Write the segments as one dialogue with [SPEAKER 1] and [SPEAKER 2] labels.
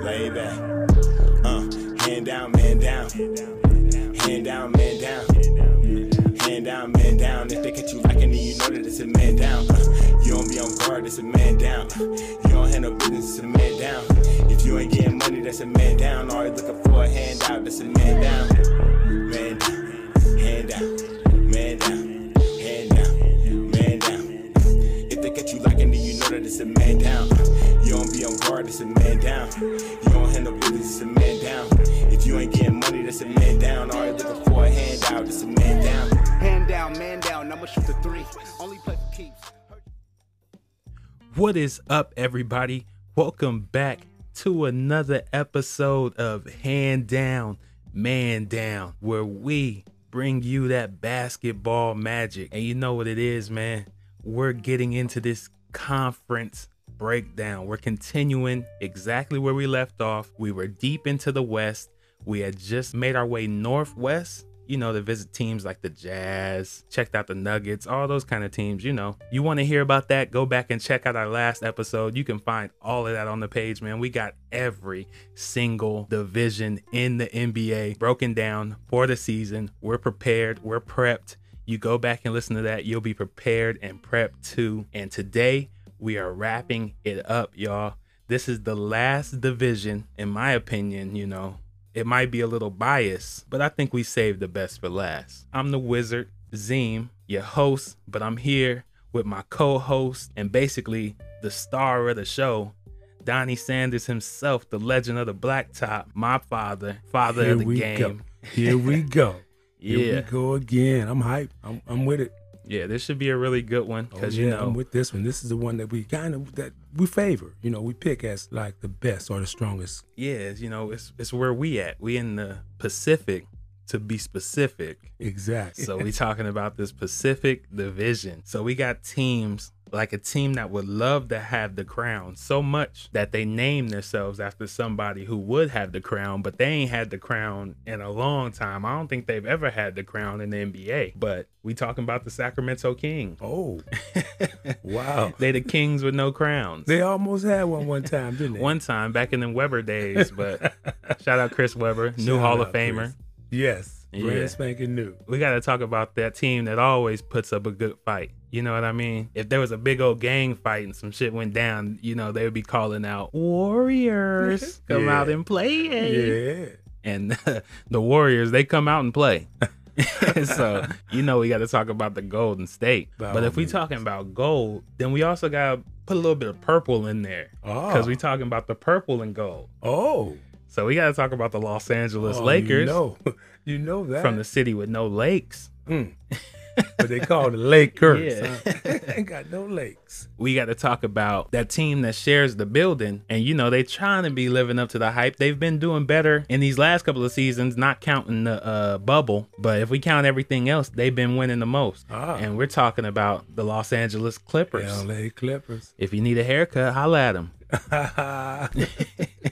[SPEAKER 1] lay back. Uh, hand down, man down. Hand down, man down. Hand down, man down. If they catch you rocking, then you know that it's a man down. Uh, you don't be on guard, it's a man down. Uh, You don't handle business, it's a man down. If you ain't getting money, that's a man down. Always looking for a handout, that's a man down. Man down, hand down, man down, hand down, man down. If they catch you lacking, then you know that it's a man down. You don't be on guard, it's a man down. You don't handle business, it's a man down. If you ain't getting money, that's a man down. Always looking for a handout, it's a man down.
[SPEAKER 2] Hand down, man down. I'ma shoot the three. Only play for keeps.
[SPEAKER 3] What is up, everybody? Welcome back to another episode of Hand Down, Man Down, where we bring you that basketball magic. And you know what it is, man. We're getting into this conference breakdown. We're continuing exactly where we left off. We were deep into the West. We had just made our way northwest, you know, to visit teams like the Jazz, checked out the Nuggets, all those kind of teams, you know. You want to hear about that? Go back and check out our last episode. You can find all of that on the page, man. We got every single division in the NBA broken down for the season. We're prepared, we're prepped. You go back and listen to that, you'll be prepared and prepped too. And today, we are wrapping it up, y'all. This is the last division, in my opinion, you know, it might be a little biased, but I think we saved the best for last. I'm the wizard, Zeem, your host, but I'm here with my co host and basically the star of the show, Donnie Sanders himself, the legend of the blacktop, my father, father
[SPEAKER 4] Here
[SPEAKER 3] of the
[SPEAKER 4] we
[SPEAKER 3] game.
[SPEAKER 4] go. Here we go. Here
[SPEAKER 3] Yeah.
[SPEAKER 4] we go again. I'm hyped. I'm, I'm with it.
[SPEAKER 3] Yeah, this should be a really good one
[SPEAKER 4] Oh,
[SPEAKER 3] because
[SPEAKER 4] yeah,
[SPEAKER 3] you know,
[SPEAKER 4] I'm with this one. This is the one that we kind of that we favor. You know, we pick as like the best or the strongest.
[SPEAKER 3] yeah, it's- you know, it's it's where we at. We in the Pacific, to be specific.
[SPEAKER 4] Exactly.
[SPEAKER 3] So we talking about this Pacific Division. So we got teams like a team that would love to have the crown so much that they name themselves after somebody who would have the crown, but they ain't had the crown in a long time. I don't think they've ever had the crown in the NBA. But we talking about the Sacramento King.
[SPEAKER 4] oh, wow.
[SPEAKER 3] They the kings with no crowns.
[SPEAKER 4] They almost had one one time, didn't they?
[SPEAKER 3] One time back in the Weber days, but shout out Chris Weber, new
[SPEAKER 4] Shout
[SPEAKER 3] Hall of
[SPEAKER 4] out,
[SPEAKER 3] Famer.
[SPEAKER 4] Chris. Yes.
[SPEAKER 3] Yeah.
[SPEAKER 4] Brand spanking new.
[SPEAKER 3] we got to talk about that team that always puts up a good fight. You know what I mean? If there was a big old gang fight and some shit went down, you know, they would be calling out Warriors, come
[SPEAKER 4] Yeah.
[SPEAKER 3] out and play. it."
[SPEAKER 4] Yeah.
[SPEAKER 3] And the Warriors, they come out and play. so, you know, we got to talk about the Golden State.
[SPEAKER 4] By
[SPEAKER 3] but
[SPEAKER 4] all
[SPEAKER 3] if we
[SPEAKER 4] means.
[SPEAKER 3] talking about gold, then we also got to put a little bit of purple in there
[SPEAKER 4] Oh.
[SPEAKER 3] because we talking about the purple and gold.
[SPEAKER 4] oh.
[SPEAKER 3] So we got to talk about the Los Angeles
[SPEAKER 4] Oh,
[SPEAKER 3] Lakers
[SPEAKER 4] You know, you know that.
[SPEAKER 3] from the city with no lakes.
[SPEAKER 4] Mm. but they call the Lakers.
[SPEAKER 3] Yeah.
[SPEAKER 4] huh? Ain't got no lakes.
[SPEAKER 3] we got to talk about that team that shares the building and you know they trying to be living up to the hype they've been doing better in these last couple of seasons not counting the uh, bubble but if we count everything else they've been winning the most
[SPEAKER 4] Ah.
[SPEAKER 3] and we're talking about the los angeles clippers
[SPEAKER 4] LA Clippers.
[SPEAKER 3] if you need a haircut holla at them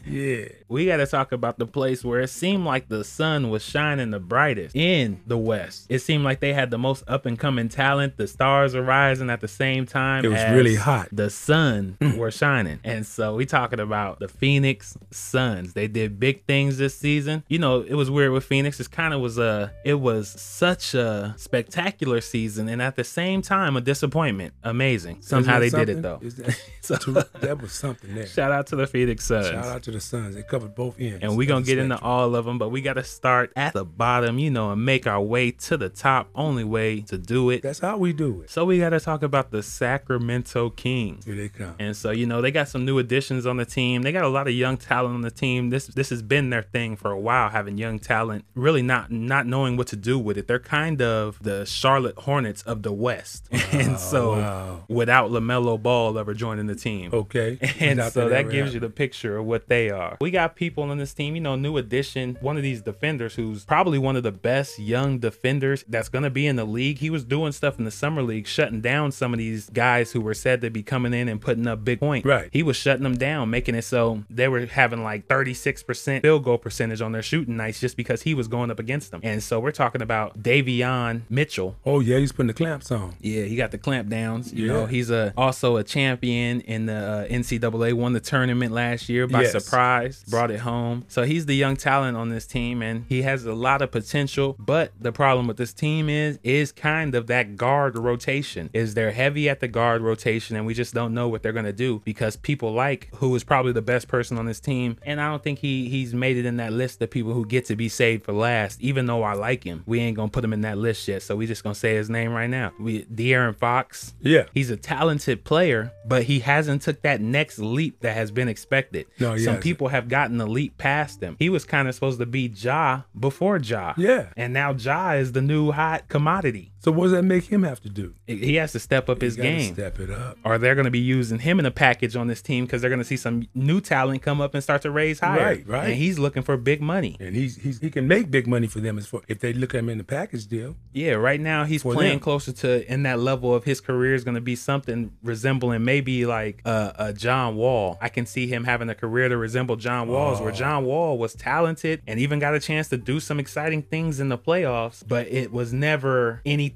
[SPEAKER 4] yeah.
[SPEAKER 3] we got to talk about the place where it seemed like the sun was shining the brightest in the West. It seemed like they had the most up and coming talent. The stars are rising at the same time.
[SPEAKER 4] It was
[SPEAKER 3] as
[SPEAKER 4] really hot. Mm.
[SPEAKER 3] The sun were shining. And so we talking about the Phoenix Suns. They did big things this season. You know, it was weird with Phoenix. It's kind of was a it was such a spectacular season and at the same time a disappointment. Amazing. Somehow they
[SPEAKER 4] Isn't that
[SPEAKER 3] did it though.
[SPEAKER 4] something? Is that,
[SPEAKER 3] So-
[SPEAKER 4] to- that was something there. Shout,
[SPEAKER 3] Shout out to the Phoenix Suns.
[SPEAKER 4] out to the Suns. They covered both ends.
[SPEAKER 3] And we're
[SPEAKER 4] of
[SPEAKER 3] going
[SPEAKER 4] the
[SPEAKER 3] to get into
[SPEAKER 4] spectrum.
[SPEAKER 3] all of them, but we got to start at the bottom, you know, and make our way to the top. Only way to do it.
[SPEAKER 4] That's how we do it.
[SPEAKER 3] So we got to talk about the Sacramento Kings.
[SPEAKER 4] Here they come.
[SPEAKER 3] And so, you know, they got some new additions on the team. They got a lot of young talent on the team. This this has been their thing for a while, having young talent, really not not knowing what to do with it. They're kind of the Charlotte Hornets of the West. and so
[SPEAKER 4] wow. Oh,
[SPEAKER 3] without LaMelo Ball ever joining the team.
[SPEAKER 4] okay.
[SPEAKER 3] And
[SPEAKER 4] Without
[SPEAKER 3] so that
[SPEAKER 4] ever
[SPEAKER 3] gives you the picture of what they are. We got people on this team, you know, new addition, one of these defenders who's probably one of the best young defenders that's going to be in the league. He was doing stuff in the summer league, shutting down some of these guys who were said to be coming in and putting up big points.
[SPEAKER 4] Right.
[SPEAKER 3] He was shutting them down, making it so they were having like 36% field goal percentage on their shooting nights just because he was going up against them. And so we're talking about Davion Mitchell,
[SPEAKER 4] Oh yeah, he's putting the clamps on.
[SPEAKER 3] yeah, he got the clamp downs. You
[SPEAKER 4] Yeah.
[SPEAKER 3] know, he's a also a champion in the uh, NCAA UCLA won the tournament last year by
[SPEAKER 4] Yes.
[SPEAKER 3] surprise, brought it home. So he's the young talent on this team and he has a lot of potential. But the problem with this team is is kind of that guard rotation. Is they're heavy at the guard rotation and we just don't know what they're gonna do because people like who is probably the best person on this team, and I don't think he he's made it in that list of people who get to be saved for last, even though I like him. We ain't gonna put him in that list yet. So we just gonna say his name right now. We De'Aaron Fox.
[SPEAKER 4] Yeah.
[SPEAKER 3] He's a talented player, but he hasn't took that next leap that has been expected.
[SPEAKER 4] No, he
[SPEAKER 3] Some
[SPEAKER 4] hasn't.
[SPEAKER 3] people have gotten a leap past him. He was kind of supposed to be Ja before Ja.
[SPEAKER 4] Yeah.
[SPEAKER 3] And now Ja is the new hot commodity.
[SPEAKER 4] So what does that make him have to do?
[SPEAKER 3] He has to step up his
[SPEAKER 4] He's gotta
[SPEAKER 3] game.
[SPEAKER 4] Step it up.
[SPEAKER 3] Or they're going to be using him in a package on this team because they're going to see some new talent come up and start to raise higher.
[SPEAKER 4] Right, right.
[SPEAKER 3] And he's looking for big money.
[SPEAKER 4] And he's, he's he can make big money for them as far if they look at him in the package deal.
[SPEAKER 3] Yeah, right now he's
[SPEAKER 4] For
[SPEAKER 3] playing
[SPEAKER 4] them.
[SPEAKER 3] closer to in that level of his career is going to be something resembling maybe like uh, a John Wall. I can see him having a career to resemble John Wall's,
[SPEAKER 4] Oh.
[SPEAKER 3] where John Wall was talented and even got a chance to do some exciting things in the playoffs, but it was never anything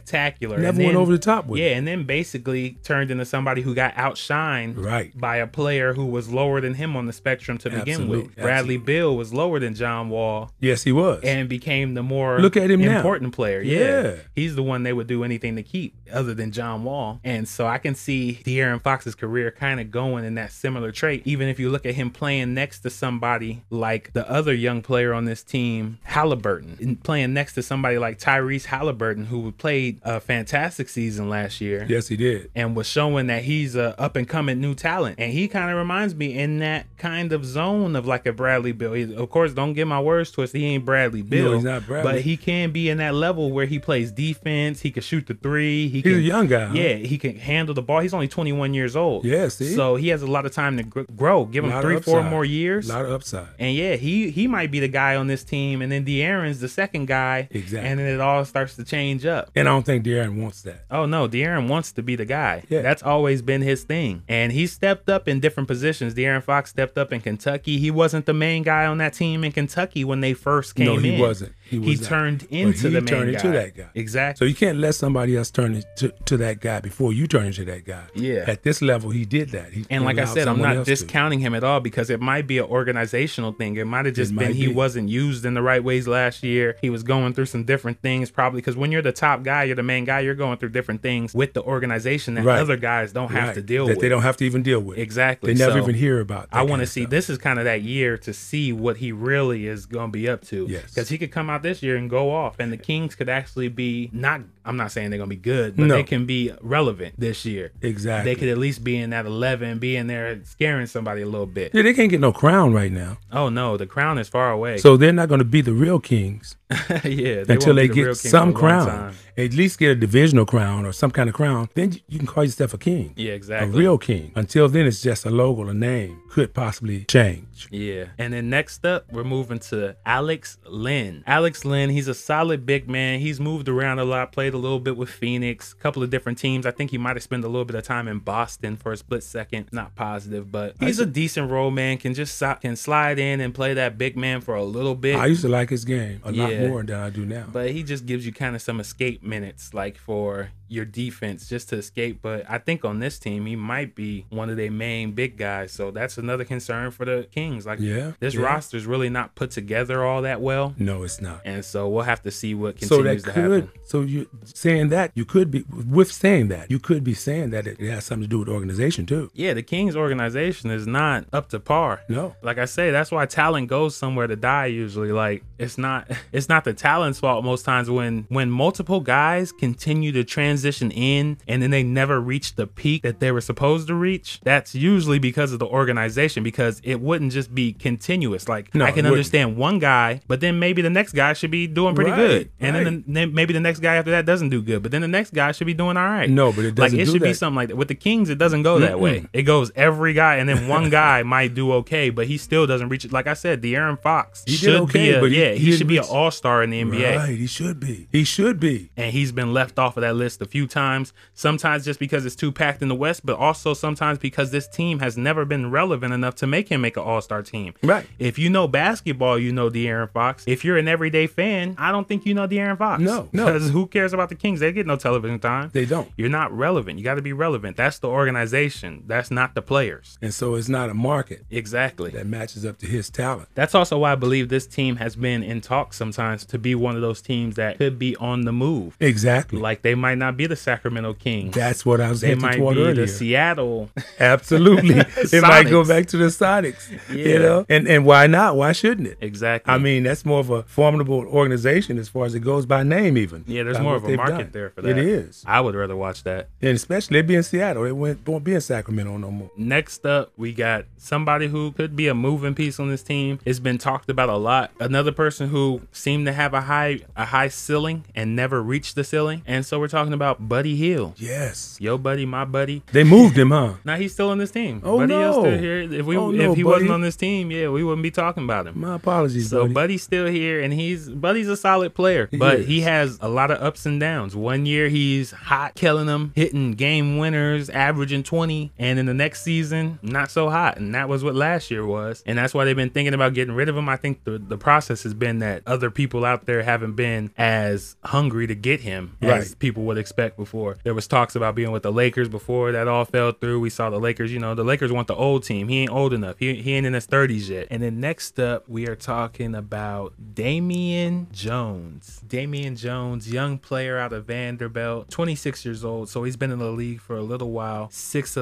[SPEAKER 3] spectacular.
[SPEAKER 4] Never went over the top with
[SPEAKER 3] yeah,
[SPEAKER 4] it.
[SPEAKER 3] and then basically turned into somebody who got outshined
[SPEAKER 4] Right.
[SPEAKER 3] by a player who was lower than him on the spectrum to begin
[SPEAKER 4] Absolutely,
[SPEAKER 3] with. Bradley Bill was lower than John Wall
[SPEAKER 4] Yes, he was.
[SPEAKER 3] and became the more
[SPEAKER 4] Look at him now.
[SPEAKER 3] important player. Yeah.
[SPEAKER 4] Yeah.
[SPEAKER 3] He's the one they would do anything to keep other than John Wall. And so I can see De'Aaron Fox's career kind of going in that similar trait. Even if you look at him playing next to somebody like the other young player on this team, Halliburton, and playing next to somebody like Tyrese Halliburton, who played a fantastic season last year
[SPEAKER 4] yes, he did.
[SPEAKER 3] and was showing that he's a up and coming new talent. And he kind of reminds me in that kind of zone of like a Bradley Bill. He- Of course, don't get my words twisted. He ain't Bradley Bill,
[SPEAKER 4] he's not Bradley.
[SPEAKER 3] but he can be in that level where he plays defense. He can shoot the three. He
[SPEAKER 4] He's
[SPEAKER 3] can,
[SPEAKER 4] a young guy, huh?
[SPEAKER 3] Yeah, he can handle the ball. He's only 21 years old.
[SPEAKER 4] Yeah, see?
[SPEAKER 3] so he has a lot of time to gr- grow. Give him
[SPEAKER 4] Lot of
[SPEAKER 3] three, four
[SPEAKER 4] upside.
[SPEAKER 3] more years.
[SPEAKER 4] lot of upside.
[SPEAKER 3] And yeah, he he might be the guy on this team, and then De'Aaron's the second guy.
[SPEAKER 4] Exactly.
[SPEAKER 3] And then it all starts to change up.
[SPEAKER 4] And I don't think Darren wants that.
[SPEAKER 3] Oh no, De'Aaron wants to be the guy.
[SPEAKER 4] Yeah.
[SPEAKER 3] That's always been his thing. And he stepped up in different positions. De'Aaron Fox stepped up in Kentucky. He wasn't the main guy on that team in Kentucky when they first came
[SPEAKER 4] No, he
[SPEAKER 3] in.
[SPEAKER 4] wasn't. He
[SPEAKER 3] He,
[SPEAKER 4] was not.
[SPEAKER 3] turned
[SPEAKER 4] But
[SPEAKER 3] into
[SPEAKER 4] he
[SPEAKER 3] the main
[SPEAKER 4] turned
[SPEAKER 3] guy.
[SPEAKER 4] into that guy. So
[SPEAKER 3] Exactly.
[SPEAKER 4] you can't let somebody else turn it to, to that guy before you turn into that guy.
[SPEAKER 3] Yeah.
[SPEAKER 4] At this level, he did that. He
[SPEAKER 3] and like I
[SPEAKER 4] allowed
[SPEAKER 3] said, I'm
[SPEAKER 4] someone
[SPEAKER 3] not
[SPEAKER 4] else to.
[SPEAKER 3] discounting him at all because it might be an organizational thing. It might have just
[SPEAKER 4] It
[SPEAKER 3] been
[SPEAKER 4] might
[SPEAKER 3] he
[SPEAKER 4] be.
[SPEAKER 3] wasn't used in the right ways last year. He was going through some different things, probably because when you're the top guy, you're the main guy, you're going through different things with the organization that
[SPEAKER 4] Right.
[SPEAKER 3] other guys don't have
[SPEAKER 4] Right.
[SPEAKER 3] to deal
[SPEAKER 4] that
[SPEAKER 3] with.
[SPEAKER 4] They don't have to even deal with.
[SPEAKER 3] Exactly.
[SPEAKER 4] They never
[SPEAKER 3] So,
[SPEAKER 4] even hear about. that
[SPEAKER 3] I want
[SPEAKER 4] kind
[SPEAKER 3] to
[SPEAKER 4] of
[SPEAKER 3] see
[SPEAKER 4] stuff.
[SPEAKER 3] this is kind of that year to see what he really is going to be up to.
[SPEAKER 4] Yes.
[SPEAKER 3] Because he could come out this year and go off, and the Kings could actually be not, I'm not saying they're going to be good, but
[SPEAKER 4] No.
[SPEAKER 3] they can be relevant this year.
[SPEAKER 4] Exactly.
[SPEAKER 3] They could at least be in that 11, be in there scaring somebody a little bit.
[SPEAKER 4] Yeah, they can't get no crown right now,
[SPEAKER 3] Oh, no, the crown is far away.
[SPEAKER 4] so they're not going to be the real kings
[SPEAKER 3] yeah. they
[SPEAKER 4] until
[SPEAKER 3] won't be
[SPEAKER 4] they
[SPEAKER 3] the real
[SPEAKER 4] get
[SPEAKER 3] king
[SPEAKER 4] some
[SPEAKER 3] for a long
[SPEAKER 4] crown.
[SPEAKER 3] time.
[SPEAKER 4] At least get a divisional crown or some kind of crown. Then you- you can call yourself a king.
[SPEAKER 3] Yeah,
[SPEAKER 4] A
[SPEAKER 3] exactly.
[SPEAKER 4] real king. Until then, it's just a logo, a name. Could possibly change.
[SPEAKER 3] Yeah. And then next up, we're moving to Alex Lynn. Alex Lynn, he's a solid big man. He's moved around a lot, played a little bit with Phoenix, a couple of different teams. I think he might have spent a little bit of time in Boston for a split second. Not positive, but he's a decent role man. Can just so- can slide in and play that big man for a little bit.
[SPEAKER 4] I used to like his game a lot
[SPEAKER 3] Yeah.
[SPEAKER 4] more than I do now.
[SPEAKER 3] But he just gives you kind of some escape minutes, like for your defense, just to escape. But I think on this team, he might be one of their main big guys. So that's another concern for the Kings. Like,
[SPEAKER 4] Yeah,
[SPEAKER 3] this
[SPEAKER 4] yeah.
[SPEAKER 3] roster's really not put together all that well.
[SPEAKER 4] no, it's not.
[SPEAKER 3] And so we'll have to see what
[SPEAKER 4] So that
[SPEAKER 3] continues to
[SPEAKER 4] could.
[SPEAKER 3] happen.
[SPEAKER 4] So you saying that you could be with saying that you could be saying that it has something to do with organization too.
[SPEAKER 3] Yeah, the Kings organization is not up to par.
[SPEAKER 4] No.
[SPEAKER 3] Like I say, that's why talent goes somewhere to die usually. Like it's not it's not the talent's fault most times when when multiple guys continue to transition in and then they never reach the peak that they were supposed to reach. That's usually because of the organization because it wouldn't just be continuous. Like
[SPEAKER 4] No,
[SPEAKER 3] I
[SPEAKER 4] it
[SPEAKER 3] can
[SPEAKER 4] wouldn't.
[SPEAKER 3] understand one guy, but then maybe the next guy should be doing pretty
[SPEAKER 4] Right,
[SPEAKER 3] good. And then,
[SPEAKER 4] right.
[SPEAKER 3] the, then maybe the next guy after that doesn't do good, but then the next guy should be doing all right.
[SPEAKER 4] No, but it doesn't
[SPEAKER 3] Like it
[SPEAKER 4] do
[SPEAKER 3] should be
[SPEAKER 4] that.
[SPEAKER 3] something like that. With the Kings, it doesn't go that way. It goes every guy, and then one guy might do okay, but he still doesn't reach it. Like I said, De'Aaron Fox
[SPEAKER 4] He did
[SPEAKER 3] should
[SPEAKER 4] okay,
[SPEAKER 3] be a,
[SPEAKER 4] but he-
[SPEAKER 3] yeah,
[SPEAKER 4] he
[SPEAKER 3] he, should
[SPEAKER 4] didn't
[SPEAKER 3] be an
[SPEAKER 4] reach-
[SPEAKER 3] all star in the NBA.
[SPEAKER 4] Right, he should be. He should be.
[SPEAKER 3] and he's been left off of that list a few times. Sometimes just because it's too packed in the West, but also sometimes because this team has never been relevant enough to make him make an All Star team.
[SPEAKER 4] Right.
[SPEAKER 3] If you know basketball, you know De'Aaron Fox. If you're an everyday fan, I don't think you know De'Aaron Fox.
[SPEAKER 4] No, no.
[SPEAKER 3] because who cares about the Kings? They get no television time.
[SPEAKER 4] They don't.
[SPEAKER 3] You're not relevant. You got to be relevant. That's the organization. That's not the players.
[SPEAKER 4] And so it's not a market
[SPEAKER 3] Exactly.
[SPEAKER 4] that matches up to his talent.
[SPEAKER 3] That's also why I believe this team has been in talks sometimes to be one of those teams that could be on the move.
[SPEAKER 4] Exactly.
[SPEAKER 3] Like they might not be the Sacramento Kings.
[SPEAKER 4] That's what I was
[SPEAKER 3] they
[SPEAKER 4] hinting
[SPEAKER 3] might
[SPEAKER 4] toward
[SPEAKER 3] be
[SPEAKER 4] earlier.
[SPEAKER 3] the Seattle.
[SPEAKER 4] Absolutely. it might go
[SPEAKER 3] Sonics.
[SPEAKER 4] back to the Sonics.
[SPEAKER 3] Yeah.
[SPEAKER 4] You know? And and why not? Why shouldn't it?
[SPEAKER 3] exactly.
[SPEAKER 4] I mean, that's more of a formidable organization as far as it goes by name, even.
[SPEAKER 3] yeah, there's
[SPEAKER 4] by
[SPEAKER 3] more
[SPEAKER 4] what
[SPEAKER 3] of a
[SPEAKER 4] they've
[SPEAKER 3] market
[SPEAKER 4] done.
[SPEAKER 3] there for that.
[SPEAKER 4] It is.
[SPEAKER 3] I would rather watch that.
[SPEAKER 4] And especially it being Seattle. It went, won't be in Sacramento no more.
[SPEAKER 3] Next up, we got somebody who could be a moving piece on this team. It's been talked about a lot. Another person who seemed to have a high a high ceiling and never reached the ceiling. And so we're talking about Buddy Hill.
[SPEAKER 4] Yes.
[SPEAKER 3] Yo, buddy, my buddy.
[SPEAKER 4] They moved him, huh?
[SPEAKER 3] Now he's still on this team.
[SPEAKER 4] Oh,
[SPEAKER 3] buddy Hill's
[SPEAKER 4] no.
[SPEAKER 3] still here. If we
[SPEAKER 4] Oh,
[SPEAKER 3] if
[SPEAKER 4] no,
[SPEAKER 3] he
[SPEAKER 4] Buddy.
[SPEAKER 3] wasn't on this team, yeah, we wouldn't be talking about him.
[SPEAKER 4] My apologies,
[SPEAKER 3] So
[SPEAKER 4] buddy.
[SPEAKER 3] Buddy's still here, and he's Buddy's a solid player,
[SPEAKER 4] He
[SPEAKER 3] but
[SPEAKER 4] is.
[SPEAKER 3] he has a lot of ups and downs. One year he's hot, killing them, hitting game winners, averaging twenty, and in the next season, not so hot. And that was what last year was, and that's why they've been thinking about getting rid of him. I think the the process has been that other people out there haven't been as hungry to get him as
[SPEAKER 4] Right.
[SPEAKER 3] people would expect before. There was talks about being with the Lakers before that all fell through. We saw the Lakers, you know, the Lakers want the old team. He ain't old enough. He, he ain't in his 30s yet. And then next up, we are talking about Damian Jones. Damian Jones, young player out of Vanderbilt, 26 years old. So he's been in the league for a little while,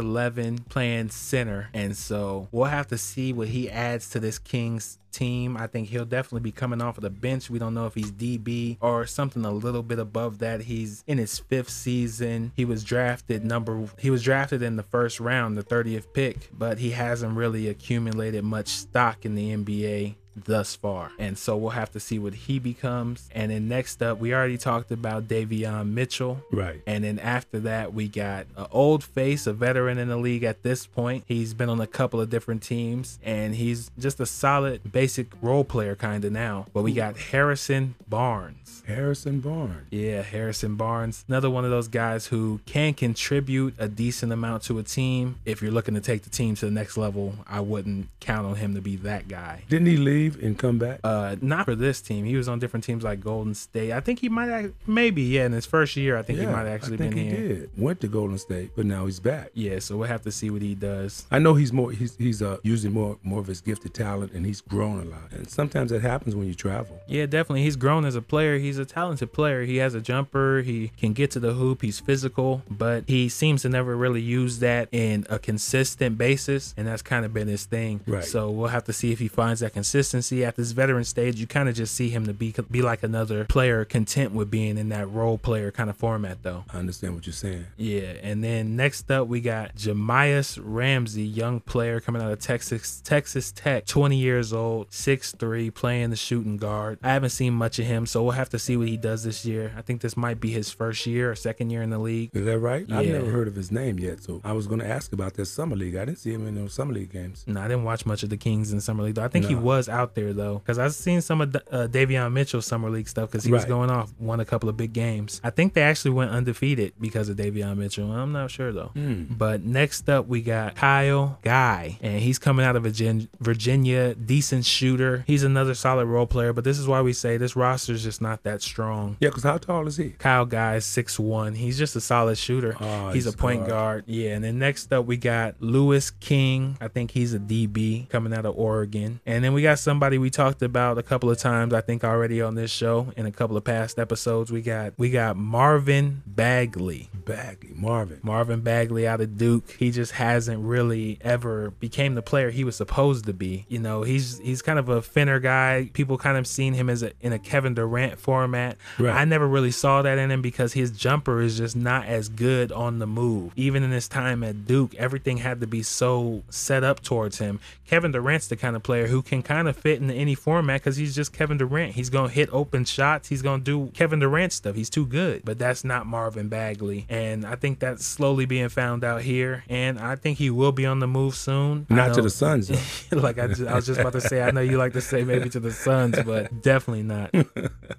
[SPEAKER 3] 6'11, playing center. And so we'll have to see what he adds to this Kings team. I think he'll definitely be coming off of the bench. We don't know if he's DB or something a little bit above that. He's in his fifth season. He was drafted number he was drafted in the first round, the 30th pick, but he hasn't really accumulated much stock in the NBA thus far. And so we'll have to see what he becomes. And then next up, we already talked about Davion Mitchell.
[SPEAKER 4] Right.
[SPEAKER 3] And then after that, we got an old face, a veteran in the league at this point. He's been on a couple of different teams, and he's just a solid basic role player kind of now. But we got Harrison Barnes.
[SPEAKER 4] Harrison Barnes.
[SPEAKER 3] Yeah, Harrison Barnes, another one of those guys who can contribute a decent amount to a team. If you're looking to take the team to the next level, I wouldn't count on him to be that guy.
[SPEAKER 4] Didn't he leave and come back?
[SPEAKER 3] Uh, not for this team. He was on different teams like Golden State. I think he might, ac- maybe, yeah. In his first year, I think he might have actually
[SPEAKER 4] I think
[SPEAKER 3] been
[SPEAKER 4] he
[SPEAKER 3] here.
[SPEAKER 4] did. Went to Golden State, but now he's back.
[SPEAKER 3] Yeah, so we'll have to see what he does.
[SPEAKER 4] I know he's more he's he's uh, using more more of his gifted talent and he's grown a lot. And sometimes that happens when you travel.
[SPEAKER 3] Yeah, definitely. He's grown as a player. He's a talented player. He has a jumper. He can get to the hoop. He's physical, but he seems to never really use that in a consistent basis. And that's kind of been his thing.
[SPEAKER 4] Right.
[SPEAKER 3] So we'll have to see if he finds that consistency at this veteran stage. You kind of just see him to be be like another player, content with being in that role player kind of format, though.
[SPEAKER 4] I understand what you're saying.
[SPEAKER 3] Yeah, and then next up we got Jemias Ramsey, young player coming out of Texas Texas Tech, 20 years old, 6'3, playing the shooting guard. I haven't seen much of him, so we'll have to see what he does this year. I think this might be his first year or second year in the league.
[SPEAKER 4] Is that right? I've
[SPEAKER 3] Yeah.
[SPEAKER 4] never heard of his name yet, so I was going to ask about that summer league. I didn't see him in those summer league games.
[SPEAKER 3] No, I didn't watch much of the Kings in summer league though. I think he
[SPEAKER 4] No.
[SPEAKER 3] was out there though, because I've seen some of the, uh, Davion Mitchell's summer league stuff because he was
[SPEAKER 4] Right.
[SPEAKER 3] going off, won a couple of big games. I think they actually went undefeated because of Davion Mitchell. I'm not sure though. But next up we got Kyle Guy, and he's coming out of Virgin- Virginia, decent shooter. He's another solid role player, but this is why we say this roster's just not that strong.
[SPEAKER 4] Yeah, because how tall is he?
[SPEAKER 3] Kyle Guy is 6'1. He's just a solid shooter.
[SPEAKER 4] Oh,
[SPEAKER 3] he's,
[SPEAKER 4] he's
[SPEAKER 3] a point
[SPEAKER 4] guard.
[SPEAKER 3] guard. Yeah. And then next up, we got Lewis King. I think he's a DB coming out of Oregon. And then we got somebody we talked about a couple of times, I think already on this show in a couple of past episodes. We got we got Marvin Bagley.
[SPEAKER 4] Bagley, Marvin.
[SPEAKER 3] Marvin Bagley out of Duke. He just hasn't really ever became the player he was supposed to be. You know, he's he's kind of a thinner guy. People kind of seen him as a, in a Kevin Durant format.
[SPEAKER 4] Right.
[SPEAKER 3] I never really saw that in him because his jumper is just not as good on the move. Even in his time at Duke, everything had to be so set up towards him. Kevin Durant's the kind of player who can kind of fit into any format because he's just Kevin Durant. He's gonna hit open shots. He's gonna do Kevin Durant stuff. He's too good. But that's not Marvin Bagley, and I think that's slowly being found out here. And I think he will be on the move soon. I
[SPEAKER 4] Not to
[SPEAKER 3] know-
[SPEAKER 4] the Suns. though.
[SPEAKER 3] like I, ju- I was just about to say. I know you like to say maybe to the Suns, but definitely not.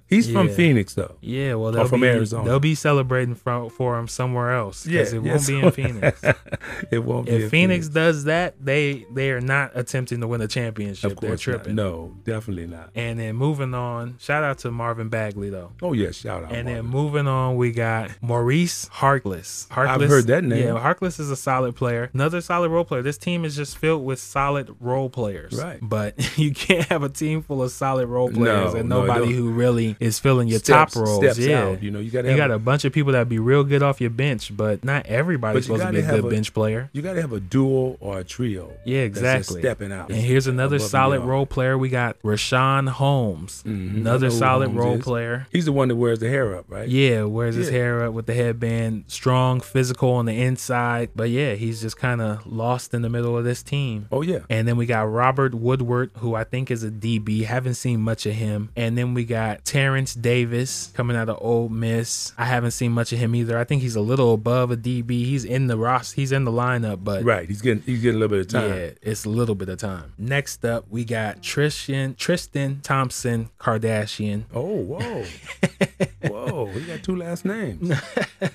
[SPEAKER 4] He's from
[SPEAKER 3] Yeah.
[SPEAKER 4] Phoenix though.
[SPEAKER 3] Yeah, well, they'll
[SPEAKER 4] from
[SPEAKER 3] be,
[SPEAKER 4] Arizona.
[SPEAKER 3] They'll be celebrating for, for him somewhere else because it won't be in Phoenix.
[SPEAKER 4] it won't be
[SPEAKER 3] If
[SPEAKER 4] in
[SPEAKER 3] Phoenix does that, they they are not attempting to win a championship.
[SPEAKER 4] Of course,
[SPEAKER 3] They're
[SPEAKER 4] not.
[SPEAKER 3] tripping.
[SPEAKER 4] no, definitely not.
[SPEAKER 3] And then moving on, shout out to Marvin Bagley though.
[SPEAKER 4] Oh yeah, shout out.
[SPEAKER 3] And then
[SPEAKER 4] Marvin.
[SPEAKER 3] moving on, we got Maurice Harkless. Harkless
[SPEAKER 4] heard that name.
[SPEAKER 3] Yeah, Harkless is a solid player. Another solid role player. This team is just filled with solid role players.
[SPEAKER 4] Right.
[SPEAKER 3] But you can't have a team full of solid role players
[SPEAKER 4] No,
[SPEAKER 3] and
[SPEAKER 4] no,
[SPEAKER 3] nobody
[SPEAKER 4] don't.
[SPEAKER 3] who really is filling your
[SPEAKER 4] Steps-
[SPEAKER 3] top roles.
[SPEAKER 4] steps
[SPEAKER 3] yeah.
[SPEAKER 4] out, you know, you gotta
[SPEAKER 3] you
[SPEAKER 4] have
[SPEAKER 3] got
[SPEAKER 4] a-
[SPEAKER 3] a bunch of people that be real good off your bench, but not everybody's
[SPEAKER 4] But you
[SPEAKER 3] supposed to be
[SPEAKER 4] gotta
[SPEAKER 3] a good
[SPEAKER 4] have a-
[SPEAKER 3] bench player.
[SPEAKER 4] you got to have a duo or a trio.
[SPEAKER 3] Yeah,
[SPEAKER 4] that's just
[SPEAKER 3] exactly.
[SPEAKER 4] stepping out.
[SPEAKER 3] And here's another
[SPEAKER 4] above and
[SPEAKER 3] solid
[SPEAKER 4] beyond. Mm-hmm.
[SPEAKER 3] role player. We got Rashawn Holmes, another
[SPEAKER 4] I know who
[SPEAKER 3] solid
[SPEAKER 4] Holmes
[SPEAKER 3] role
[SPEAKER 4] is.
[SPEAKER 3] player.
[SPEAKER 4] He's the one that wears the hair up, right?
[SPEAKER 3] Yeah, wears his
[SPEAKER 4] Yeah.
[SPEAKER 3] hair up with the headband, strong, physical on the inside. But yeah, he's just kind of lost in the middle of this team.
[SPEAKER 4] Oh yeah.
[SPEAKER 3] And then we got Robert Woodward, who I think is a DB. Haven't seen much of him. And then we got Terrence Davis coming out of Ole Miss. I haven't seen much of him either. I think he's a little above a DB. He's in the Ross. He's in the lineup, but
[SPEAKER 4] right. He's getting he's getting a little bit of time.
[SPEAKER 3] yeah, it's a little bit of time. Next up, we got Tristan Tristan Thompson Kardashian.
[SPEAKER 4] Oh whoa, whoa. He got two last names.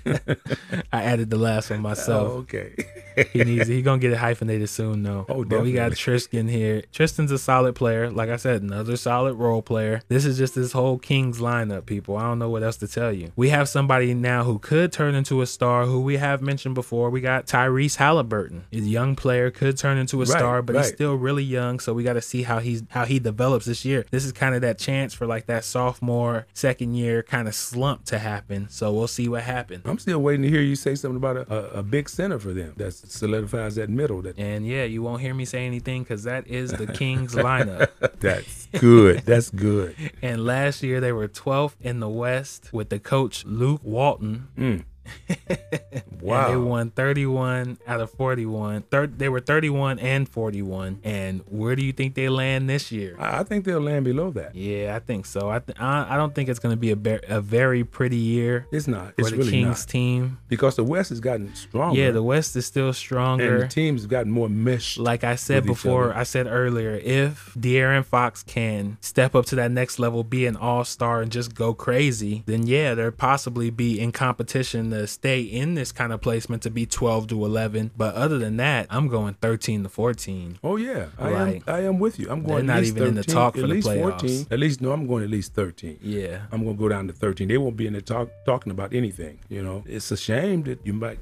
[SPEAKER 3] I added the last one
[SPEAKER 4] Oh,
[SPEAKER 3] myself.
[SPEAKER 4] okay.
[SPEAKER 3] He needs he's gonna get it hyphenated soon though.
[SPEAKER 4] Oh,
[SPEAKER 3] But we got
[SPEAKER 4] definitely.
[SPEAKER 3] Tristan here. Tristan's a solid player. Like I said, another solid role player. This is just this whole Kings lineup, people. I don't know what else to tell you. We have somebody now who could turn into a star, who we have mentioned before. We got Tyrese Halliburton. He's a young player, could turn into a
[SPEAKER 4] Right,
[SPEAKER 3] star, but he's
[SPEAKER 4] right.
[SPEAKER 3] still really young. So we gotta see how he's how he develops this year. This is kind of that chance for like that sophomore, second year kind of slump to happen. So we'll see what happens.
[SPEAKER 4] I'm still waiting to hear you say something about a, a, a big center for them that solidifies that middle. That
[SPEAKER 3] And yeah, you won't hear me say anything because that is the Kings lineup.
[SPEAKER 4] that's good. That's good.
[SPEAKER 3] And last year they were 12th in the West with the coach Luke Walton.
[SPEAKER 4] Wow.
[SPEAKER 3] And they won 31 out of 41. Thir- they were 31 and 41. And where do you think they land this year?
[SPEAKER 4] I I think they'll land below that.
[SPEAKER 3] Yeah, I think so. I th- I, I don't think it's going to be a, be- a very pretty year
[SPEAKER 4] It's not.
[SPEAKER 3] for
[SPEAKER 4] It's
[SPEAKER 3] the
[SPEAKER 4] really
[SPEAKER 3] Kings
[SPEAKER 4] not.
[SPEAKER 3] team.
[SPEAKER 4] because the West has gotten stronger.
[SPEAKER 3] Yeah, the West is still stronger.
[SPEAKER 4] and the teams have gotten more meshed.
[SPEAKER 3] like I said
[SPEAKER 4] with each
[SPEAKER 3] before,
[SPEAKER 4] other.
[SPEAKER 3] I said earlier, if De'Aaron Fox can step up to that next level, be an all star, and just go crazy, then yeah, they're possibly be in competition to stay in this kind of placement to be 12 to 11. But other than that, I'm going 13 to 14.
[SPEAKER 4] Oh yeah, I
[SPEAKER 3] Like,
[SPEAKER 4] am. I am with you. I'm going.
[SPEAKER 3] not
[SPEAKER 4] at least
[SPEAKER 3] even
[SPEAKER 4] 13,
[SPEAKER 3] in the talk for
[SPEAKER 4] at
[SPEAKER 3] the
[SPEAKER 4] least
[SPEAKER 3] playoffs.
[SPEAKER 4] 14. At least no, I'm going at least 13.
[SPEAKER 3] Yeah.
[SPEAKER 4] I'm going to go down to 13. They won't be in the talk talking about anything. You know, it's a shame that you might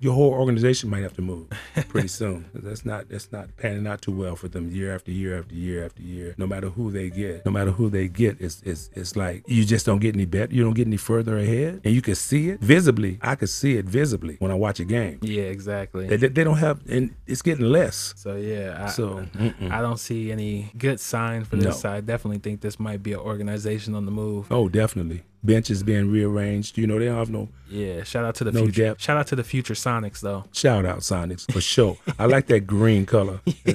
[SPEAKER 4] your whole organization might have to move pretty soon. That's not that's not panning out too well for them year after year after year after year. No matter who they get, no matter who they get, it's it's it's like you just don't get any better. You don't get any further ahead, and you can see it visibly. I could see it visibly when I watch a game.
[SPEAKER 3] Yeah, exactly.
[SPEAKER 4] They, they they don't have, and it's getting less.
[SPEAKER 3] So yeah, I,
[SPEAKER 4] So,
[SPEAKER 3] I don't see any good sign for this.
[SPEAKER 4] No.
[SPEAKER 3] I definitely think this might be an organization on the move.
[SPEAKER 4] Oh, definitely. Benches being rearranged. You know, they don't have no
[SPEAKER 3] Yeah, shout out to the
[SPEAKER 4] No
[SPEAKER 3] future.
[SPEAKER 4] depth.
[SPEAKER 3] Shout out to the future Sonics though.
[SPEAKER 4] shout out Sonics for sure. I like that green color.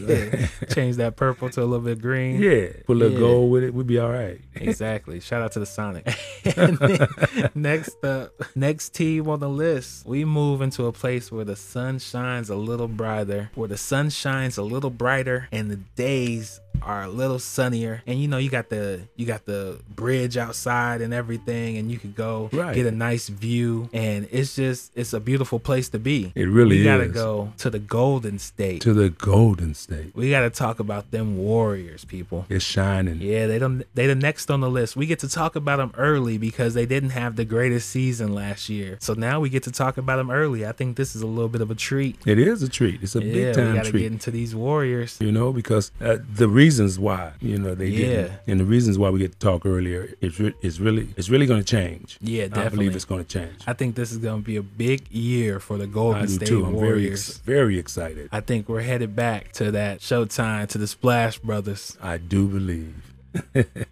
[SPEAKER 3] Change that purple to a little bit green.
[SPEAKER 4] Yeah. Put a little
[SPEAKER 3] Yeah.
[SPEAKER 4] gold with it. We'd be all right.
[SPEAKER 3] Exactly. Shout out to the Sonic. And then next up, next team on the list, we move into a place where the sun shines a little brighter, where the sun shines a little brighter, and the days are a little sunnier. And you know, you got the you got the bridge outside and everything, and you could go
[SPEAKER 4] Right.
[SPEAKER 3] get a nice view. And it's just it's a beautiful place to be.
[SPEAKER 4] It really
[SPEAKER 3] We gotta
[SPEAKER 4] is.
[SPEAKER 3] go to the Golden State.
[SPEAKER 4] To the Golden State.
[SPEAKER 3] we gotta talk about them Warriors, people.
[SPEAKER 4] It's shining.
[SPEAKER 3] Yeah, they don't. They the next on the list. We get to talk about them early because they didn't have the greatest season last year. So now we get to talk about them early. I think this is a little bit of a treat.
[SPEAKER 4] It is a treat. It's a
[SPEAKER 3] yeah,
[SPEAKER 4] big
[SPEAKER 3] we
[SPEAKER 4] time
[SPEAKER 3] gotta
[SPEAKER 4] treat.
[SPEAKER 3] get into these Warriors.
[SPEAKER 4] you know, because uh, the reasons why you know they didn't,
[SPEAKER 3] Yeah.
[SPEAKER 4] and the reasons why we get to talk earlier, it's re- it's really it's really going to change.
[SPEAKER 3] Yeah,
[SPEAKER 4] I
[SPEAKER 3] definitely.
[SPEAKER 4] believe it's going to change.
[SPEAKER 3] I think this is gonna be a big year for the
[SPEAKER 4] I
[SPEAKER 3] Golden
[SPEAKER 4] do
[SPEAKER 3] State
[SPEAKER 4] too. I'm very
[SPEAKER 3] Warriors.
[SPEAKER 4] ex- very excited.
[SPEAKER 3] I think we're headed back to that Showtime to the Splash Brothers.
[SPEAKER 4] I do believe.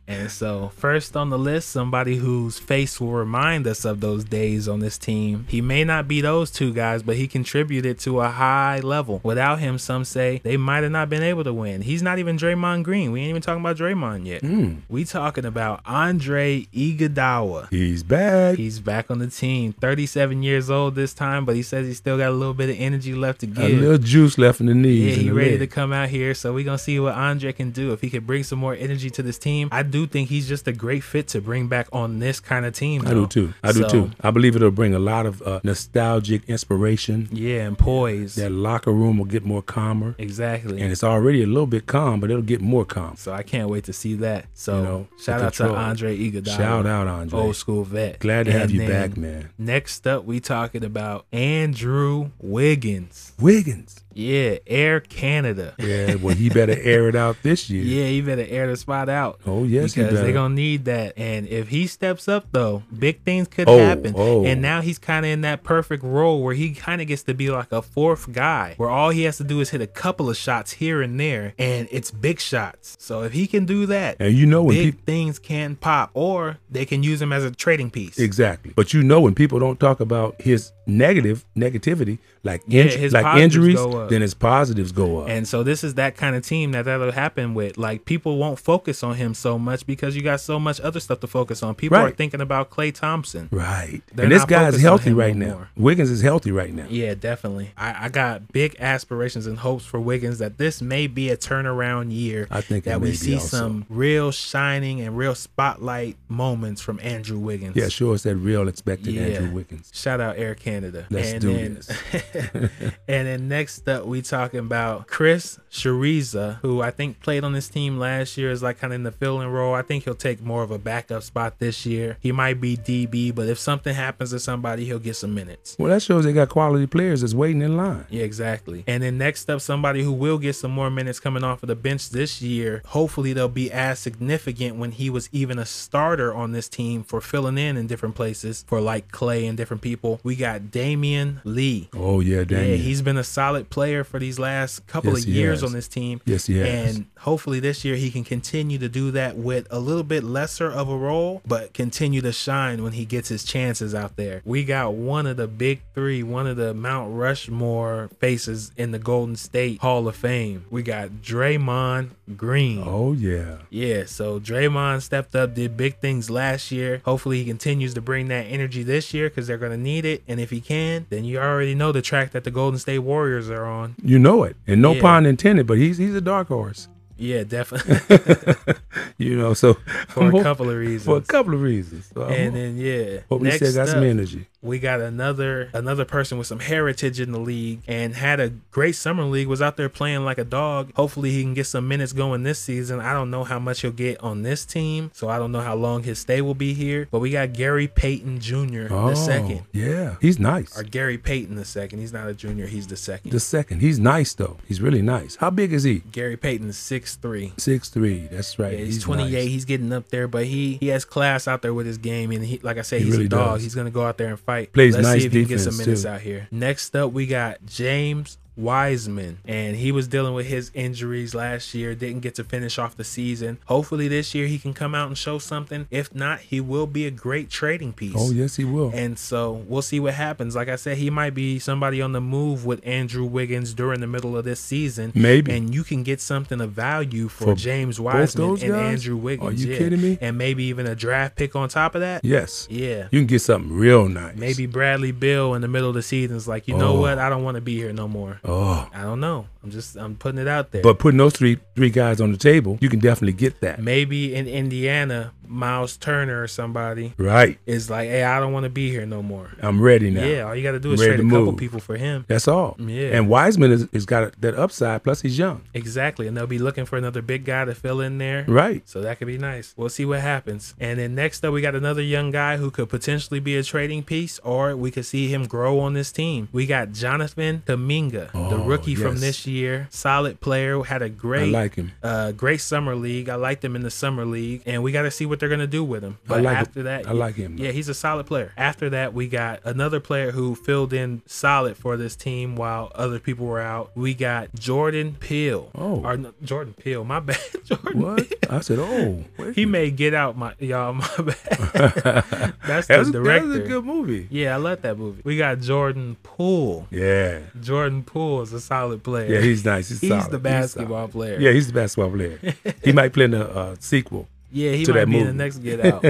[SPEAKER 3] and so, first on the list, somebody whose face will remind us of those days on this team. He may not be those two guys, but he contributed to a high level. Without him, some say they might have not been able to win. He's not even Draymond Green. We ain't even talking about Draymond yet.
[SPEAKER 4] Hmm.
[SPEAKER 3] We talking about Andre Iguodala.
[SPEAKER 4] He's back.
[SPEAKER 3] He's back on the team, 37 years old this time, but he says he still got a little bit of energy left to
[SPEAKER 4] A
[SPEAKER 3] give.
[SPEAKER 4] little juice left in the
[SPEAKER 3] Yeah,
[SPEAKER 4] knees.
[SPEAKER 3] he
[SPEAKER 4] and the
[SPEAKER 3] ready to
[SPEAKER 4] leg.
[SPEAKER 3] come out here. So we're gonna see what Andre can do. If he can bring some more energy to this team. I do think he's just a great fit to bring back on this kind of team.
[SPEAKER 4] I do
[SPEAKER 3] though.
[SPEAKER 4] too. I do
[SPEAKER 3] So,
[SPEAKER 4] too. I believe it'll bring a lot of uh, nostalgic inspiration.
[SPEAKER 3] Yeah, and poise.
[SPEAKER 4] That locker room will get more calmer,
[SPEAKER 3] Exactly.
[SPEAKER 4] and it's already a little bit calm, but it'll get more calm.
[SPEAKER 3] so I can't wait to see that. So
[SPEAKER 4] You know,
[SPEAKER 3] shout
[SPEAKER 4] the
[SPEAKER 3] out to
[SPEAKER 4] control.
[SPEAKER 3] Andre Iguodala.
[SPEAKER 4] Shout out, Andre.
[SPEAKER 3] Old school vet.
[SPEAKER 4] Glad to have
[SPEAKER 3] And
[SPEAKER 4] you
[SPEAKER 3] then
[SPEAKER 4] back, man.
[SPEAKER 3] Next up, we talking about Andrew Wiggins.
[SPEAKER 4] Wiggins.
[SPEAKER 3] Yeah, Air Canada.
[SPEAKER 4] Yeah, well, he better air it out this year.
[SPEAKER 3] Yeah, you better air the spot out.
[SPEAKER 4] Oh, yes, he
[SPEAKER 3] because they're
[SPEAKER 4] better.
[SPEAKER 3] gonna need that. And if he steps up, though, big things could
[SPEAKER 4] Oh,
[SPEAKER 3] happen.
[SPEAKER 4] oh.
[SPEAKER 3] And now he's kind of in that perfect role where he kind of gets to be like a fourth guy, where all he has to do is hit a couple of shots here and there, and it's big shots. So if he can do that,
[SPEAKER 4] And you know when
[SPEAKER 3] big
[SPEAKER 4] people
[SPEAKER 3] things can pop, or they can use him as a trading piece.
[SPEAKER 4] exactly, but you know when people don't talk about his negative negativity, like
[SPEAKER 3] Yeah,
[SPEAKER 4] inj-
[SPEAKER 3] his
[SPEAKER 4] like
[SPEAKER 3] positives
[SPEAKER 4] injuries,
[SPEAKER 3] go up.
[SPEAKER 4] then his positives go up.
[SPEAKER 3] And so this is that kind of team that that'll happen with. Like people won't focus on him so much because you got so much other stuff to focus on. People are
[SPEAKER 4] Right.
[SPEAKER 3] thinking about Clay Thompson.
[SPEAKER 4] right.
[SPEAKER 3] They're
[SPEAKER 4] and this
[SPEAKER 3] not
[SPEAKER 4] guy's
[SPEAKER 3] focused on
[SPEAKER 4] healthy
[SPEAKER 3] him no
[SPEAKER 4] right now.
[SPEAKER 3] more.
[SPEAKER 4] Wiggins is healthy right now.
[SPEAKER 3] Yeah, definitely. I, I got big aspirations and hopes for Wiggins that this may be a turnaround year.
[SPEAKER 4] I think it
[SPEAKER 3] that
[SPEAKER 4] may
[SPEAKER 3] we
[SPEAKER 4] be
[SPEAKER 3] see
[SPEAKER 4] also.
[SPEAKER 3] some real shining and real spotlight moments from Andrew Wiggins.
[SPEAKER 4] Yeah, sure. It's that real expected
[SPEAKER 3] Yeah.
[SPEAKER 4] Andrew Wiggins.
[SPEAKER 3] Shout out Air Canada.
[SPEAKER 4] Let's
[SPEAKER 3] and
[SPEAKER 4] do
[SPEAKER 3] then, and then next up, we talking about Chris Shariza, who I think played on this team last year, is like kind of in the filling role. I think he'll take more of a backup spot this year. He might be DB, but if something happens to somebody, he'll get some minutes.
[SPEAKER 4] Well, that shows they got quality players that's waiting in line.
[SPEAKER 3] Yeah, exactly. And then next up, somebody who will get some more minutes coming off of the bench this year. Hopefully, they'll be as significant when he was even a starter on this team for filling in in different places for like Clay and different people. We got Damian Lee.
[SPEAKER 4] Oh yeah, Damian.
[SPEAKER 3] Yeah, he's been a solid player for these last couple
[SPEAKER 4] Yes,
[SPEAKER 3] of
[SPEAKER 4] he
[SPEAKER 3] years
[SPEAKER 4] has.
[SPEAKER 3] on this team.
[SPEAKER 4] Yes, he has.
[SPEAKER 3] And hopefully this year he can continue to do that with a little bit lesser of a role, but continue to shine when he gets his chances out there. We got one of the big three, one of the Mount Rushmore faces in the Golden State Hall of Fame. We got Draymond Green.
[SPEAKER 4] oh yeah.
[SPEAKER 3] Yeah, so Draymond stepped up, did big things last year. Hopefully, he continues to bring that energy this year because they're going to need it. And if he can, then you already know the track that the Golden State Warriors are on.
[SPEAKER 4] You know it, and no
[SPEAKER 3] Yeah.
[SPEAKER 4] pun intended. But he's he's a dark horse.
[SPEAKER 3] Yeah, definitely
[SPEAKER 4] You know, so
[SPEAKER 3] for a couple of reasons.
[SPEAKER 4] for a couple of reasons. So I'm
[SPEAKER 3] and then yeah,
[SPEAKER 4] hope we still got some
[SPEAKER 3] up,
[SPEAKER 4] energy.
[SPEAKER 3] we got another another person with some heritage in the league and had a great summer league. Was out there playing like a dog. Hopefully, he can get some minutes going this season. I don't know how much he'll get on this team, so I don't know how long his stay will be here. But we got Gary Payton Jr.
[SPEAKER 4] Oh,
[SPEAKER 3] the second.
[SPEAKER 4] yeah, he's nice.
[SPEAKER 3] or Gary Payton the second. He's not a junior. He's the second.
[SPEAKER 4] The second, he's nice though. He's really nice. How big is he?
[SPEAKER 3] Gary Payton is six three.
[SPEAKER 4] Six three. That's right.
[SPEAKER 3] Yeah, he's, 28.
[SPEAKER 4] nice.
[SPEAKER 3] He's getting up there, but he he has class out there with his game, and he like I said,
[SPEAKER 4] He
[SPEAKER 3] he's a
[SPEAKER 4] really
[SPEAKER 3] dog.
[SPEAKER 4] does.
[SPEAKER 3] He's gonna go out there and fight.
[SPEAKER 4] Plays
[SPEAKER 3] Let's
[SPEAKER 4] nice
[SPEAKER 3] see if he can get some
[SPEAKER 4] defense,
[SPEAKER 3] minutes
[SPEAKER 4] too.
[SPEAKER 3] out here. Next up, we got James Wiseman, and he was dealing with his injuries last year. Didn't get to finish off the season. Hopefully this year he can come out and show something. If not, he will be a great trading piece.
[SPEAKER 4] Oh yes, he will.
[SPEAKER 3] And so we'll see what happens. Like I said, he might be somebody on the move with Andrew Wiggins during the middle of this season.
[SPEAKER 4] Maybe.
[SPEAKER 3] And you can get something of value for,
[SPEAKER 4] For
[SPEAKER 3] James
[SPEAKER 4] both
[SPEAKER 3] Wiseman and
[SPEAKER 4] those guys?
[SPEAKER 3] Andrew Wiggins.
[SPEAKER 4] Are you
[SPEAKER 3] yeah.
[SPEAKER 4] kidding me?
[SPEAKER 3] And maybe even a draft pick on top of that.
[SPEAKER 4] yes.
[SPEAKER 3] Yeah.
[SPEAKER 4] You can get something real nice.
[SPEAKER 3] Maybe Bradley Bill in the middle of the season is like, you know
[SPEAKER 4] Oh.
[SPEAKER 3] what? I don't want to be here no more.
[SPEAKER 4] Oh.
[SPEAKER 3] I don't know. I'm just I'm putting it out there.
[SPEAKER 4] But putting those three three guys on the table, you can definitely get that.
[SPEAKER 3] maybe in Indiana, Miles Turner or somebody
[SPEAKER 4] Right.
[SPEAKER 3] is like, hey, I don't want to be here no more.
[SPEAKER 4] I'm ready now.
[SPEAKER 3] Yeah, all you got to do is
[SPEAKER 4] Ready
[SPEAKER 3] trade a
[SPEAKER 4] to
[SPEAKER 3] couple
[SPEAKER 4] move.
[SPEAKER 3] people for him.
[SPEAKER 4] That's all.
[SPEAKER 3] Yeah.
[SPEAKER 4] And Wiseman is, is got that upside. Plus he's young.
[SPEAKER 3] Exactly, and they'll be looking for another big guy to fill in there.
[SPEAKER 4] Right.
[SPEAKER 3] So that could be nice. We'll see what happens. And then next up, we got another young guy who could potentially be a trading piece, or we could see him grow on this team. We got Jonathan Kaminga, the
[SPEAKER 4] Oh,
[SPEAKER 3] rookie from
[SPEAKER 4] yes.
[SPEAKER 3] this year. Solid player, had a great,
[SPEAKER 4] like him.
[SPEAKER 3] uh, great summer league. I liked him in the summer league, and we got to see what what they're gonna do with him. But
[SPEAKER 4] like
[SPEAKER 3] after
[SPEAKER 4] him.
[SPEAKER 3] that,
[SPEAKER 4] I like him, though.
[SPEAKER 3] Yeah, he's a solid player. After that, we got another player who filled in solid for this team while other people were out. We got Jordan Peele.
[SPEAKER 4] Oh.
[SPEAKER 3] or no, Jordan Peele. My bad, Jordan.
[SPEAKER 4] What?
[SPEAKER 3] Peele.
[SPEAKER 4] I said, oh, wait.
[SPEAKER 3] He may get out my y'all. My bad. That's the
[SPEAKER 4] That was, that was
[SPEAKER 3] director.
[SPEAKER 4] a good movie.
[SPEAKER 3] yeah, I love that movie. We got Jordan Poole.
[SPEAKER 4] Yeah.
[SPEAKER 3] Jordan Poole is a solid player.
[SPEAKER 4] Yeah, he's nice. He's,
[SPEAKER 3] He's
[SPEAKER 4] solid.
[SPEAKER 3] the
[SPEAKER 4] solid.
[SPEAKER 3] basketball player.
[SPEAKER 4] Yeah, he's the basketball player. he might play in the uh, sequel.
[SPEAKER 3] Yeah, he
[SPEAKER 4] to
[SPEAKER 3] might
[SPEAKER 4] that
[SPEAKER 3] be in the
[SPEAKER 4] movie.
[SPEAKER 3] next Get Out.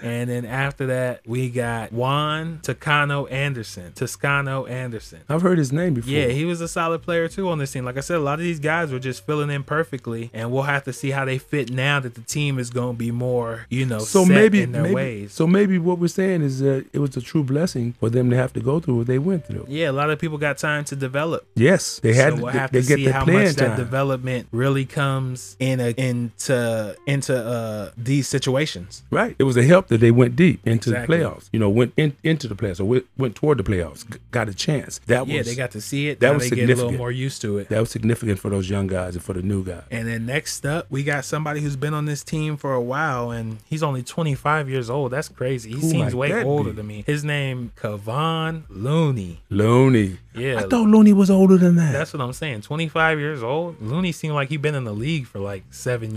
[SPEAKER 3] and then after that, we got Juan Takano Anderson. Toscano Anderson.
[SPEAKER 4] I've heard his name before.
[SPEAKER 3] Yeah, he was a solid player too on this team. Like I said, a lot of these guys were just filling in perfectly, and we'll have to see how they fit now that the team is going to be more, you know,
[SPEAKER 4] so
[SPEAKER 3] set
[SPEAKER 4] maybe,
[SPEAKER 3] in their
[SPEAKER 4] maybe-
[SPEAKER 3] ways.
[SPEAKER 4] so maybe what we're saying is that it was a true blessing for them to have to go through what they went through.
[SPEAKER 3] yeah, a lot of people got time to develop.
[SPEAKER 4] Yes, they had
[SPEAKER 3] so we'll
[SPEAKER 4] they,
[SPEAKER 3] have
[SPEAKER 4] they
[SPEAKER 3] to
[SPEAKER 4] get
[SPEAKER 3] see
[SPEAKER 4] their
[SPEAKER 3] how
[SPEAKER 4] playing
[SPEAKER 3] much that
[SPEAKER 4] time.
[SPEAKER 3] development really comes in a, into into uh, these situations.
[SPEAKER 4] Right. It was a help that they went deep into
[SPEAKER 3] Exactly.
[SPEAKER 4] the playoffs. You know, went in, into the playoffs or went, went toward the playoffs. g- Got a chance. That
[SPEAKER 3] Yeah,
[SPEAKER 4] was
[SPEAKER 3] they got to see it.
[SPEAKER 4] that
[SPEAKER 3] Now
[SPEAKER 4] was
[SPEAKER 3] they get a little
[SPEAKER 4] significant.
[SPEAKER 3] more used to it.
[SPEAKER 4] that was significant for those young guys and for the new guys.
[SPEAKER 3] And then next up, we got somebody who's been on this team for a while, and he's only 25 years old. That's crazy. He
[SPEAKER 4] Who
[SPEAKER 3] seems
[SPEAKER 4] might
[SPEAKER 3] way
[SPEAKER 4] that
[SPEAKER 3] older
[SPEAKER 4] be?
[SPEAKER 3] than me. His name, Kavon Looney.
[SPEAKER 4] Looney.
[SPEAKER 3] Yeah.
[SPEAKER 4] I thought Looney was older than that.
[SPEAKER 3] That's what I'm saying. 25 years old. Looney seemed like he'd been in the league for like seven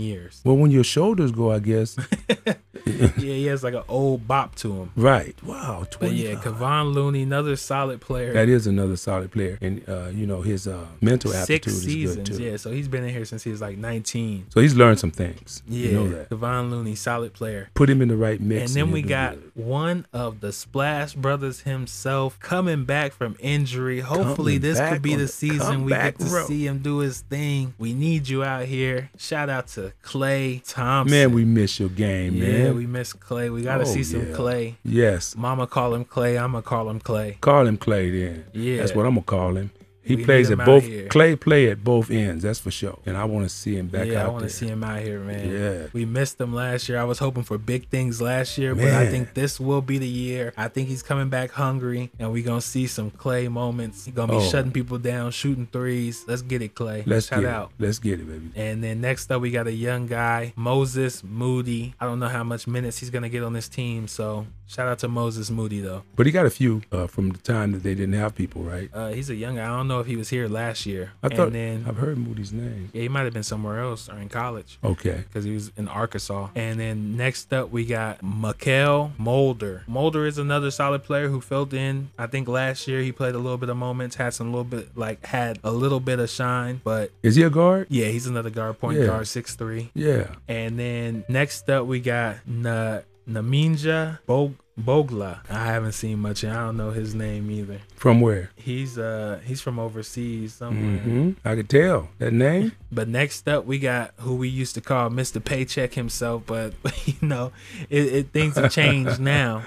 [SPEAKER 3] years.
[SPEAKER 4] well, when your shoulders go, I guess.
[SPEAKER 3] yeah, he has like an old bop to him.
[SPEAKER 4] right. Wow.
[SPEAKER 3] But
[SPEAKER 4] 20.
[SPEAKER 3] yeah, Kavon Looney, another solid player.
[SPEAKER 4] that is another solid player, and uh, you know his uh, mental
[SPEAKER 3] Six
[SPEAKER 4] aptitude is good
[SPEAKER 3] seasons.
[SPEAKER 4] too.
[SPEAKER 3] Yeah, so he's been in here since he was like 19.
[SPEAKER 4] So he's learned some things.
[SPEAKER 3] Yeah,
[SPEAKER 4] You know that.
[SPEAKER 3] Kavon Looney, solid player.
[SPEAKER 4] Put him in the right mix.
[SPEAKER 3] And then
[SPEAKER 4] he'll
[SPEAKER 3] we
[SPEAKER 4] do
[SPEAKER 3] got
[SPEAKER 4] good.
[SPEAKER 3] one of the Splash Brothers himself coming back from injury. Hopefully,
[SPEAKER 4] Coming
[SPEAKER 3] this could
[SPEAKER 4] back
[SPEAKER 3] be
[SPEAKER 4] on
[SPEAKER 3] the
[SPEAKER 4] the
[SPEAKER 3] season we get
[SPEAKER 4] comeback
[SPEAKER 3] to
[SPEAKER 4] road.
[SPEAKER 3] see him do his thing. We need you out here. Shout out to Clay Thompson.
[SPEAKER 4] man. We miss your game,
[SPEAKER 3] yeah,
[SPEAKER 4] man.
[SPEAKER 3] we miss Clay. We got to
[SPEAKER 4] Oh,
[SPEAKER 3] see some
[SPEAKER 4] yeah.
[SPEAKER 3] Clay.
[SPEAKER 4] yes.
[SPEAKER 3] Mama call him Clay. I'ma call him Clay.
[SPEAKER 4] Call him Clay then.
[SPEAKER 3] Yeah.
[SPEAKER 4] That's what I'm gonna call him. He
[SPEAKER 3] We
[SPEAKER 4] plays
[SPEAKER 3] need him
[SPEAKER 4] at
[SPEAKER 3] out
[SPEAKER 4] both
[SPEAKER 3] here.
[SPEAKER 4] Clay play at both ends, that's for sure. And I wanna see him back
[SPEAKER 3] yeah,
[SPEAKER 4] out.
[SPEAKER 3] I want
[SPEAKER 4] there.
[SPEAKER 3] to see him out here, man.
[SPEAKER 4] Yeah.
[SPEAKER 3] we missed him last year. I was hoping for big things last year, but I
[SPEAKER 4] Man.
[SPEAKER 3] think this will be the year. I think he's coming back hungry, and we're gonna see some Clay moments. He's gonna be
[SPEAKER 4] Oh.
[SPEAKER 3] shutting people down, shooting threes. Let's get it, Clay.
[SPEAKER 4] Let's
[SPEAKER 3] shout
[SPEAKER 4] get
[SPEAKER 3] out.
[SPEAKER 4] it. Let's get it, baby.
[SPEAKER 3] And then next up, we got a young guy, Moses Moody. I don't know how much minutes he's gonna get on this team, so shout out to Moses Moody though.
[SPEAKER 4] But he got a few uh, from the time that they didn't have people, right?
[SPEAKER 3] Uh, he's a young guy. I don't know if he was here last year.
[SPEAKER 4] I thought
[SPEAKER 3] and then
[SPEAKER 4] I've heard Moody's name.
[SPEAKER 3] yeah, he might have been somewhere else or in college.
[SPEAKER 4] Okay.
[SPEAKER 3] because he was in Arkansas. And then next up, we got Mikel Mulder. Mulder is another solid player who filled in. I think last year he played a little bit of moments, had some little bit like had a little bit of shine, but
[SPEAKER 4] Is he a guard?
[SPEAKER 3] yeah, he's another guard, point
[SPEAKER 4] Yeah.
[SPEAKER 3] guard, six three.
[SPEAKER 4] Yeah.
[SPEAKER 3] And then next up, we got Na Naminja Bog- Bogla. I haven't seen much, and I don't know his name either.
[SPEAKER 4] From where?
[SPEAKER 3] He's uh he's from overseas somewhere.
[SPEAKER 4] hmm I could tell that name.
[SPEAKER 3] But next up, we got who we used to call Mr. Paycheck himself, but you know, it, it things have changed now.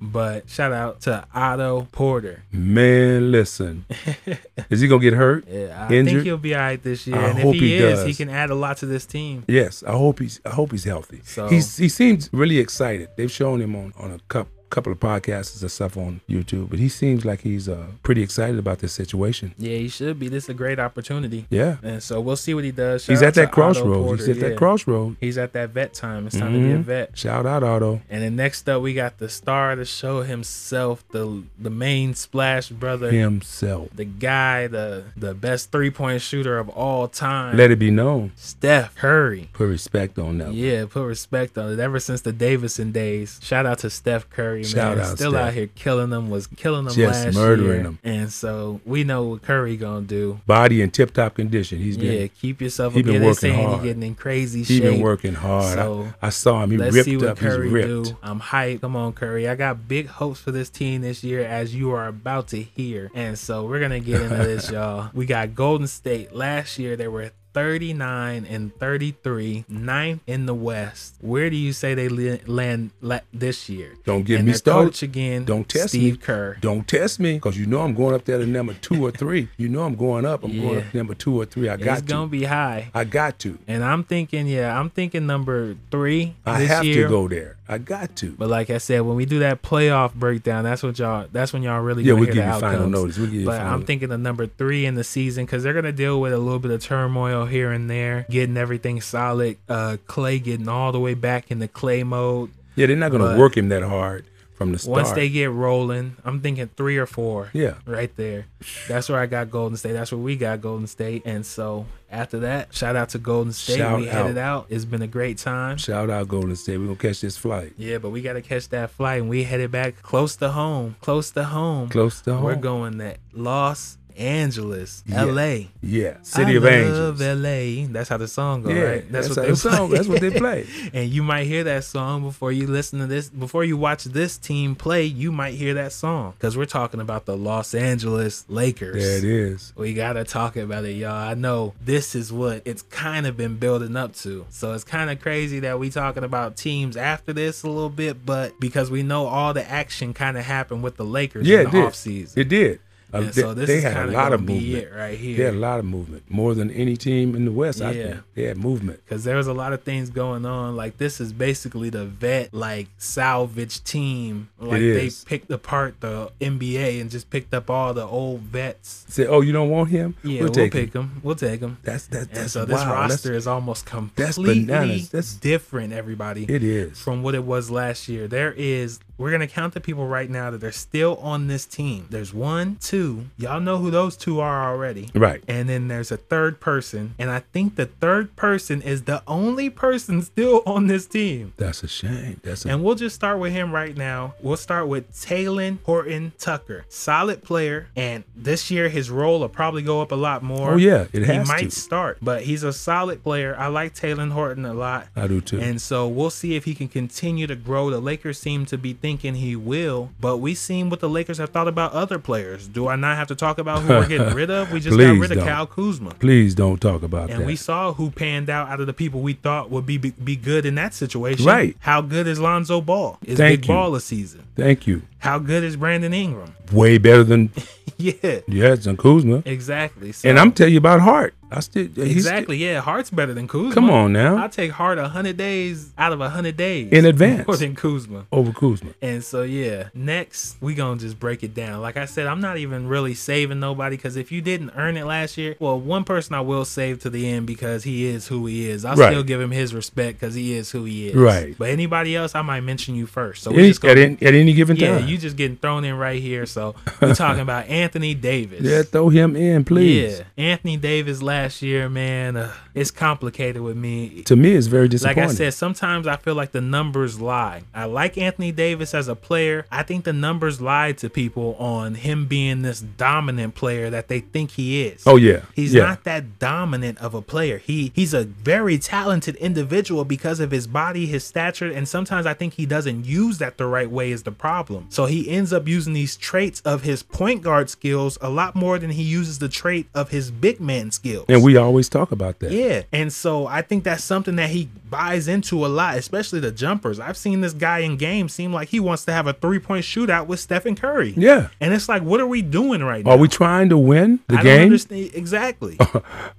[SPEAKER 3] But shout out to Otto Porter.
[SPEAKER 4] Man, listen. Is he gonna get hurt?
[SPEAKER 3] Yeah, I think
[SPEAKER 4] Injured?
[SPEAKER 3] he'll be all right this year.
[SPEAKER 4] I
[SPEAKER 3] and
[SPEAKER 4] hope
[SPEAKER 3] if he,
[SPEAKER 4] he
[SPEAKER 3] is, he
[SPEAKER 4] does.
[SPEAKER 3] can add a lot to this team.
[SPEAKER 4] Yes, I hope he's I hope he's healthy.
[SPEAKER 3] So-
[SPEAKER 4] he's he seems really excited. They've shown him on on a cup, couple of podcasts and stuff on YouTube, but he seems like he's uh pretty excited about this situation.
[SPEAKER 3] Yeah, he should be. This is a great opportunity.
[SPEAKER 4] Yeah,
[SPEAKER 3] And so we'll see what he does. Shout
[SPEAKER 4] he's
[SPEAKER 3] out
[SPEAKER 4] at
[SPEAKER 3] to
[SPEAKER 4] that
[SPEAKER 3] Otto
[SPEAKER 4] crossroads.
[SPEAKER 3] Porter,
[SPEAKER 4] He's at
[SPEAKER 3] yeah.
[SPEAKER 4] that crossroad.
[SPEAKER 3] He's at that vet time. It's time to be a
[SPEAKER 4] Mhm.
[SPEAKER 3] vet.
[SPEAKER 4] Shout out Otto.
[SPEAKER 3] And then next up, we got the star of the show himself, the the main splash brother.
[SPEAKER 4] himself.
[SPEAKER 3] the guy, the the best three point shooter of all time,
[SPEAKER 4] Let it be known.
[SPEAKER 3] Steph Curry.
[SPEAKER 4] Put respect on that. one.
[SPEAKER 3] Yeah, put respect on it. Ever since the Davison days, shout out to Steph Curry,
[SPEAKER 4] Shout
[SPEAKER 3] man.
[SPEAKER 4] out,
[SPEAKER 3] Still
[SPEAKER 4] Steph.
[SPEAKER 3] out here killing them, was killing them
[SPEAKER 4] Just
[SPEAKER 3] last
[SPEAKER 4] murdering
[SPEAKER 3] year.
[SPEAKER 4] them.
[SPEAKER 3] And so we know what Curry gonna do.
[SPEAKER 4] Body in tip top condition. He's been
[SPEAKER 3] Yeah, keep yourself
[SPEAKER 4] he been
[SPEAKER 3] again. They
[SPEAKER 4] working
[SPEAKER 3] saying
[SPEAKER 4] hard.
[SPEAKER 3] he getting in crazy
[SPEAKER 4] he
[SPEAKER 3] shape.
[SPEAKER 4] been working hard. I-
[SPEAKER 3] So,
[SPEAKER 4] I, saw him. He
[SPEAKER 3] Let's
[SPEAKER 4] ripped
[SPEAKER 3] see what
[SPEAKER 4] up.
[SPEAKER 3] Curry
[SPEAKER 4] he's ripped.
[SPEAKER 3] do. I'm hyped. Come on, Curry. I got big hopes for this team this year, as you are about to hear. And so we're gonna get into this, y'all. We got Golden State. Last year they were 39 and 33, ninth in the West. Where do you say they li- land la- this year?
[SPEAKER 4] Don't get
[SPEAKER 3] And
[SPEAKER 4] me
[SPEAKER 3] their
[SPEAKER 4] started.
[SPEAKER 3] Coach again.
[SPEAKER 4] Don't test
[SPEAKER 3] Steve
[SPEAKER 4] me.
[SPEAKER 3] Kerr.
[SPEAKER 4] Don't test me, cause you know I'm going up there to number two or three. You know I'm going up. I'm going
[SPEAKER 3] Yeah.
[SPEAKER 4] up to number two or three. I got
[SPEAKER 3] It's
[SPEAKER 4] to.
[SPEAKER 3] gonna be high.
[SPEAKER 4] I got to.
[SPEAKER 3] And I'm thinking, yeah, I'm thinking number three
[SPEAKER 4] I
[SPEAKER 3] this
[SPEAKER 4] have
[SPEAKER 3] year.
[SPEAKER 4] to go there. I got to.
[SPEAKER 3] But like I said, when we do that playoff breakdown, that's what y'all. That's when y'all really
[SPEAKER 4] Yeah,
[SPEAKER 3] gonna
[SPEAKER 4] we
[SPEAKER 3] hear
[SPEAKER 4] give
[SPEAKER 3] the
[SPEAKER 4] you final
[SPEAKER 3] outcomes.
[SPEAKER 4] notice. We give you
[SPEAKER 3] but
[SPEAKER 4] final-
[SPEAKER 3] I'm thinking the number three in the season because they're gonna deal with a little bit of turmoil here and there, getting everything solid. Uh, Clay getting all the way back into Clay mode.
[SPEAKER 4] Yeah, they're not going
[SPEAKER 3] But-
[SPEAKER 4] to work him that hard from the start.
[SPEAKER 3] Once they get rolling, I'm thinking three or four.
[SPEAKER 4] Yeah.
[SPEAKER 3] right there. That's where I got Golden State. That's where we got Golden State. And so after that, shout out to Golden State.
[SPEAKER 4] Shout
[SPEAKER 3] we
[SPEAKER 4] out.
[SPEAKER 3] headed out. It's been a great time.
[SPEAKER 4] Shout out Golden State. We're going to catch this flight.
[SPEAKER 3] Yeah, but we got to catch that flight, and we headed back close to home. Close to home.
[SPEAKER 4] Close to home.
[SPEAKER 3] We're going to Los Angeles,
[SPEAKER 4] Oh. Yeah.
[SPEAKER 3] L.A.
[SPEAKER 4] Yeah, City
[SPEAKER 3] I
[SPEAKER 4] of
[SPEAKER 3] love
[SPEAKER 4] Angels.
[SPEAKER 3] L.A. That's how the song goes,
[SPEAKER 4] Yeah,
[SPEAKER 3] right?
[SPEAKER 4] that's how the song- that's what they play.
[SPEAKER 3] and you might hear that song before you listen to this. Before you watch this team play, you might hear that song because we're talking about the Los Angeles Lakers.
[SPEAKER 4] There it is.
[SPEAKER 3] We gotta talk about it, y'all. I know this is what it's kind of been building up to. So it's kind of crazy that we talking about teams after this a little bit, but because we know all the action kind of happened with the Lakers
[SPEAKER 4] Yeah,
[SPEAKER 3] in
[SPEAKER 4] it
[SPEAKER 3] the
[SPEAKER 4] did.
[SPEAKER 3] offseason.
[SPEAKER 4] It did. Uh,
[SPEAKER 3] And
[SPEAKER 4] they
[SPEAKER 3] so this
[SPEAKER 4] they
[SPEAKER 3] is
[SPEAKER 4] had a
[SPEAKER 3] kinda
[SPEAKER 4] lot of
[SPEAKER 3] gonna be
[SPEAKER 4] movement.
[SPEAKER 3] it right
[SPEAKER 4] They
[SPEAKER 3] here.
[SPEAKER 4] had a lot of movement, more than any team in the West. I
[SPEAKER 3] Yeah.
[SPEAKER 4] think they had movement.
[SPEAKER 3] Cause there was a lot of things going on. Like this is basically the vet like salvage team. Like they
[SPEAKER 4] is.
[SPEAKER 3] picked apart the NBA and just picked up all the old vets.
[SPEAKER 4] Say, oh, you don't want him?
[SPEAKER 3] Yeah, we'll, pick them. We'll take them.
[SPEAKER 4] That's that's
[SPEAKER 3] And
[SPEAKER 4] that's
[SPEAKER 3] so this
[SPEAKER 4] wow. That's-
[SPEAKER 3] roster is almost
[SPEAKER 4] that's
[SPEAKER 3] completely
[SPEAKER 4] bananas. That's-
[SPEAKER 3] different, everybody.
[SPEAKER 4] it is.
[SPEAKER 3] From what it was last year. There is we're gonna count the people right now that are still on this team. There's one, two. Y'all know who those two are already.
[SPEAKER 4] Right.
[SPEAKER 3] And then there's a third person. And I think the third person is the only person still on this team.
[SPEAKER 4] That's a shame. That's a
[SPEAKER 3] And we'll just start with him right now. We'll start with Taylon Horton Tucker. Solid player. And this year, his role will probably go up a lot more.
[SPEAKER 4] Oh, yeah, it has
[SPEAKER 3] He
[SPEAKER 4] to.
[SPEAKER 3] might start, but he's a solid player. I like Taylon Horton a lot.
[SPEAKER 4] I do too.
[SPEAKER 3] And so we'll see if he can continue to grow. The Lakers seem to be thinking he will, but we've seen what the Lakers have thought about other players. Do I not have to talk about who we're getting rid of? We just got
[SPEAKER 4] Please
[SPEAKER 3] rid of
[SPEAKER 4] don't.
[SPEAKER 3] Cal Kuzma.
[SPEAKER 4] Please don't talk about
[SPEAKER 3] And
[SPEAKER 4] that.
[SPEAKER 3] we saw who panned out out of the people we thought would be be, be good in that situation.
[SPEAKER 4] Right.
[SPEAKER 3] How good is Lonzo Ball? Is
[SPEAKER 4] Thank
[SPEAKER 3] Big
[SPEAKER 4] you.
[SPEAKER 3] Ball a season?
[SPEAKER 4] Thank you.
[SPEAKER 3] How good is Brandon Ingram?
[SPEAKER 4] Way better than
[SPEAKER 3] yeah,
[SPEAKER 4] yes, than Kuzma.
[SPEAKER 3] exactly. So,
[SPEAKER 4] And I'm telling you about Hart. I still he's still-
[SPEAKER 3] exactly yeah. Hart's better than Kuzma.
[SPEAKER 4] Come on now.
[SPEAKER 3] I take Hart hundred days out of hundred days
[SPEAKER 4] In advance.
[SPEAKER 3] more than Kuzma.
[SPEAKER 4] over Kuzma.
[SPEAKER 3] And so yeah, next we gonna just break it down. Like I said, I'm not even really saving nobody because if you didn't earn it last year, well, one person I will save to the end because he is who he is. I will
[SPEAKER 4] Right.
[SPEAKER 3] still give him his respect because he is who he is.
[SPEAKER 4] Right.
[SPEAKER 3] But anybody else, I might mention you first. So we
[SPEAKER 4] Any,
[SPEAKER 3] just
[SPEAKER 4] at,
[SPEAKER 3] gonna,
[SPEAKER 4] any, at any given
[SPEAKER 3] yeah,
[SPEAKER 4] time.
[SPEAKER 3] you just getting thrown in right here. So we talking about Anthony Davis.
[SPEAKER 4] yeah, throw him in, please.
[SPEAKER 3] Yeah, Anthony Davis last year, man, uh, it's complicated with me
[SPEAKER 4] To me, it's very
[SPEAKER 3] like
[SPEAKER 4] disappointing.
[SPEAKER 3] I said, sometimes I feel like the numbers lie. I like Anthony Davis as a player. I think the numbers lie to people on him being this dominant player that they think he is.
[SPEAKER 4] oh yeah,
[SPEAKER 3] He's
[SPEAKER 4] yeah.
[SPEAKER 3] not that dominant of a player. He he's a very talented individual because of his body, his stature, and sometimes I think he doesn't use that the right way is the problem. So he ends up using these traits of his point guard skills a lot more than he uses the trait of his big man skills.
[SPEAKER 4] And we always talk about that.
[SPEAKER 3] Yeah. And so I think that's something that he buys into a lot, especially the jumpers. I've seen this guy in games seem like he wants to have a three point shootout with Stephen Curry.
[SPEAKER 4] Yeah.
[SPEAKER 3] And it's like, what are we doing right now?
[SPEAKER 4] Are we trying to win the
[SPEAKER 3] I Don't
[SPEAKER 4] game?
[SPEAKER 3] understand. Exactly.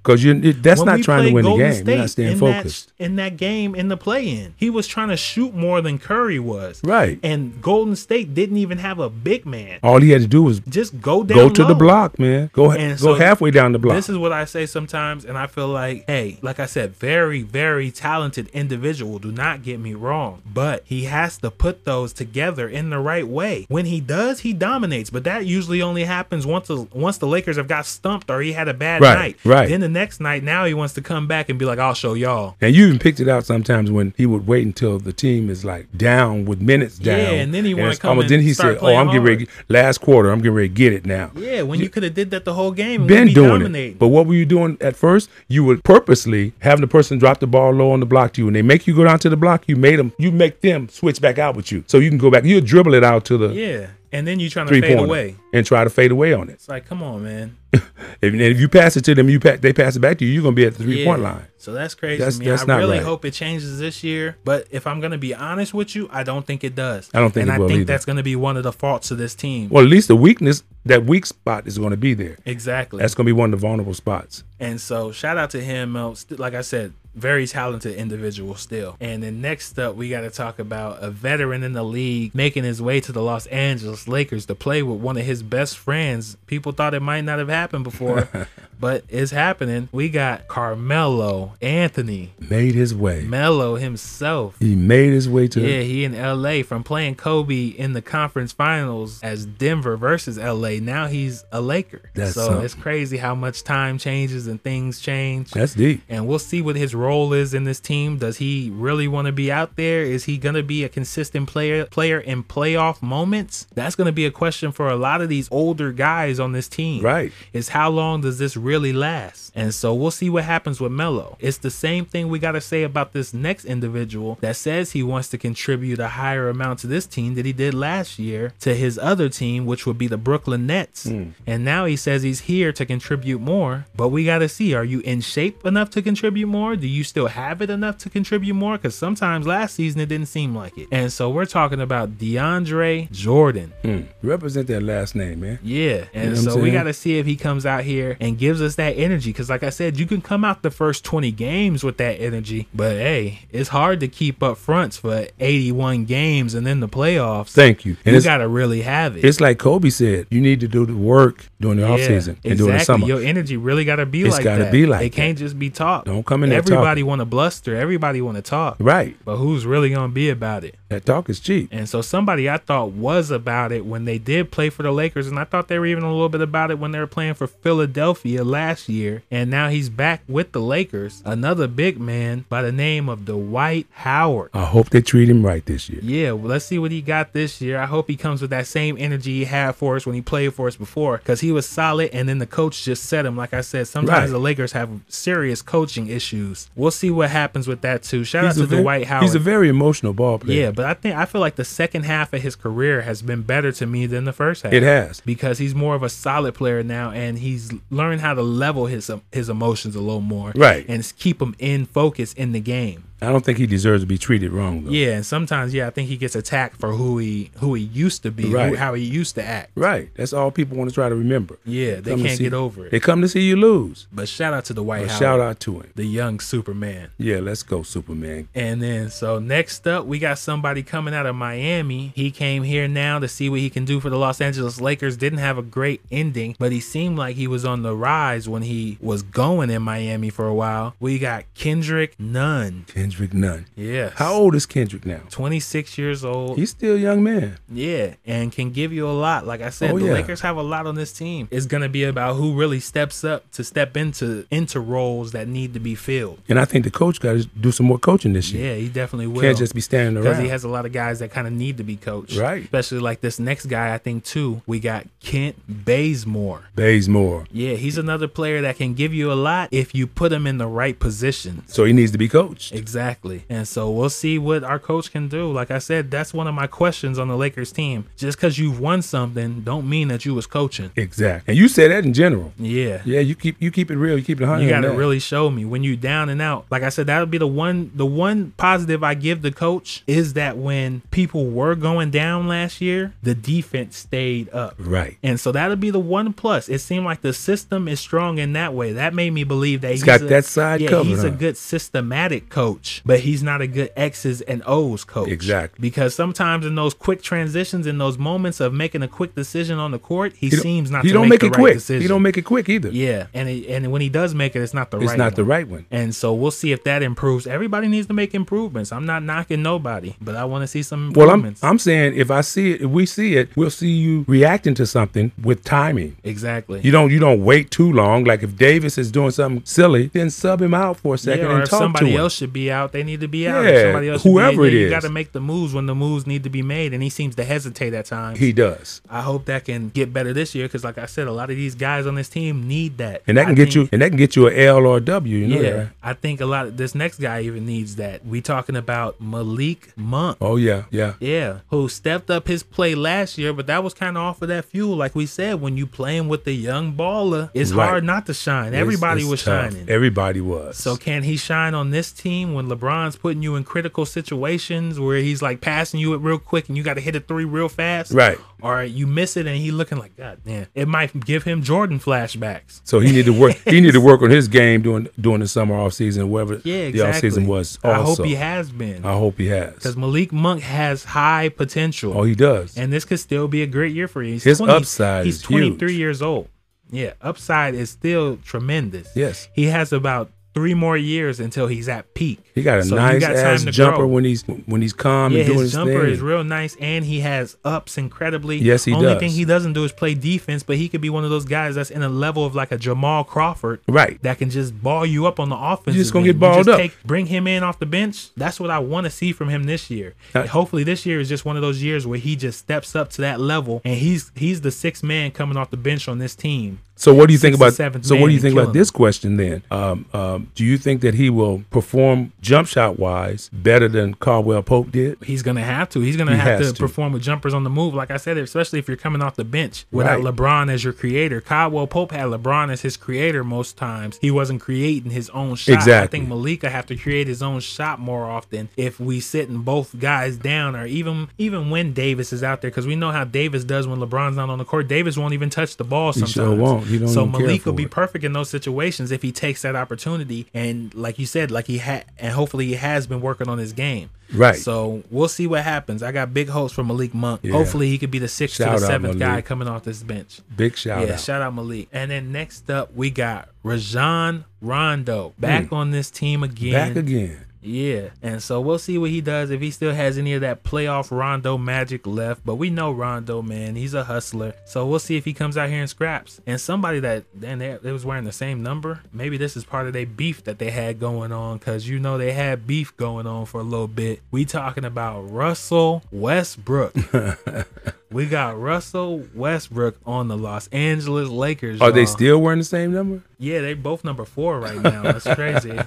[SPEAKER 4] Because you it- that's
[SPEAKER 3] When
[SPEAKER 4] not
[SPEAKER 3] we
[SPEAKER 4] trying to
[SPEAKER 3] played
[SPEAKER 4] win the
[SPEAKER 3] Golden
[SPEAKER 4] game. You're not staying
[SPEAKER 3] in
[SPEAKER 4] focused.
[SPEAKER 3] That, in that game in the play in, he was trying to shoot more than Curry was.
[SPEAKER 4] Right.
[SPEAKER 3] And Golden State didn't even have a big man.
[SPEAKER 4] All he had to do was
[SPEAKER 3] Just go down.
[SPEAKER 4] go to the
[SPEAKER 3] low.
[SPEAKER 4] block, man. Go go
[SPEAKER 3] And so
[SPEAKER 4] halfway down the block.
[SPEAKER 3] This is what I say sometimes, and I feel like, hey, like I said, very, very talented individual. Do not get me wrong, but he has to put those together in the right way. When he does, he dominates, but that usually only happens once the once the Lakers have got stumped or he had a bad
[SPEAKER 4] Right,
[SPEAKER 3] night.
[SPEAKER 4] right.
[SPEAKER 3] Then the next night, now he wants to come back and be like, I'll show y'all.
[SPEAKER 4] and you even picked it out sometimes when he would wait until the team is like down with minutes down.
[SPEAKER 3] Yeah, and then he wanna
[SPEAKER 4] it's
[SPEAKER 3] come
[SPEAKER 4] almost-
[SPEAKER 3] and
[SPEAKER 4] Then he
[SPEAKER 3] start
[SPEAKER 4] said, "Oh,
[SPEAKER 3] playing
[SPEAKER 4] I'm getting
[SPEAKER 3] hard."
[SPEAKER 4] ready. Last quarter, I'm getting ready to get it now."
[SPEAKER 3] Yeah, when you could have did that the whole game and
[SPEAKER 4] been
[SPEAKER 3] we'd be
[SPEAKER 4] doing
[SPEAKER 3] dominating.
[SPEAKER 4] it. But what were you doing at first? You would purposely have the person drop the ball low on the block to you, and they make you go down to the block. You made them. You make them switch back out with you, so you can go back. You dribble it out to the
[SPEAKER 3] yeah, and then you trying to
[SPEAKER 4] three
[SPEAKER 3] fade
[SPEAKER 4] point
[SPEAKER 3] away.
[SPEAKER 4] and try to fade away on it.
[SPEAKER 3] It's like, come on, man.
[SPEAKER 4] If, and if you pass it to them, you pa- they pass it back to you. You're gonna be at the three
[SPEAKER 3] Yeah.
[SPEAKER 4] point line.
[SPEAKER 3] So that's crazy.
[SPEAKER 4] That's-
[SPEAKER 3] to me.
[SPEAKER 4] that's
[SPEAKER 3] I
[SPEAKER 4] not
[SPEAKER 3] really
[SPEAKER 4] right.
[SPEAKER 3] hope it changes this year. But if I'm gonna be honest with you, I don't think it does.
[SPEAKER 4] I don't think
[SPEAKER 3] and
[SPEAKER 4] it
[SPEAKER 3] I
[SPEAKER 4] will
[SPEAKER 3] think
[SPEAKER 4] either.
[SPEAKER 3] that's gonna be one of the faults of this team.
[SPEAKER 4] Well, at least the weakness, that weak spot, is gonna be there.
[SPEAKER 3] exactly.
[SPEAKER 4] That's gonna be one of the vulnerable spots.
[SPEAKER 3] and so shout out to him. uh, st- Like I said, Very talented individual still. And then next up, we got to talk about a veteran in the league making his way to the Los Angeles Lakers to play with one of his best friends. People thought it might not have happened before, but it's happening. We got Carmelo Anthony,
[SPEAKER 4] Made his way.
[SPEAKER 3] Melo himself.
[SPEAKER 4] He made his way to
[SPEAKER 3] Yeah, he in LA from playing Kobe in the conference finals as Denver versus LA. Now he's a Laker.
[SPEAKER 4] That's
[SPEAKER 3] so
[SPEAKER 4] something.
[SPEAKER 3] it's crazy how much time changes and things change.
[SPEAKER 4] That's deep.
[SPEAKER 3] and we'll see what his role is in this team. Does he really want to be out there? Is he going to be a consistent player player in playoff moments? That's going to be a question for a lot of these older guys on this team.
[SPEAKER 4] Right.
[SPEAKER 3] Is how long does this really last? And so we'll see what happens with Melo. It's the same thing we got to say about this next individual that says he wants to contribute a higher amount to this team that he did last year to his other team, which would be the Brooklyn Nets. And now he says he's here to contribute more, but we got to see are you in shape enough to contribute more? Do you still have it enough to contribute more? Because sometimes last season it didn't seem like it. And so we're talking about DeAndre Jordan.
[SPEAKER 4] Represent that last name, man.
[SPEAKER 3] Yeah. And
[SPEAKER 4] what I'm
[SPEAKER 3] so we
[SPEAKER 4] saying?
[SPEAKER 3] got to see if he comes out here and gives us that energy. Because, like I said, you can come out the first 20 games with that energy. But, hey, it's hard to keep up fronts for 81 games and then the playoffs.
[SPEAKER 4] Thank you. And
[SPEAKER 3] you
[SPEAKER 4] it's,
[SPEAKER 3] got to really have it.
[SPEAKER 4] it's like Kobe said, you need to do the work during the off
[SPEAKER 3] Yeah,
[SPEAKER 4] offseason and
[SPEAKER 3] exactly.
[SPEAKER 4] during the summer.
[SPEAKER 3] Your energy really got to be
[SPEAKER 4] It's
[SPEAKER 3] like
[SPEAKER 4] gotta
[SPEAKER 3] that.
[SPEAKER 4] be like
[SPEAKER 3] It can't just be talk.
[SPEAKER 4] Don't come in there
[SPEAKER 3] Everybody want to bluster. Everybody want to talk.
[SPEAKER 4] Right.
[SPEAKER 3] But who's really going to be about it?
[SPEAKER 4] That talk is cheap.
[SPEAKER 3] And so somebody I thought was about it when they did play for the Lakers, and I thought they were even a little bit about it when they were playing for Philadelphia last year. And now he's back with the Lakers. Another big man by the name of Dwight Howard.
[SPEAKER 4] I hope they treat him right this year.
[SPEAKER 3] Yeah, well, let's see what he got this year. I hope he comes with that same energy he had for us when he played for us before because he was solid and then the coach just set him. Like I said,
[SPEAKER 4] Right.
[SPEAKER 3] sometimes the Lakers have serious coaching issues. We'll see what happens with that too. Shout out
[SPEAKER 4] a
[SPEAKER 3] to
[SPEAKER 4] very,
[SPEAKER 3] Dwight Howard.
[SPEAKER 4] he's a very emotional ball player.
[SPEAKER 3] Yeah, but I think I feel like the second half of his career has been better to me than the first half.
[SPEAKER 4] It has.
[SPEAKER 3] because he's more of a solid player now, and he's learned how to level his his emotions a little more,
[SPEAKER 4] Right.
[SPEAKER 3] And s- keep him in focus in the game.
[SPEAKER 4] I don't think he deserves to be treated wrong though.
[SPEAKER 3] Yeah, and sometimes yeah, I think he gets attacked for who he who he used to be, who-
[SPEAKER 4] Right.
[SPEAKER 3] how he used to act.
[SPEAKER 4] Right. That's all people want to try to remember.
[SPEAKER 3] Yeah, they
[SPEAKER 4] Come to
[SPEAKER 3] can't
[SPEAKER 4] see-
[SPEAKER 3] get over it.
[SPEAKER 4] They come to see you lose.
[SPEAKER 3] But shout out to the White
[SPEAKER 4] But
[SPEAKER 3] House,
[SPEAKER 4] shout out to him.
[SPEAKER 3] the young Superman.
[SPEAKER 4] Yeah, let's go, Superman.
[SPEAKER 3] And then, so next up, we got somebody coming out of Miami. He came here now to see what he can do for the Los Angeles Lakers. Didn't have a great ending, but he seemed like he was on the rise when he was going in Miami for a while. We got Kendrick Nunn.
[SPEAKER 4] Kendrick Nunn.
[SPEAKER 3] Yes.
[SPEAKER 4] How old is Kendrick now?
[SPEAKER 3] 26 years old.
[SPEAKER 4] He's still a young man.
[SPEAKER 3] Yeah, and can give you a lot. Like I said,
[SPEAKER 4] Oh,
[SPEAKER 3] the
[SPEAKER 4] yeah.
[SPEAKER 3] Lakers have a lot on this team. It's gonna be about who really steps up to step into into roles that need to be filled.
[SPEAKER 4] And I think the coach got to do some more coaching this year.
[SPEAKER 3] Yeah, he definitely will.
[SPEAKER 4] Can't just be standing
[SPEAKER 3] because
[SPEAKER 4] around.
[SPEAKER 3] he has a lot of guys that kind of need to be coached,
[SPEAKER 4] Right.
[SPEAKER 3] Especially like this next guy, I think too. We got Kent Bazemore.
[SPEAKER 4] Baysmore.
[SPEAKER 3] Yeah, he's another player that can give you a lot if you put him in the right position.
[SPEAKER 4] So he needs to be coached.
[SPEAKER 3] Exactly. And so we'll see what our coach can do. Like I said, that's one of my questions on the Lakers team. Just because you've won something, don't mean that you was coaching.
[SPEAKER 4] Exactly. And you say that in general.
[SPEAKER 3] Yeah.
[SPEAKER 4] Yeah, you keep you keep it real. You keep it honest.
[SPEAKER 3] Oh, You gotta really show me when you down and out. Like I said, that would be the one the one positive I give the coach is that when people were going down last year, the defense stayed up.
[SPEAKER 4] Right.
[SPEAKER 3] And so that'll be the one plus. It seemed like the system is strong in that way. That made me believe that he's,
[SPEAKER 4] got that side
[SPEAKER 3] yeah,
[SPEAKER 4] covered,
[SPEAKER 3] He's a
[SPEAKER 4] huh?
[SPEAKER 3] good systematic coach, but he's not a good X's and O's coach.
[SPEAKER 4] Exactly.
[SPEAKER 3] Because sometimes in those quick transitions, in those moments of making a quick decision on the court, he,
[SPEAKER 4] He don't-
[SPEAKER 3] seems not
[SPEAKER 4] He
[SPEAKER 3] to
[SPEAKER 4] don't
[SPEAKER 3] make,
[SPEAKER 4] make,
[SPEAKER 3] the
[SPEAKER 4] it
[SPEAKER 3] right
[SPEAKER 4] quick.
[SPEAKER 3] decision.
[SPEAKER 4] He don't make it quick either.
[SPEAKER 3] Yeah, and it, and when he does make it, it's not the
[SPEAKER 4] it's
[SPEAKER 3] right.
[SPEAKER 4] not
[SPEAKER 3] one.
[SPEAKER 4] the right one.
[SPEAKER 3] And so we'll see if that improves. Everybody needs to make improvements. I'm not knocking nobody, but I want to see some
[SPEAKER 4] Well, I'm
[SPEAKER 3] improvements.
[SPEAKER 4] I'm saying if I see it, if we see it, we'll see you reacting to something with timing.
[SPEAKER 3] exactly.
[SPEAKER 4] You don't you don't wait too long. Like if Davis is doing something silly, then sub him out for a second
[SPEAKER 3] yeah, or
[SPEAKER 4] and
[SPEAKER 3] if
[SPEAKER 4] talk
[SPEAKER 3] somebody
[SPEAKER 4] to him.
[SPEAKER 3] else should be out, they need to be out.
[SPEAKER 4] Yeah,
[SPEAKER 3] If somebody else should be in,
[SPEAKER 4] whoever it
[SPEAKER 3] yeah, you
[SPEAKER 4] is.
[SPEAKER 3] got to make the moves when the moves need to be made, and he seems to hesitate at times.
[SPEAKER 4] He does,
[SPEAKER 3] I hope that can get better this year because, like I said, a lot of these guys on this team need that,
[SPEAKER 4] and that can
[SPEAKER 3] I
[SPEAKER 4] get
[SPEAKER 3] think-
[SPEAKER 4] you and that can get you a L or a W. You know
[SPEAKER 3] Yeah,
[SPEAKER 4] that, right?
[SPEAKER 3] I think a lot of this next guy even needs that. We talking about Malik Monk.
[SPEAKER 4] Oh yeah, yeah.
[SPEAKER 3] Yeah, who stepped up his play last year, but that was kind of off of that fuel. Like we said, when you playing with the young baller, it's
[SPEAKER 4] Right.
[SPEAKER 3] hard not to shine. Everybody
[SPEAKER 4] It's-
[SPEAKER 3] was
[SPEAKER 4] it's tough.
[SPEAKER 3] shining.
[SPEAKER 4] Everybody was.
[SPEAKER 3] so can he shine on this team when when LeBron's putting you in critical situations where he's like passing you it real quick and you got to hit a three real fast,
[SPEAKER 4] Right.
[SPEAKER 3] Or you miss it and he looking like God damn. It might give him Jordan flashbacks.
[SPEAKER 4] So he need to work. He need to work on his game during during the summer off season, whatever
[SPEAKER 3] Yeah,
[SPEAKER 4] the
[SPEAKER 3] exactly.
[SPEAKER 4] off season was. Uh,
[SPEAKER 3] I
[SPEAKER 4] Also,
[SPEAKER 3] hope he has been
[SPEAKER 4] I hope he
[SPEAKER 3] because
[SPEAKER 4] has.
[SPEAKER 3] Malik Monk has high potential.
[SPEAKER 4] Oh, he does.
[SPEAKER 3] and this could still be a great year for you. He's
[SPEAKER 4] His upside
[SPEAKER 3] He's
[SPEAKER 4] is
[SPEAKER 3] 23
[SPEAKER 4] huge.
[SPEAKER 3] years old. Yeah, upside is still tremendous.
[SPEAKER 4] Yes.
[SPEAKER 3] he has about three more years until he's at peak.
[SPEAKER 4] He got a
[SPEAKER 3] So you
[SPEAKER 4] nice
[SPEAKER 3] got
[SPEAKER 4] ass
[SPEAKER 3] time to
[SPEAKER 4] jumper
[SPEAKER 3] grow.
[SPEAKER 4] when he's when he's calm
[SPEAKER 3] yeah,
[SPEAKER 4] and doing his,
[SPEAKER 3] his jumper
[SPEAKER 4] thing.
[SPEAKER 3] is real nice, and he has ups incredibly.
[SPEAKER 4] Yes, he
[SPEAKER 3] Only
[SPEAKER 4] does.
[SPEAKER 3] thing he doesn't do is play defense, but he could be one of those guys that's in a level of like a Jamal Crawford,
[SPEAKER 4] Right.
[SPEAKER 3] That can just ball you up on the offense.
[SPEAKER 4] You're just gonna get balled up.
[SPEAKER 3] bring him in off the bench. That's what I want to see from him this year.
[SPEAKER 4] Now-
[SPEAKER 3] Hopefully, this year is just one of those years where he just steps up to that level, and he's he's the sixth man coming off the bench on this team.
[SPEAKER 4] So what do you think
[SPEAKER 3] Sixth
[SPEAKER 4] about?
[SPEAKER 3] and seventh
[SPEAKER 4] So what
[SPEAKER 3] man
[SPEAKER 4] do you
[SPEAKER 3] and
[SPEAKER 4] think
[SPEAKER 3] kill
[SPEAKER 4] about
[SPEAKER 3] him.
[SPEAKER 4] this question then? Um, um, do you think that he will perform jump shot wise better than Caldwell Pope did?
[SPEAKER 3] He's gonna have to. He's gonna
[SPEAKER 4] He
[SPEAKER 3] have
[SPEAKER 4] has
[SPEAKER 3] to,
[SPEAKER 4] to.
[SPEAKER 3] perform with jumpers on the move, like I said, especially if you're coming off the bench without
[SPEAKER 4] Right.
[SPEAKER 3] LeBron as your creator. Caldwell Pope had LeBron as his creator most times. He wasn't creating his own shot. I
[SPEAKER 4] Exactly.
[SPEAKER 3] think Malika have to create his own shot more often if we sitting both guys down, or even even when Davis is out there, because we know how Davis does when LeBron's not on the court. Davis won't even touch the ball
[SPEAKER 4] He
[SPEAKER 3] sometimes.
[SPEAKER 4] sure won't. He don't
[SPEAKER 3] so
[SPEAKER 4] even care
[SPEAKER 3] Malik will
[SPEAKER 4] for
[SPEAKER 3] be
[SPEAKER 4] it.
[SPEAKER 3] perfect in those situations if he takes that opportunity. And like you said, like he had, and hopefully he has been working on his game.
[SPEAKER 4] Right.
[SPEAKER 3] So we'll see what happens. I got big hopes for Malik Monk.
[SPEAKER 4] Yeah.
[SPEAKER 3] Hopefully he could be the sixth
[SPEAKER 4] Shout
[SPEAKER 3] to
[SPEAKER 4] out,
[SPEAKER 3] the seventh guy
[SPEAKER 4] Malik.
[SPEAKER 3] coming off this bench.
[SPEAKER 4] Big shout
[SPEAKER 3] yeah,
[SPEAKER 4] out.
[SPEAKER 3] shout out Malik. And then next up we got Rajon Rondo back on this team again.
[SPEAKER 4] Hmm. Back again.
[SPEAKER 3] Yeah. And so we'll see what he does if he still has any of that playoff Rondo magic left. But we know Rondo, man, he's a hustler. So we'll see if he comes out here and scraps. And somebody that then they, they was wearing the same number. Maybe this is part of their beef that they had going on because you know they had beef going on for a little bit. We talking about Russell Westbrook. we got Russell Westbrook on the Los Angeles Lakers.
[SPEAKER 4] Are they
[SPEAKER 3] y'all.
[SPEAKER 4] still wearing the same number?
[SPEAKER 3] Yeah, they both number four right now. That's crazy.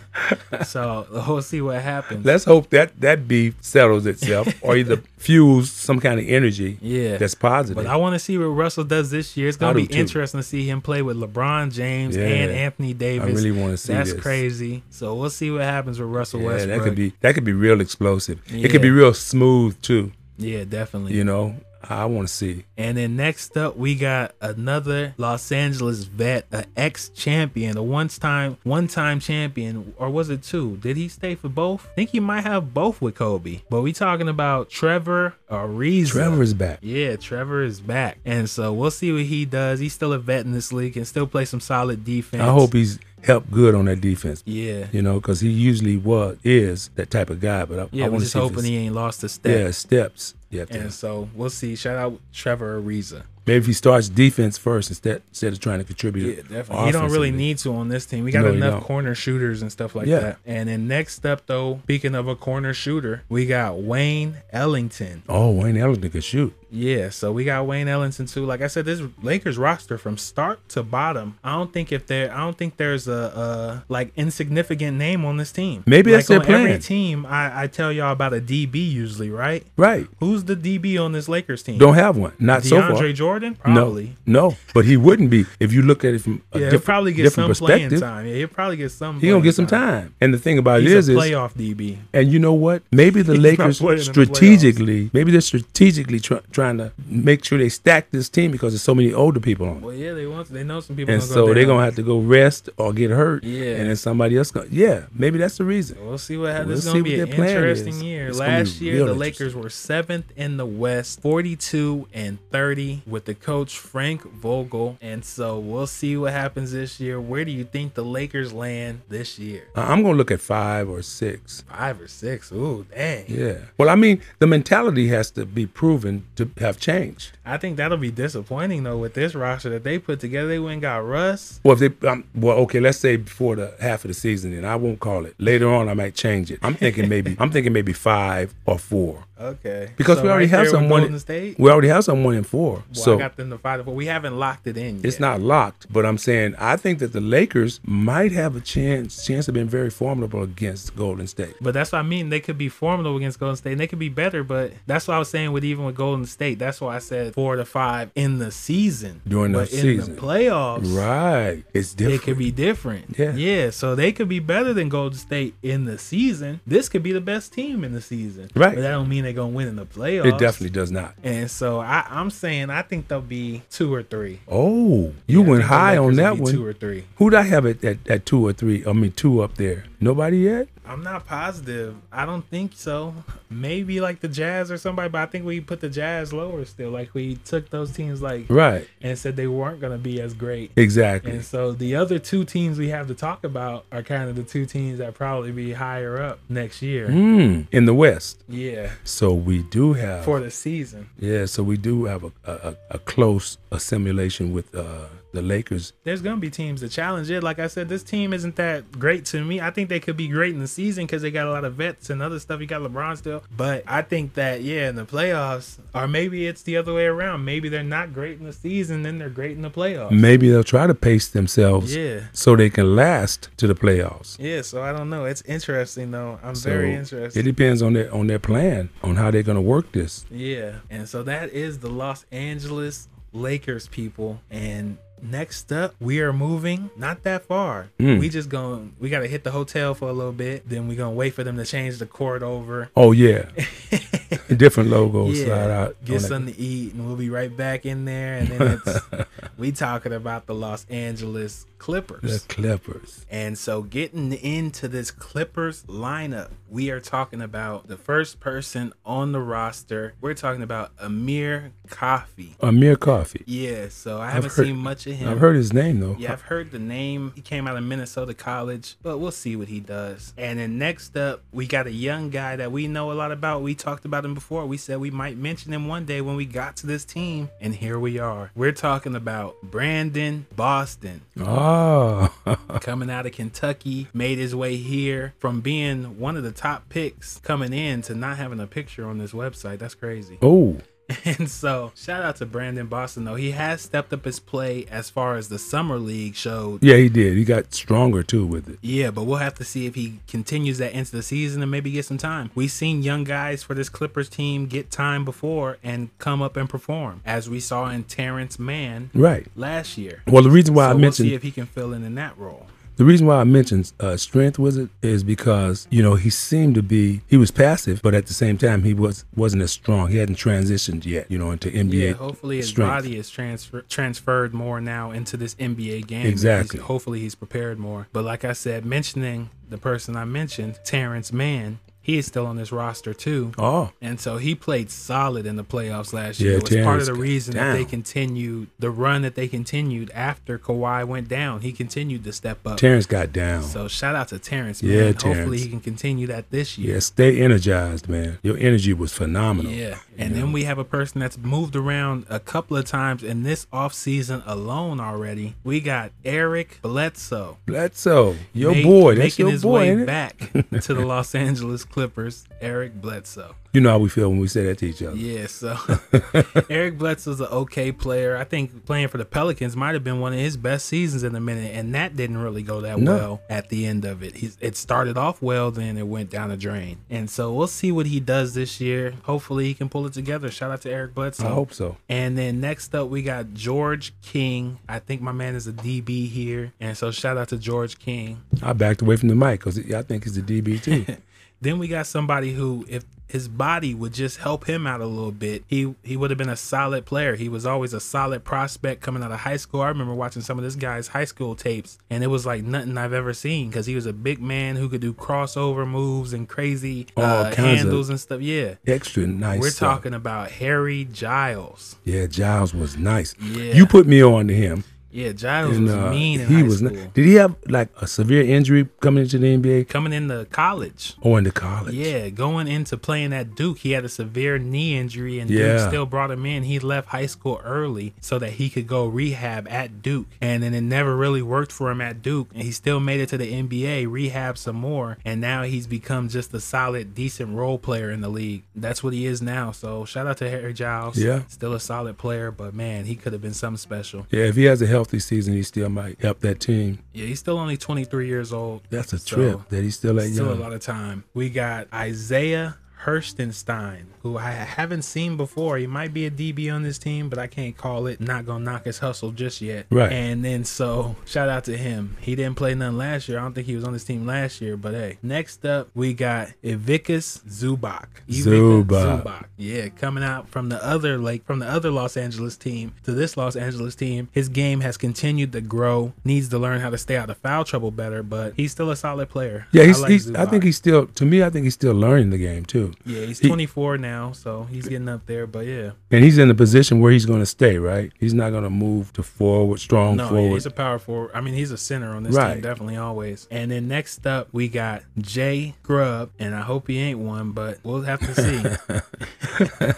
[SPEAKER 3] so we'll see what happens.
[SPEAKER 4] Let's hope that that beef settles itself, or either fuels some kind of energy.
[SPEAKER 3] Yeah.
[SPEAKER 4] that's positive.
[SPEAKER 3] But I want to see what Russell does this year. It's
[SPEAKER 4] I
[SPEAKER 3] going to
[SPEAKER 4] do
[SPEAKER 3] be
[SPEAKER 4] too.
[SPEAKER 3] interesting to see him play with LeBron James
[SPEAKER 4] Yeah.
[SPEAKER 3] and Anthony Davis.
[SPEAKER 4] really wanna see
[SPEAKER 3] That's
[SPEAKER 4] this.
[SPEAKER 3] crazy. So we'll see what happens with Russell
[SPEAKER 4] yeah,
[SPEAKER 3] Westbrook.
[SPEAKER 4] that could be that could be real explosive. It
[SPEAKER 3] Yeah.
[SPEAKER 4] could be real smooth too.
[SPEAKER 3] yeah, definitely.
[SPEAKER 4] You know, I want to see.
[SPEAKER 3] And then next up, we got another Los Angeles vet, an ex-champion, a once-time, one-time champion, or was it two? Did he stay for both? I think he might have both with Kobe. But we talking about Trevor Ariza.
[SPEAKER 4] Trevor is back.
[SPEAKER 3] Yeah, Trevor is back. And so we'll see what he does. He's still a vet in this league and still play some solid defense.
[SPEAKER 4] I hope he's helped good on that defense.
[SPEAKER 3] Yeah.
[SPEAKER 4] You know, because he usually was is that type of guy. But I,
[SPEAKER 3] Yeah,
[SPEAKER 4] I
[SPEAKER 3] we're
[SPEAKER 4] want to
[SPEAKER 3] just
[SPEAKER 4] see if
[SPEAKER 3] hoping
[SPEAKER 4] it's-
[SPEAKER 3] he ain't lost a step.
[SPEAKER 4] yeah steps. You have to-
[SPEAKER 3] And so we'll see. Shout out Trevor Ariza.
[SPEAKER 4] Maybe if he starts defense first instead instead of trying to contribute.
[SPEAKER 3] He don't really
[SPEAKER 4] offensively.
[SPEAKER 3] need to on this team. We got
[SPEAKER 4] No, you
[SPEAKER 3] enough
[SPEAKER 4] don't.
[SPEAKER 3] corner shooters and stuff like
[SPEAKER 4] Yeah.
[SPEAKER 3] that. And then next up, though, speaking of a corner shooter, we got Wayne Ellington.
[SPEAKER 4] Oh, Wayne Ellington can shoot.
[SPEAKER 3] Yeah, so we got Wayne Ellington too. Like I said, this Lakers roster from start to bottom. I don't think if there, I don't think there's a, a like insignificant name on this team.
[SPEAKER 4] Maybe
[SPEAKER 3] like
[SPEAKER 4] that's their
[SPEAKER 3] on Every
[SPEAKER 4] plan.
[SPEAKER 3] team, I, I tell y'all about a DB usually, right?
[SPEAKER 4] Right.
[SPEAKER 3] Who's the DB on this Lakers team?
[SPEAKER 4] Don't have one. Not so
[SPEAKER 3] DeAndre
[SPEAKER 4] far.
[SPEAKER 3] Jordan? Probably.
[SPEAKER 4] No, no, but he wouldn't be if you look at it from a
[SPEAKER 3] Yeah, he'll
[SPEAKER 4] diff-
[SPEAKER 3] probably get some
[SPEAKER 4] different
[SPEAKER 3] playing
[SPEAKER 4] perspective.
[SPEAKER 3] time. Yeah, he'll probably get some.
[SPEAKER 4] He gonna
[SPEAKER 3] playing
[SPEAKER 4] get some time. And the thing about
[SPEAKER 3] He's
[SPEAKER 4] it is, is
[SPEAKER 3] a playoff DB.
[SPEAKER 4] And you know what? Maybe the
[SPEAKER 3] He's not
[SPEAKER 4] Lakers
[SPEAKER 3] playing in the
[SPEAKER 4] strategically, maybe they're strategically try, trying to make sure they stack this team because there's so many older people on it.
[SPEAKER 3] Well, yeah, they want. They know some people.
[SPEAKER 4] And
[SPEAKER 3] gonna
[SPEAKER 4] so
[SPEAKER 3] go
[SPEAKER 4] they're
[SPEAKER 3] down.
[SPEAKER 4] going to have to go rest or get hurt.
[SPEAKER 3] Yeah.
[SPEAKER 4] And then somebody else going to, yeah, maybe that's the reason.
[SPEAKER 3] We'll see what happens.
[SPEAKER 4] We'll
[SPEAKER 3] it's
[SPEAKER 4] see
[SPEAKER 3] gonna be
[SPEAKER 4] what
[SPEAKER 3] an
[SPEAKER 4] their plan
[SPEAKER 3] interesting
[SPEAKER 4] is.
[SPEAKER 3] year.
[SPEAKER 4] It's gonna be
[SPEAKER 3] Last year,
[SPEAKER 4] real
[SPEAKER 3] the
[SPEAKER 4] interesting.
[SPEAKER 3] Lakers were seventh in the West, 42 and 30, with the coach Frank Vogel. And so we'll see what happens this year. Where do you think the Lakers land this year?
[SPEAKER 4] I- I'm going to look at five or six.
[SPEAKER 3] Five or six? Ooh, dang!
[SPEAKER 4] Yeah. Well, I mean, the mentality has to be proven to have changed.
[SPEAKER 3] I think that'll be disappointing though with this roster that they put together. They went and got Russ.
[SPEAKER 4] Well, if they, um, well, okay, let's say before the half of the season, and I won't call it. Later on, I might change it. I'm thinking maybe, I'm thinking maybe five or four.
[SPEAKER 3] Okay,
[SPEAKER 4] Because
[SPEAKER 3] So
[SPEAKER 4] we already
[SPEAKER 3] right
[SPEAKER 4] have
[SPEAKER 3] there with Golden
[SPEAKER 4] someone.
[SPEAKER 3] State.
[SPEAKER 4] We already have someone in four.
[SPEAKER 3] Well,
[SPEAKER 4] so
[SPEAKER 3] I got them to fight it, but we haven't locked it in yet.
[SPEAKER 4] It's not locked, but I'm saying I think that the Lakers might have a chance chance of being very formidable against Golden State.
[SPEAKER 3] But that's what I mean. They could be formidable against Golden State, and they could be better. But that's what I was saying with even with Golden State. That's why I said four to five in the season.
[SPEAKER 4] During the
[SPEAKER 3] but in
[SPEAKER 4] season.
[SPEAKER 3] the playoffs,
[SPEAKER 4] Right. It's
[SPEAKER 3] it
[SPEAKER 4] different.
[SPEAKER 3] could be different.
[SPEAKER 4] Yeah.
[SPEAKER 3] yeah. So they could be better than Golden State in the season. This could be the best team in the season.
[SPEAKER 4] Right.
[SPEAKER 3] But that don't mean they're gonna win in the playoffs.
[SPEAKER 4] it definitely does not.
[SPEAKER 3] And so I, I'm saying I think they'll be two or three.
[SPEAKER 4] Oh, you went
[SPEAKER 3] I think the
[SPEAKER 4] high on
[SPEAKER 3] Lakers will
[SPEAKER 4] that
[SPEAKER 3] be
[SPEAKER 4] one.
[SPEAKER 3] Two or three.
[SPEAKER 4] Who'd I have it at, at two or three? I mean, two up there. Nobody yet?
[SPEAKER 3] I'm not positive. I don't think so. Maybe like the Jazz or somebody, but I think we put the Jazz lower still. Like we took those teams like
[SPEAKER 4] Right.
[SPEAKER 3] and said they weren't gonna be as great.
[SPEAKER 4] Exactly.
[SPEAKER 3] And so the other two teams we have to talk about are kind of the two teams that probably be higher up next year.
[SPEAKER 4] Hmm. In the West.
[SPEAKER 3] Yeah.
[SPEAKER 4] So we do have.
[SPEAKER 3] For the season.
[SPEAKER 4] yeah, so we do have a, a, a- a close assimilation with uh, the Lakers.
[SPEAKER 3] There's gonna be teams that challenge it. Like I said, this team isn't that great to me. I think they could be great in the season because they got a lot of vets and other stuff. You got LeBron still, but I think that yeah, in the playoffs, or maybe it's the other way around. Maybe they're not great in the season, then they're great in the playoffs.
[SPEAKER 4] Maybe they'll try to pace themselves
[SPEAKER 3] Yeah.
[SPEAKER 4] so they can last to the playoffs.
[SPEAKER 3] Yeah, so I don't know. It's interesting though. I'm very
[SPEAKER 4] So
[SPEAKER 3] interested.
[SPEAKER 4] It depends on their on their plan on how they're going to work this.
[SPEAKER 3] Yeah. And so that is the Los Angeles Lakers people. And next up, we are moving not that far.
[SPEAKER 4] Mm.
[SPEAKER 3] We just going to we got to hit the hotel for a little bit, then we going to wait for them to change the court over.
[SPEAKER 4] Oh yeah, different logos slide
[SPEAKER 3] Yeah,
[SPEAKER 4] out.
[SPEAKER 3] get
[SPEAKER 4] on that-
[SPEAKER 3] something to eat, and we'll be right back in there. And then it's, we talking about the Los Angeles
[SPEAKER 4] The
[SPEAKER 3] Clippers.
[SPEAKER 4] Clippers.
[SPEAKER 3] And so, getting into this Clippers lineup, we are talking about the first person on the roster. We're talking about Amir Coffee.
[SPEAKER 4] Amir Coffee.
[SPEAKER 3] Yeah, so I haven't
[SPEAKER 4] heard-
[SPEAKER 3] seen much of him.
[SPEAKER 4] I've heard his name though.
[SPEAKER 3] Yeah, I've heard the name. He came out of Minnesota College, but we'll see what he does. And then next up, we got a young guy that we know a lot about. We talked about him before. We said we might mention him one day when we got to this team, and here we are. We're talking about Brandon Boston
[SPEAKER 4] Oh,
[SPEAKER 3] coming out of Kentucky, made his way here from being one of the top picks coming in to not having a picture on this website. That's crazy.
[SPEAKER 4] oh,
[SPEAKER 3] And so, shout out to Brandon Boston though. He has stepped up his play as far as the summer league showed.
[SPEAKER 4] yeah, he did. He got stronger too with it.
[SPEAKER 3] Yeah, but we'll have to see if he continues that into the season and maybe get some time. We've seen young guys for this Clippers team get time before and come up and perform, as we saw in Terrence Mann
[SPEAKER 4] Right.
[SPEAKER 3] last year.
[SPEAKER 4] Well, the reason why
[SPEAKER 3] so
[SPEAKER 4] I
[SPEAKER 3] we'll
[SPEAKER 4] mentioned
[SPEAKER 3] see if he can fill in in that role.
[SPEAKER 4] The reason why I mentioned uh, strength was it is because you know he seemed to be he was passive, but at the same time he was wasn't as strong. He hadn't transitioned yet, you know, into NBA.
[SPEAKER 3] Yeah, hopefully his
[SPEAKER 4] strength.
[SPEAKER 3] body is transfer- transferred more now into this NBA game.
[SPEAKER 4] Exactly.
[SPEAKER 3] He's- hopefully he's prepared more. But like I said, mentioning the person I mentioned, Terrence Mann, he is still on this roster too.
[SPEAKER 4] Oh,
[SPEAKER 3] And so he played solid in the playoffs last
[SPEAKER 4] Yeah,
[SPEAKER 3] year. It was part of
[SPEAKER 4] Terrence
[SPEAKER 3] the
[SPEAKER 4] got
[SPEAKER 3] reason that they
[SPEAKER 4] down.
[SPEAKER 3] continued the run that they continued after Kawhi went down. He continued to step up.
[SPEAKER 4] Terrence got down.
[SPEAKER 3] so shout out to Terrence, man.
[SPEAKER 4] Yeah,
[SPEAKER 3] Hopefully
[SPEAKER 4] Terrence.
[SPEAKER 3] he can continue that this year.
[SPEAKER 4] yeah, stay energized, man. Your energy was phenomenal.
[SPEAKER 3] Yeah. And then we have a person that's moved around a couple of times in this offseason alone already. We got Eric Bledsoe.
[SPEAKER 4] Bledsoe, your
[SPEAKER 3] Make-
[SPEAKER 4] boy. That's
[SPEAKER 3] making
[SPEAKER 4] your
[SPEAKER 3] his
[SPEAKER 4] boy.
[SPEAKER 3] way
[SPEAKER 4] ain't it?
[SPEAKER 3] back to the Los Angeles Clippers, Eric Bledsoe.
[SPEAKER 4] You know how we feel when we say that to each other.
[SPEAKER 3] Yeah, so Eric Bledsoe's an okay player. I think playing for the Pelicans might have been one of his best seasons in a minute, and that didn't really go that
[SPEAKER 4] No.
[SPEAKER 3] well at the end of it. He's, it started off well, then it went down the drain. And so we'll see what he does this year. Hopefully, he can pull it together. Shout out to Eric Bledsoe.
[SPEAKER 4] I hope so.
[SPEAKER 3] And then next up, we got George King. I think my man is a DB here. And so shout out to George King.
[SPEAKER 4] I backed away from the mic because I think he's a DB too.
[SPEAKER 3] Then we got somebody who, if his body would just help him out a little bit, he he would have been a solid player. He was always a solid prospect coming out of high school. I remember watching some of this guy's high school tapes, and it was like nothing I've ever seen because he was a big man who could do crossover moves and crazy
[SPEAKER 4] All
[SPEAKER 3] uh,
[SPEAKER 4] kinds of-
[SPEAKER 3] handles and stuff. Yeah.
[SPEAKER 4] Extra Oh, nice.
[SPEAKER 3] We're
[SPEAKER 4] stuff.
[SPEAKER 3] talking about Harry Giles.
[SPEAKER 4] Yeah, Giles was nice.
[SPEAKER 3] Yeah.
[SPEAKER 4] You put me on to him.
[SPEAKER 3] Yeah, Giles
[SPEAKER 4] And,
[SPEAKER 3] was
[SPEAKER 4] uh,
[SPEAKER 3] mean in
[SPEAKER 4] he
[SPEAKER 3] high
[SPEAKER 4] was
[SPEAKER 3] school.
[SPEAKER 4] not- Did he have like a severe injury coming into the NBA
[SPEAKER 3] coming into college.
[SPEAKER 4] or into college?
[SPEAKER 3] Yeah, going into playing at Duke, he had a severe knee injury, and Duke
[SPEAKER 4] Yeah.
[SPEAKER 3] still brought him in. He left high school early so that he could go rehab at Duke, and then it never really worked for him at Duke. And he still made it to the NBA, rehab some more, and now he's become just a solid, decent role player in the league. That's what he is now. So shout out to Harry Giles.
[SPEAKER 4] Yeah.
[SPEAKER 3] still a solid player, but man, he could have been something special.
[SPEAKER 4] Yeah, if he has a healthy season, he still might help that team.
[SPEAKER 3] Yeah, he's still only 23 years old.
[SPEAKER 4] That's a
[SPEAKER 3] So-
[SPEAKER 4] trip that he's still that
[SPEAKER 3] Still a
[SPEAKER 4] young.
[SPEAKER 3] lot of time. We got Isaiah Herstenstein, who I haven't seen before. He might be a DB on this team, but I can't call it. Not gonna knock his hustle just yet.
[SPEAKER 4] Right.
[SPEAKER 3] And then so shout out to him. He didn't play none last year. I don't think he was on this team last year. But hey, next up we got Ivikas Zubak. Ivica
[SPEAKER 4] Zubac.
[SPEAKER 3] Zubac. Yeah, coming out from the other like from the other Los Angeles team to this Los Angeles team. His game has continued to grow. Needs to learn how to stay out of foul trouble better, but he's still a solid player.
[SPEAKER 4] Yeah, he's, I, he's, I
[SPEAKER 3] Zubac.
[SPEAKER 4] think he's still to me. I think he's still learning the game too,
[SPEAKER 3] Yeah, he's
[SPEAKER 4] He-
[SPEAKER 3] 24 now, so he's getting up there. But yeah,
[SPEAKER 4] and he's in a position where he's going to stay. Right, he's not going to move to forward, strong
[SPEAKER 3] no, yeah,
[SPEAKER 4] forward.
[SPEAKER 3] he's a power forward. I mean, he's a center on this
[SPEAKER 4] Right.
[SPEAKER 3] team, definitely always. And then next up, we got Jay Grubb, and I hope he ain't one, but we'll have to see.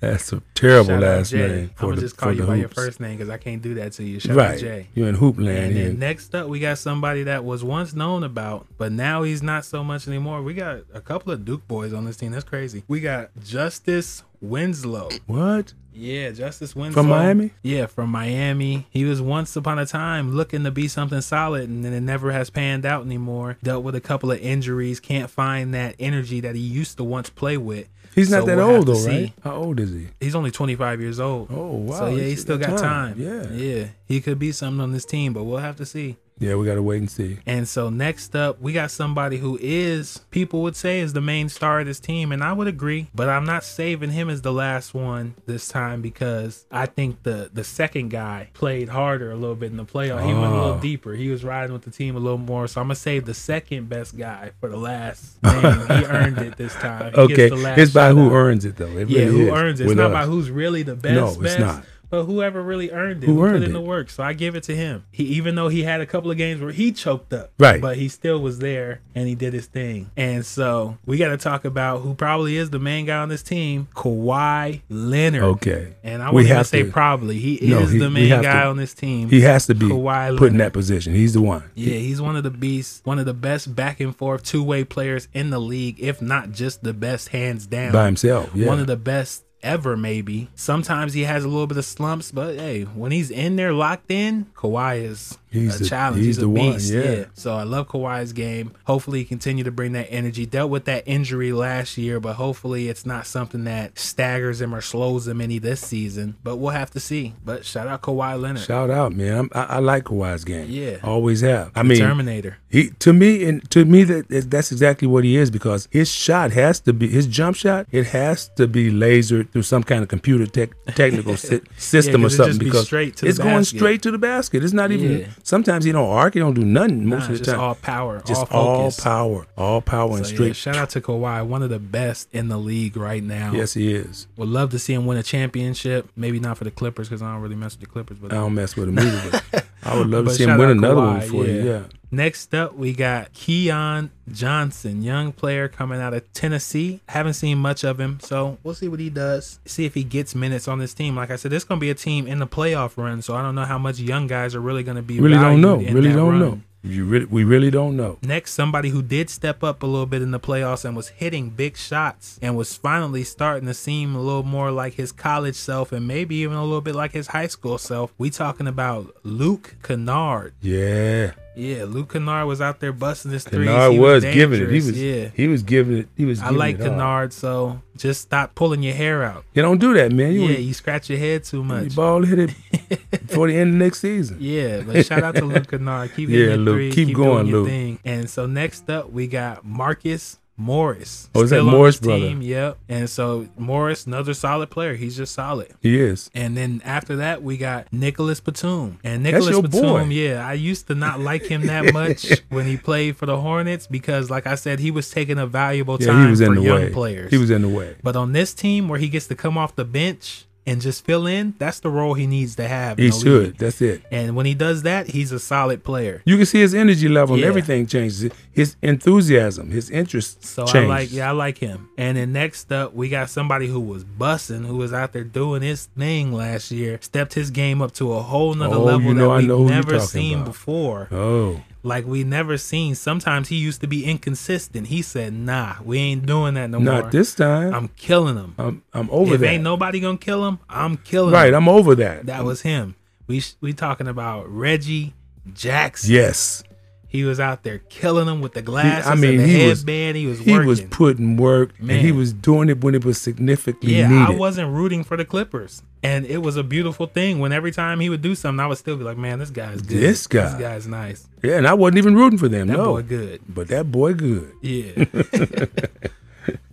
[SPEAKER 4] That's a terrible
[SPEAKER 3] Shout out
[SPEAKER 4] last
[SPEAKER 3] Jay.
[SPEAKER 4] name.
[SPEAKER 3] I'm gonna
[SPEAKER 4] the-
[SPEAKER 3] just call
[SPEAKER 4] for
[SPEAKER 3] you
[SPEAKER 4] the
[SPEAKER 3] by your
[SPEAKER 4] Hoops.
[SPEAKER 3] first name because I can't do that to you. Shout out
[SPEAKER 4] right,
[SPEAKER 3] Jay.
[SPEAKER 4] you're in hoop land.
[SPEAKER 3] And
[SPEAKER 4] here.
[SPEAKER 3] then next up, we got somebody that was once known about, but now he's not so much anymore. We got a couple of Duke boys on this team. That's crazy. We got Justice Winslow.
[SPEAKER 4] what?
[SPEAKER 3] Yeah, Justice Winslow
[SPEAKER 4] Miami?
[SPEAKER 3] Yeah, from Miami. He was once upon a time looking to be something solid, and then it never has panned out anymore. Dealt with a couple of injuries, can't find that energy that he used to once play with.
[SPEAKER 4] He's not
[SPEAKER 3] So
[SPEAKER 4] that
[SPEAKER 3] we'll have
[SPEAKER 4] old
[SPEAKER 3] to
[SPEAKER 4] though,
[SPEAKER 3] see.
[SPEAKER 4] right? How old is he?
[SPEAKER 3] He's only 25 years old.
[SPEAKER 4] Oh, wow,
[SPEAKER 3] So yeah,
[SPEAKER 4] he's
[SPEAKER 3] he's still got
[SPEAKER 4] got
[SPEAKER 3] time.
[SPEAKER 4] time. Yeah.
[SPEAKER 3] yeah, he could be something on this team, but we'll have to see.
[SPEAKER 4] Yeah, we got to wait and see.
[SPEAKER 3] And so next up, we got somebody who is people would say is the main star of this team, and I would agree. But I'm not saving him as the last one this time because I think the the second guy played harder a little bit in the playoff. He went a little
[SPEAKER 4] Oh.
[SPEAKER 3] deeper. He was riding with the team a little more. So I'm gonna save the second best guy for the last. Name. he earned it this time. He
[SPEAKER 4] Okay,
[SPEAKER 3] gets the last
[SPEAKER 4] it's by who
[SPEAKER 3] shout-out.
[SPEAKER 4] earns it though. It
[SPEAKER 3] Yeah,
[SPEAKER 4] really
[SPEAKER 3] who
[SPEAKER 4] is
[SPEAKER 3] earns it? It's
[SPEAKER 4] with us.
[SPEAKER 3] not by who's really the best.
[SPEAKER 4] No, it's
[SPEAKER 3] best,
[SPEAKER 4] not.
[SPEAKER 3] But whoever really earned it,
[SPEAKER 4] Who
[SPEAKER 3] who
[SPEAKER 4] earned
[SPEAKER 3] put in
[SPEAKER 4] it?
[SPEAKER 3] the work. So I give it to him. He even though he had a couple of games where he choked up,
[SPEAKER 4] Right.
[SPEAKER 3] But he still was there and he did his thing. And so we got to talk about who probably is the main guy on this team, Kawhi Leonard.
[SPEAKER 4] Okay,
[SPEAKER 3] And I
[SPEAKER 4] We
[SPEAKER 3] would
[SPEAKER 4] have
[SPEAKER 3] say
[SPEAKER 4] to-
[SPEAKER 3] probably he
[SPEAKER 4] No,
[SPEAKER 3] is
[SPEAKER 4] he-
[SPEAKER 3] the
[SPEAKER 4] we
[SPEAKER 3] main
[SPEAKER 4] have
[SPEAKER 3] guy
[SPEAKER 4] to-
[SPEAKER 3] on this team.
[SPEAKER 4] He has to be
[SPEAKER 3] Kawhi
[SPEAKER 4] put in
[SPEAKER 3] Leonard.
[SPEAKER 4] that position. He's the one.
[SPEAKER 3] Yeah, he's one of the beasts, one of the best back and forth two way players in the league, if not just the best hands down
[SPEAKER 4] by himself. Yeah.
[SPEAKER 3] one of the best ever, maybe. Sometimes he has a little bit of slumps, but hey, when he's in there locked in, Kawhi is
[SPEAKER 4] He's
[SPEAKER 3] a
[SPEAKER 4] the-
[SPEAKER 3] challenge.
[SPEAKER 4] he's
[SPEAKER 3] He's, a
[SPEAKER 4] the one,
[SPEAKER 3] beast.
[SPEAKER 4] yeah.
[SPEAKER 3] yeah. So I love Kawhi's game. Hopefully he continue to bring that energy. Dealt with that injury last year, but hopefully it's not something that staggers him or slows him any this season. But we'll have to see. But shout out Kawhi Leonard.
[SPEAKER 4] Shout out, man! I'm, I, I like Kawhi's game.
[SPEAKER 3] Yeah.
[SPEAKER 4] always have. I mean,
[SPEAKER 3] Terminator.
[SPEAKER 4] He to me and to me that that- that's exactly what he is because his shot has to be his jump shot. It has to be lasered through some kind of computer tech, technical sy- system
[SPEAKER 3] 'cause
[SPEAKER 4] or
[SPEAKER 3] it
[SPEAKER 4] something
[SPEAKER 3] just be
[SPEAKER 4] because
[SPEAKER 3] straight to the
[SPEAKER 4] it's going
[SPEAKER 3] basket.
[SPEAKER 4] straight to the basket. It's not even.
[SPEAKER 3] Yeah.
[SPEAKER 4] Sometimes he don't arc. He don't do nothing most
[SPEAKER 3] Nah,
[SPEAKER 4] of the
[SPEAKER 3] just
[SPEAKER 4] time.
[SPEAKER 3] all power,
[SPEAKER 4] just
[SPEAKER 3] all
[SPEAKER 4] all
[SPEAKER 3] focus.
[SPEAKER 4] power, all power and
[SPEAKER 3] So, yeah,
[SPEAKER 4] straight.
[SPEAKER 3] shout out to Kawhi, one of the best in the league right now.
[SPEAKER 4] Yes, he is.
[SPEAKER 3] Would love to see him win a championship. Maybe not for the Clippers because I don't really mess with the Clippers. But
[SPEAKER 4] I don't mess with him either. But I would love to
[SPEAKER 3] but
[SPEAKER 4] see him
[SPEAKER 3] shout
[SPEAKER 4] win
[SPEAKER 3] out
[SPEAKER 4] another one
[SPEAKER 3] Kawhi,
[SPEAKER 4] for you. Yeah.
[SPEAKER 3] Next up, we got Keon Johnson, young player coming out of Tennessee. Haven't seen much of him, so we'll see what he does. See if he gets minutes on this team. Like I said, this going to be a team in the playoff run, so I don't know how much young guys are really going to be.
[SPEAKER 4] Really don't
[SPEAKER 3] valued
[SPEAKER 4] know.
[SPEAKER 3] in
[SPEAKER 4] Really
[SPEAKER 3] that
[SPEAKER 4] don't
[SPEAKER 3] run.
[SPEAKER 4] know. You really, we really don't know.
[SPEAKER 3] Next, somebody who did step up a little bit in the playoffs and was hitting big shots and was finally starting to seem a little more like his college self and maybe even a little bit like his high school self. We talking about Luke Kennard.
[SPEAKER 4] Yeah.
[SPEAKER 3] Yeah, Luke Kennard was out there busting his threes.
[SPEAKER 4] Kennard
[SPEAKER 3] He
[SPEAKER 4] was, giving it. He
[SPEAKER 3] dangerous.
[SPEAKER 4] was
[SPEAKER 3] yeah.
[SPEAKER 4] he was giving it. He was.
[SPEAKER 3] I
[SPEAKER 4] giving
[SPEAKER 3] like
[SPEAKER 4] it all.
[SPEAKER 3] Kennard, so just stop pulling your hair out.
[SPEAKER 4] You don't do that, man. You
[SPEAKER 3] yeah,
[SPEAKER 4] yeah,
[SPEAKER 3] you scratch your head too much.
[SPEAKER 4] ball hit it before the end of next season.
[SPEAKER 3] Yeah, but shout out to Luke Kennard. Keep hitting
[SPEAKER 4] Yeah,
[SPEAKER 3] your
[SPEAKER 4] Luke,
[SPEAKER 3] three.
[SPEAKER 4] keep going,
[SPEAKER 3] doing your
[SPEAKER 4] Luke.
[SPEAKER 3] Thing. And so next up, we got Marcus Morris.
[SPEAKER 4] Oh, is that
[SPEAKER 3] Still on
[SPEAKER 4] Morris
[SPEAKER 3] this
[SPEAKER 4] brother?
[SPEAKER 3] Team. Yep. And so Morris, another solid player. He's just solid.
[SPEAKER 4] He is.
[SPEAKER 3] And then after that, we got Nicholas Batum. And Nicholas
[SPEAKER 4] your
[SPEAKER 3] Batum,
[SPEAKER 4] boy.
[SPEAKER 3] yeah, I used to not like him that much when he played for the Hornets because, like I said, he was taking a valuable time
[SPEAKER 4] Yeah, he was
[SPEAKER 3] for
[SPEAKER 4] in the
[SPEAKER 3] young
[SPEAKER 4] way.
[SPEAKER 3] players.
[SPEAKER 4] He was in the way.
[SPEAKER 3] But on this team, where he gets to come off the bench and just fill in, that's the role he needs to have. in
[SPEAKER 4] He
[SPEAKER 3] the league.
[SPEAKER 4] should. That's it.
[SPEAKER 3] And when he does that, he's a solid player.
[SPEAKER 4] You can see his energy level
[SPEAKER 3] Yeah.
[SPEAKER 4] and everything changes. His enthusiasm, his interest
[SPEAKER 3] So I
[SPEAKER 4] changes.
[SPEAKER 3] like, yeah, I like him. And then next up, we got somebody who was bussing, who was out there doing his thing last year, stepped his game up to a whole nother
[SPEAKER 4] Oh,
[SPEAKER 3] level
[SPEAKER 4] you know
[SPEAKER 3] that
[SPEAKER 4] I
[SPEAKER 3] we've
[SPEAKER 4] know who you're
[SPEAKER 3] never
[SPEAKER 4] talking
[SPEAKER 3] seen
[SPEAKER 4] about.
[SPEAKER 3] before.
[SPEAKER 4] Oh,
[SPEAKER 3] Like we never seen. Sometimes he used to be inconsistent. He said, "Nah, we ain't doing that no more.
[SPEAKER 4] not this time. I'm
[SPEAKER 3] I'm killing him.
[SPEAKER 4] I'm, over
[SPEAKER 3] if
[SPEAKER 4] that.
[SPEAKER 3] ain't nobody gonna kill him, I'm killing
[SPEAKER 4] right,
[SPEAKER 3] him."
[SPEAKER 4] I'm over that.
[SPEAKER 3] That was him. We sh- we talking about Reggie Jackson.
[SPEAKER 4] yes.
[SPEAKER 3] He was out there killing them with the glasses I
[SPEAKER 4] mean,
[SPEAKER 3] mean, and the
[SPEAKER 4] he was-
[SPEAKER 3] headband. he was
[SPEAKER 4] He
[SPEAKER 3] working.
[SPEAKER 4] was putting work, and he
[SPEAKER 3] Man.
[SPEAKER 4] was doing it when it was significantly
[SPEAKER 3] yeah,
[SPEAKER 4] needed.
[SPEAKER 3] I wasn't rooting for the Clippers, and it was a beautiful thing. When every time he would do something, I would still be like, "Man, this guy's good.
[SPEAKER 4] This guy.
[SPEAKER 3] this guy's nice.
[SPEAKER 4] yeah, and I wasn't even rooting for them.
[SPEAKER 3] That
[SPEAKER 4] no,
[SPEAKER 3] boy good."
[SPEAKER 4] but that boy good.
[SPEAKER 3] Yeah.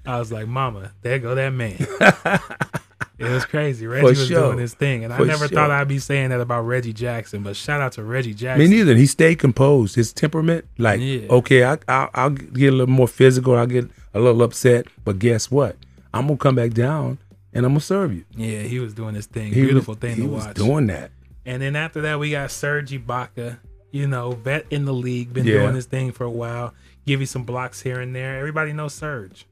[SPEAKER 3] I was like, Mama, there go that man. it was crazy. Reggie was
[SPEAKER 4] sure.
[SPEAKER 3] doing his thing. And I
[SPEAKER 4] For
[SPEAKER 3] never
[SPEAKER 4] sure.
[SPEAKER 3] thought I'd be saying that about Reggie Jackson, but shout out to Reggie
[SPEAKER 4] Me
[SPEAKER 3] Jackson.
[SPEAKER 4] neither. He stayed composed. His temperament, like,
[SPEAKER 3] Yeah.
[SPEAKER 4] okay, I, I, I'll get a little more physical. I'll get a little upset. But guess what? I'm going to come back down and I'm going to serve you.
[SPEAKER 3] yeah, he was doing his thing.
[SPEAKER 4] He was-
[SPEAKER 3] Beautiful thing
[SPEAKER 4] he
[SPEAKER 3] to
[SPEAKER 4] was
[SPEAKER 3] watch.
[SPEAKER 4] doing that.
[SPEAKER 3] and then after that, we got Serge Ibaka, you know, vet in the league, been
[SPEAKER 4] Yeah.
[SPEAKER 3] doing his thing for a while. Give you some blocks here and there. Everybody knows Serge.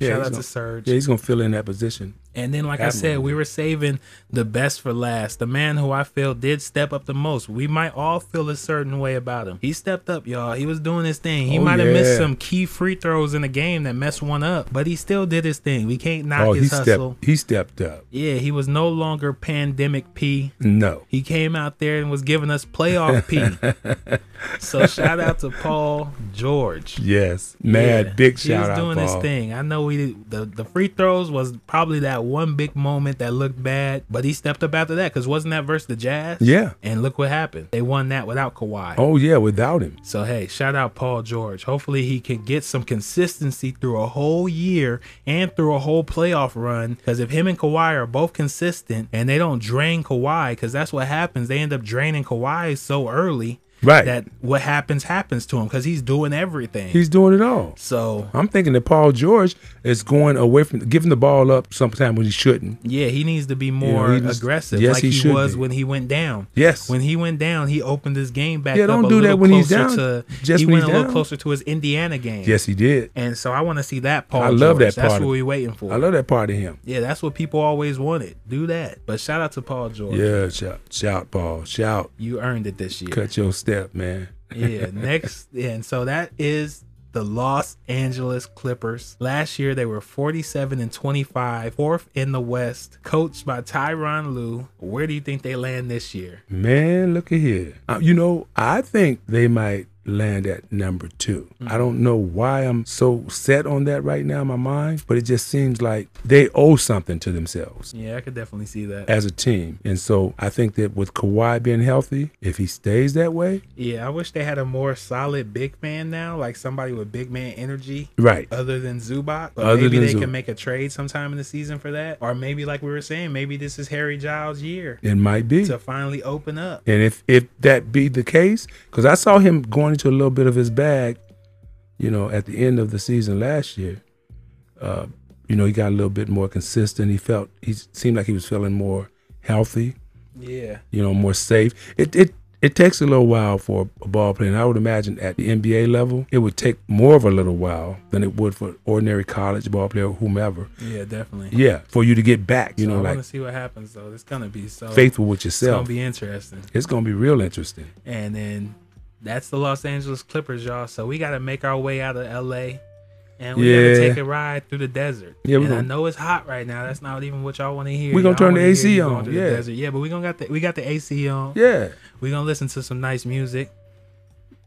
[SPEAKER 4] Yeah,
[SPEAKER 3] shout
[SPEAKER 4] he's
[SPEAKER 3] out
[SPEAKER 4] gonna-
[SPEAKER 3] to Serge.
[SPEAKER 4] Yeah, he's going to fill in that position.
[SPEAKER 3] And then, like I said,
[SPEAKER 4] Admirable.
[SPEAKER 3] we were saving the best for last. The man who I feel did step up the most. We might all feel a certain way about him. He stepped up, y'all. He was doing his thing. He
[SPEAKER 4] Oh,
[SPEAKER 3] might have missed
[SPEAKER 4] yeah.
[SPEAKER 3] some key free throws in the game that messed one up, but he still did his thing. We can't knock
[SPEAKER 4] Oh, he
[SPEAKER 3] his hustle.
[SPEAKER 4] stepped, he stepped up.
[SPEAKER 3] Yeah, he was no longer pandemic P.
[SPEAKER 4] No.
[SPEAKER 3] He came out there and was giving us playoff P. so shout out to Paul George.
[SPEAKER 4] Yes. Mad
[SPEAKER 3] Yeah,
[SPEAKER 4] big
[SPEAKER 3] he was
[SPEAKER 4] shout out.
[SPEAKER 3] doing his
[SPEAKER 4] Paul.
[SPEAKER 3] thing. I know we did, the the free throws was probably that one big moment that looked bad, but he stepped up after that because wasn't that versus the Jazz?
[SPEAKER 4] Yeah.
[SPEAKER 3] And look what happened. They won that without Kawhi.
[SPEAKER 4] Oh, yeah, without him.
[SPEAKER 3] So hey, shout out Paul George. Hopefully he can get some consistency through a whole year and through a whole playoff run. Because if him and Kawhi are both consistent and they don't drain Kawhi, because that's what happens, they end up draining Kawhi so early
[SPEAKER 4] Right.
[SPEAKER 3] that what happens happens to him because he's doing everything.
[SPEAKER 4] He's doing it all.
[SPEAKER 3] so
[SPEAKER 4] I'm thinking that Paul George is going away from giving the ball up sometime when he shouldn't.
[SPEAKER 3] Yeah, he needs to be
[SPEAKER 4] know,
[SPEAKER 3] more
[SPEAKER 4] he just-
[SPEAKER 3] aggressive,
[SPEAKER 4] yes,
[SPEAKER 3] like
[SPEAKER 4] he
[SPEAKER 3] he,
[SPEAKER 4] should
[SPEAKER 3] was
[SPEAKER 4] be.
[SPEAKER 3] when he went down.
[SPEAKER 4] Yes.
[SPEAKER 3] when he went down, he opened his game back.
[SPEAKER 4] Yeah,
[SPEAKER 3] up
[SPEAKER 4] don't
[SPEAKER 3] a
[SPEAKER 4] do that
[SPEAKER 3] little
[SPEAKER 4] when he's
[SPEAKER 3] closer
[SPEAKER 4] down.
[SPEAKER 3] To,
[SPEAKER 4] Just
[SPEAKER 3] he
[SPEAKER 4] when
[SPEAKER 3] went a
[SPEAKER 4] he's
[SPEAKER 3] little
[SPEAKER 4] down.
[SPEAKER 3] closer to his Indiana game.
[SPEAKER 4] Yes, he did.
[SPEAKER 3] and so I want to see that Paul.
[SPEAKER 4] I love that
[SPEAKER 3] George. That's
[SPEAKER 4] part
[SPEAKER 3] what
[SPEAKER 4] of-
[SPEAKER 3] we waiting for.
[SPEAKER 4] I love that part of him.
[SPEAKER 3] yeah, that's what people always wanted. Do that. But shout out to Paul George.
[SPEAKER 4] Yeah, shout, shout, Paul, shout.
[SPEAKER 3] You earned it this year.
[SPEAKER 4] Cut your step, man.
[SPEAKER 3] yeah, next. And so that is the Los Angeles Clippers. Last year they were 47 and 25, fourth in the West, coached by Tyron Lue. Where do you think they land this year?
[SPEAKER 4] Man, look at here. Uh, you know, I think they might land at number 2
[SPEAKER 3] Mm-hmm.
[SPEAKER 4] I don't know why I'm so set on that right now in my mind, but it just seems like they owe something to themselves.
[SPEAKER 3] Yeah, I could definitely see that.
[SPEAKER 4] As a team. And so I think that with Kawhi being healthy, if he stays that way,
[SPEAKER 3] Yeah, I wish they had a more solid big man now, like somebody with big man energy.
[SPEAKER 4] right.
[SPEAKER 3] Other than Zubac, but
[SPEAKER 4] Other
[SPEAKER 3] maybe
[SPEAKER 4] than
[SPEAKER 3] they
[SPEAKER 4] Zubac.
[SPEAKER 3] can make a trade sometime in the season for that, or maybe like we were saying, maybe this is Harry Giles' year
[SPEAKER 4] It might be.
[SPEAKER 3] to finally open up.
[SPEAKER 4] And if if that be the case, because I saw him going into a little bit of his bag, you know, at the end of the season last year, uh, you know, he got a little bit more consistent. He felt he seemed like he was feeling more healthy,
[SPEAKER 3] Yeah,
[SPEAKER 4] you know, more safe. It it it takes a little while for a ball player. And I would imagine at the NBA level, it would take more of a little while than it would for ordinary college ball player, whomever.
[SPEAKER 3] yeah, definitely.
[SPEAKER 4] Yeah, for you to get back, you
[SPEAKER 3] So
[SPEAKER 4] know,
[SPEAKER 3] I
[SPEAKER 4] like
[SPEAKER 3] want to see what happens though. It's gonna be so
[SPEAKER 4] faithful with
[SPEAKER 3] It's gonna
[SPEAKER 4] yourself.
[SPEAKER 3] be interesting.
[SPEAKER 4] It's gonna be real interesting.
[SPEAKER 3] And then that's the Los Angeles Clippers, y'all. So we gotta make our way out of LA. And we
[SPEAKER 4] Yeah.
[SPEAKER 3] gotta take a ride through the desert.
[SPEAKER 4] Yeah, we
[SPEAKER 3] and I
[SPEAKER 4] gonna-
[SPEAKER 3] know it's hot right now. That's not even what y'all want to hear.
[SPEAKER 4] We gonna
[SPEAKER 3] Y'all
[SPEAKER 4] turn
[SPEAKER 3] wanna
[SPEAKER 4] the
[SPEAKER 3] hear
[SPEAKER 4] AC
[SPEAKER 3] you going
[SPEAKER 4] on,
[SPEAKER 3] through the
[SPEAKER 4] yeah.
[SPEAKER 3] desert. Yeah, but we gonna got the we got the AC on.
[SPEAKER 4] Yeah.
[SPEAKER 3] We gonna listen to some nice music.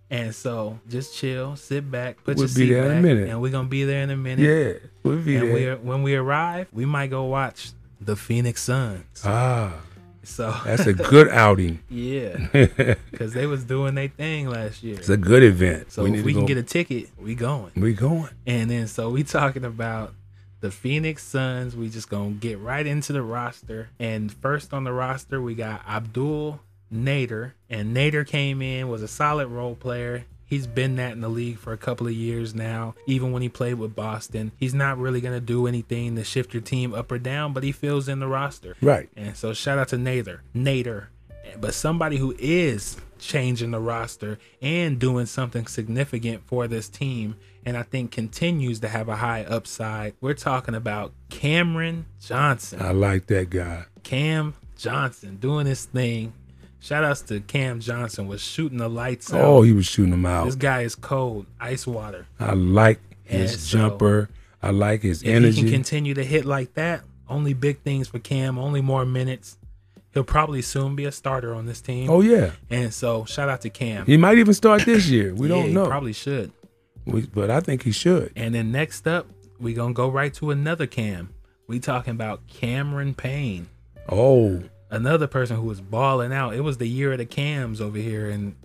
[SPEAKER 3] And so just chill, sit back, put
[SPEAKER 4] We'll
[SPEAKER 3] your
[SPEAKER 4] be
[SPEAKER 3] seat
[SPEAKER 4] there in a
[SPEAKER 3] back,
[SPEAKER 4] minute.
[SPEAKER 3] and we're gonna be there in a minute.
[SPEAKER 4] Yeah, we'll be
[SPEAKER 3] And
[SPEAKER 4] there.
[SPEAKER 3] we when we arrive, we might go watch the Phoenix Suns.
[SPEAKER 4] ah,
[SPEAKER 3] So
[SPEAKER 4] that's a good outing.
[SPEAKER 3] yeah.
[SPEAKER 4] it's
[SPEAKER 3] because they was doing their thing last year.
[SPEAKER 4] a good event.
[SPEAKER 3] So if we can get a ticket, we going.
[SPEAKER 4] we going.
[SPEAKER 3] And then so we talking about the Phoenix Suns. We just gonna get right into the roster. And first on the roster, we got Abdul Nader. And Nader came in was a solid role player. He's been that in the league for a couple of years now. Even when he played with Boston, he's not really gonna do anything to shift your team up or down, but he fills in the roster.
[SPEAKER 4] Right.
[SPEAKER 3] And so shout out to Nader, Nader, but somebody who is changing the roster and doing something significant for this team, and I think continues to have a high upside. We're talking about Cameron Johnson,
[SPEAKER 4] I like that guy.
[SPEAKER 3] Cam Johnson doing his thing. Shout outs to Cam Johnson was shooting the lights out.
[SPEAKER 4] Oh, he was shooting him out.
[SPEAKER 3] This guy is cold, ice water.
[SPEAKER 4] I like his
[SPEAKER 3] And so-
[SPEAKER 4] jumper. I like his
[SPEAKER 3] If he
[SPEAKER 4] energy.
[SPEAKER 3] can continue to hit like that, only big things for Cam, only more minutes. He'll probably soon be a starter on this team.
[SPEAKER 4] Oh yeah,
[SPEAKER 3] And so shout out to Cam.
[SPEAKER 4] he might even start this year. We
[SPEAKER 3] Yeah,
[SPEAKER 4] don't
[SPEAKER 3] he
[SPEAKER 4] know,
[SPEAKER 3] Probably should.
[SPEAKER 4] We- but I think he should.
[SPEAKER 3] And then next up, we gonna go right to another Cam. We talking about Cameron Payne,
[SPEAKER 4] Oh,
[SPEAKER 3] another person who was balling out. It was the year of the Cams over here in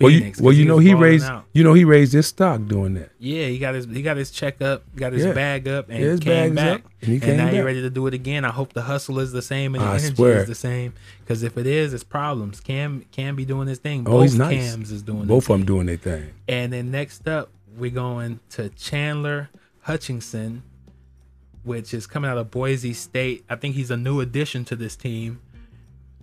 [SPEAKER 4] well, you,
[SPEAKER 3] Phoenix.
[SPEAKER 4] well,
[SPEAKER 3] 'cause
[SPEAKER 4] you know
[SPEAKER 3] was
[SPEAKER 4] he
[SPEAKER 3] balling
[SPEAKER 4] raised,
[SPEAKER 3] out.
[SPEAKER 4] you know he raised his stock doing that.
[SPEAKER 3] Yeah, he got his he got his check up, got his
[SPEAKER 4] Yeah.
[SPEAKER 3] bag up, and
[SPEAKER 4] Yeah, his bag's
[SPEAKER 3] came back.
[SPEAKER 4] up, and he
[SPEAKER 3] and
[SPEAKER 4] came
[SPEAKER 3] now you
[SPEAKER 4] back.
[SPEAKER 3] ready to do it again. I hope the hustle is the same and the
[SPEAKER 4] I
[SPEAKER 3] energy
[SPEAKER 4] swear.
[SPEAKER 3] is the same. Because if it is, it's problems. Cam can be doing his thing.
[SPEAKER 4] Oh,
[SPEAKER 3] Both
[SPEAKER 4] he's nice.
[SPEAKER 3] Cams is doing
[SPEAKER 4] Both
[SPEAKER 3] their
[SPEAKER 4] of them
[SPEAKER 3] thing.
[SPEAKER 4] doing their thing.
[SPEAKER 3] And then next up, we're going to Chandler Hutchinson, which is coming out of Boise State. I think he's a new addition to this team.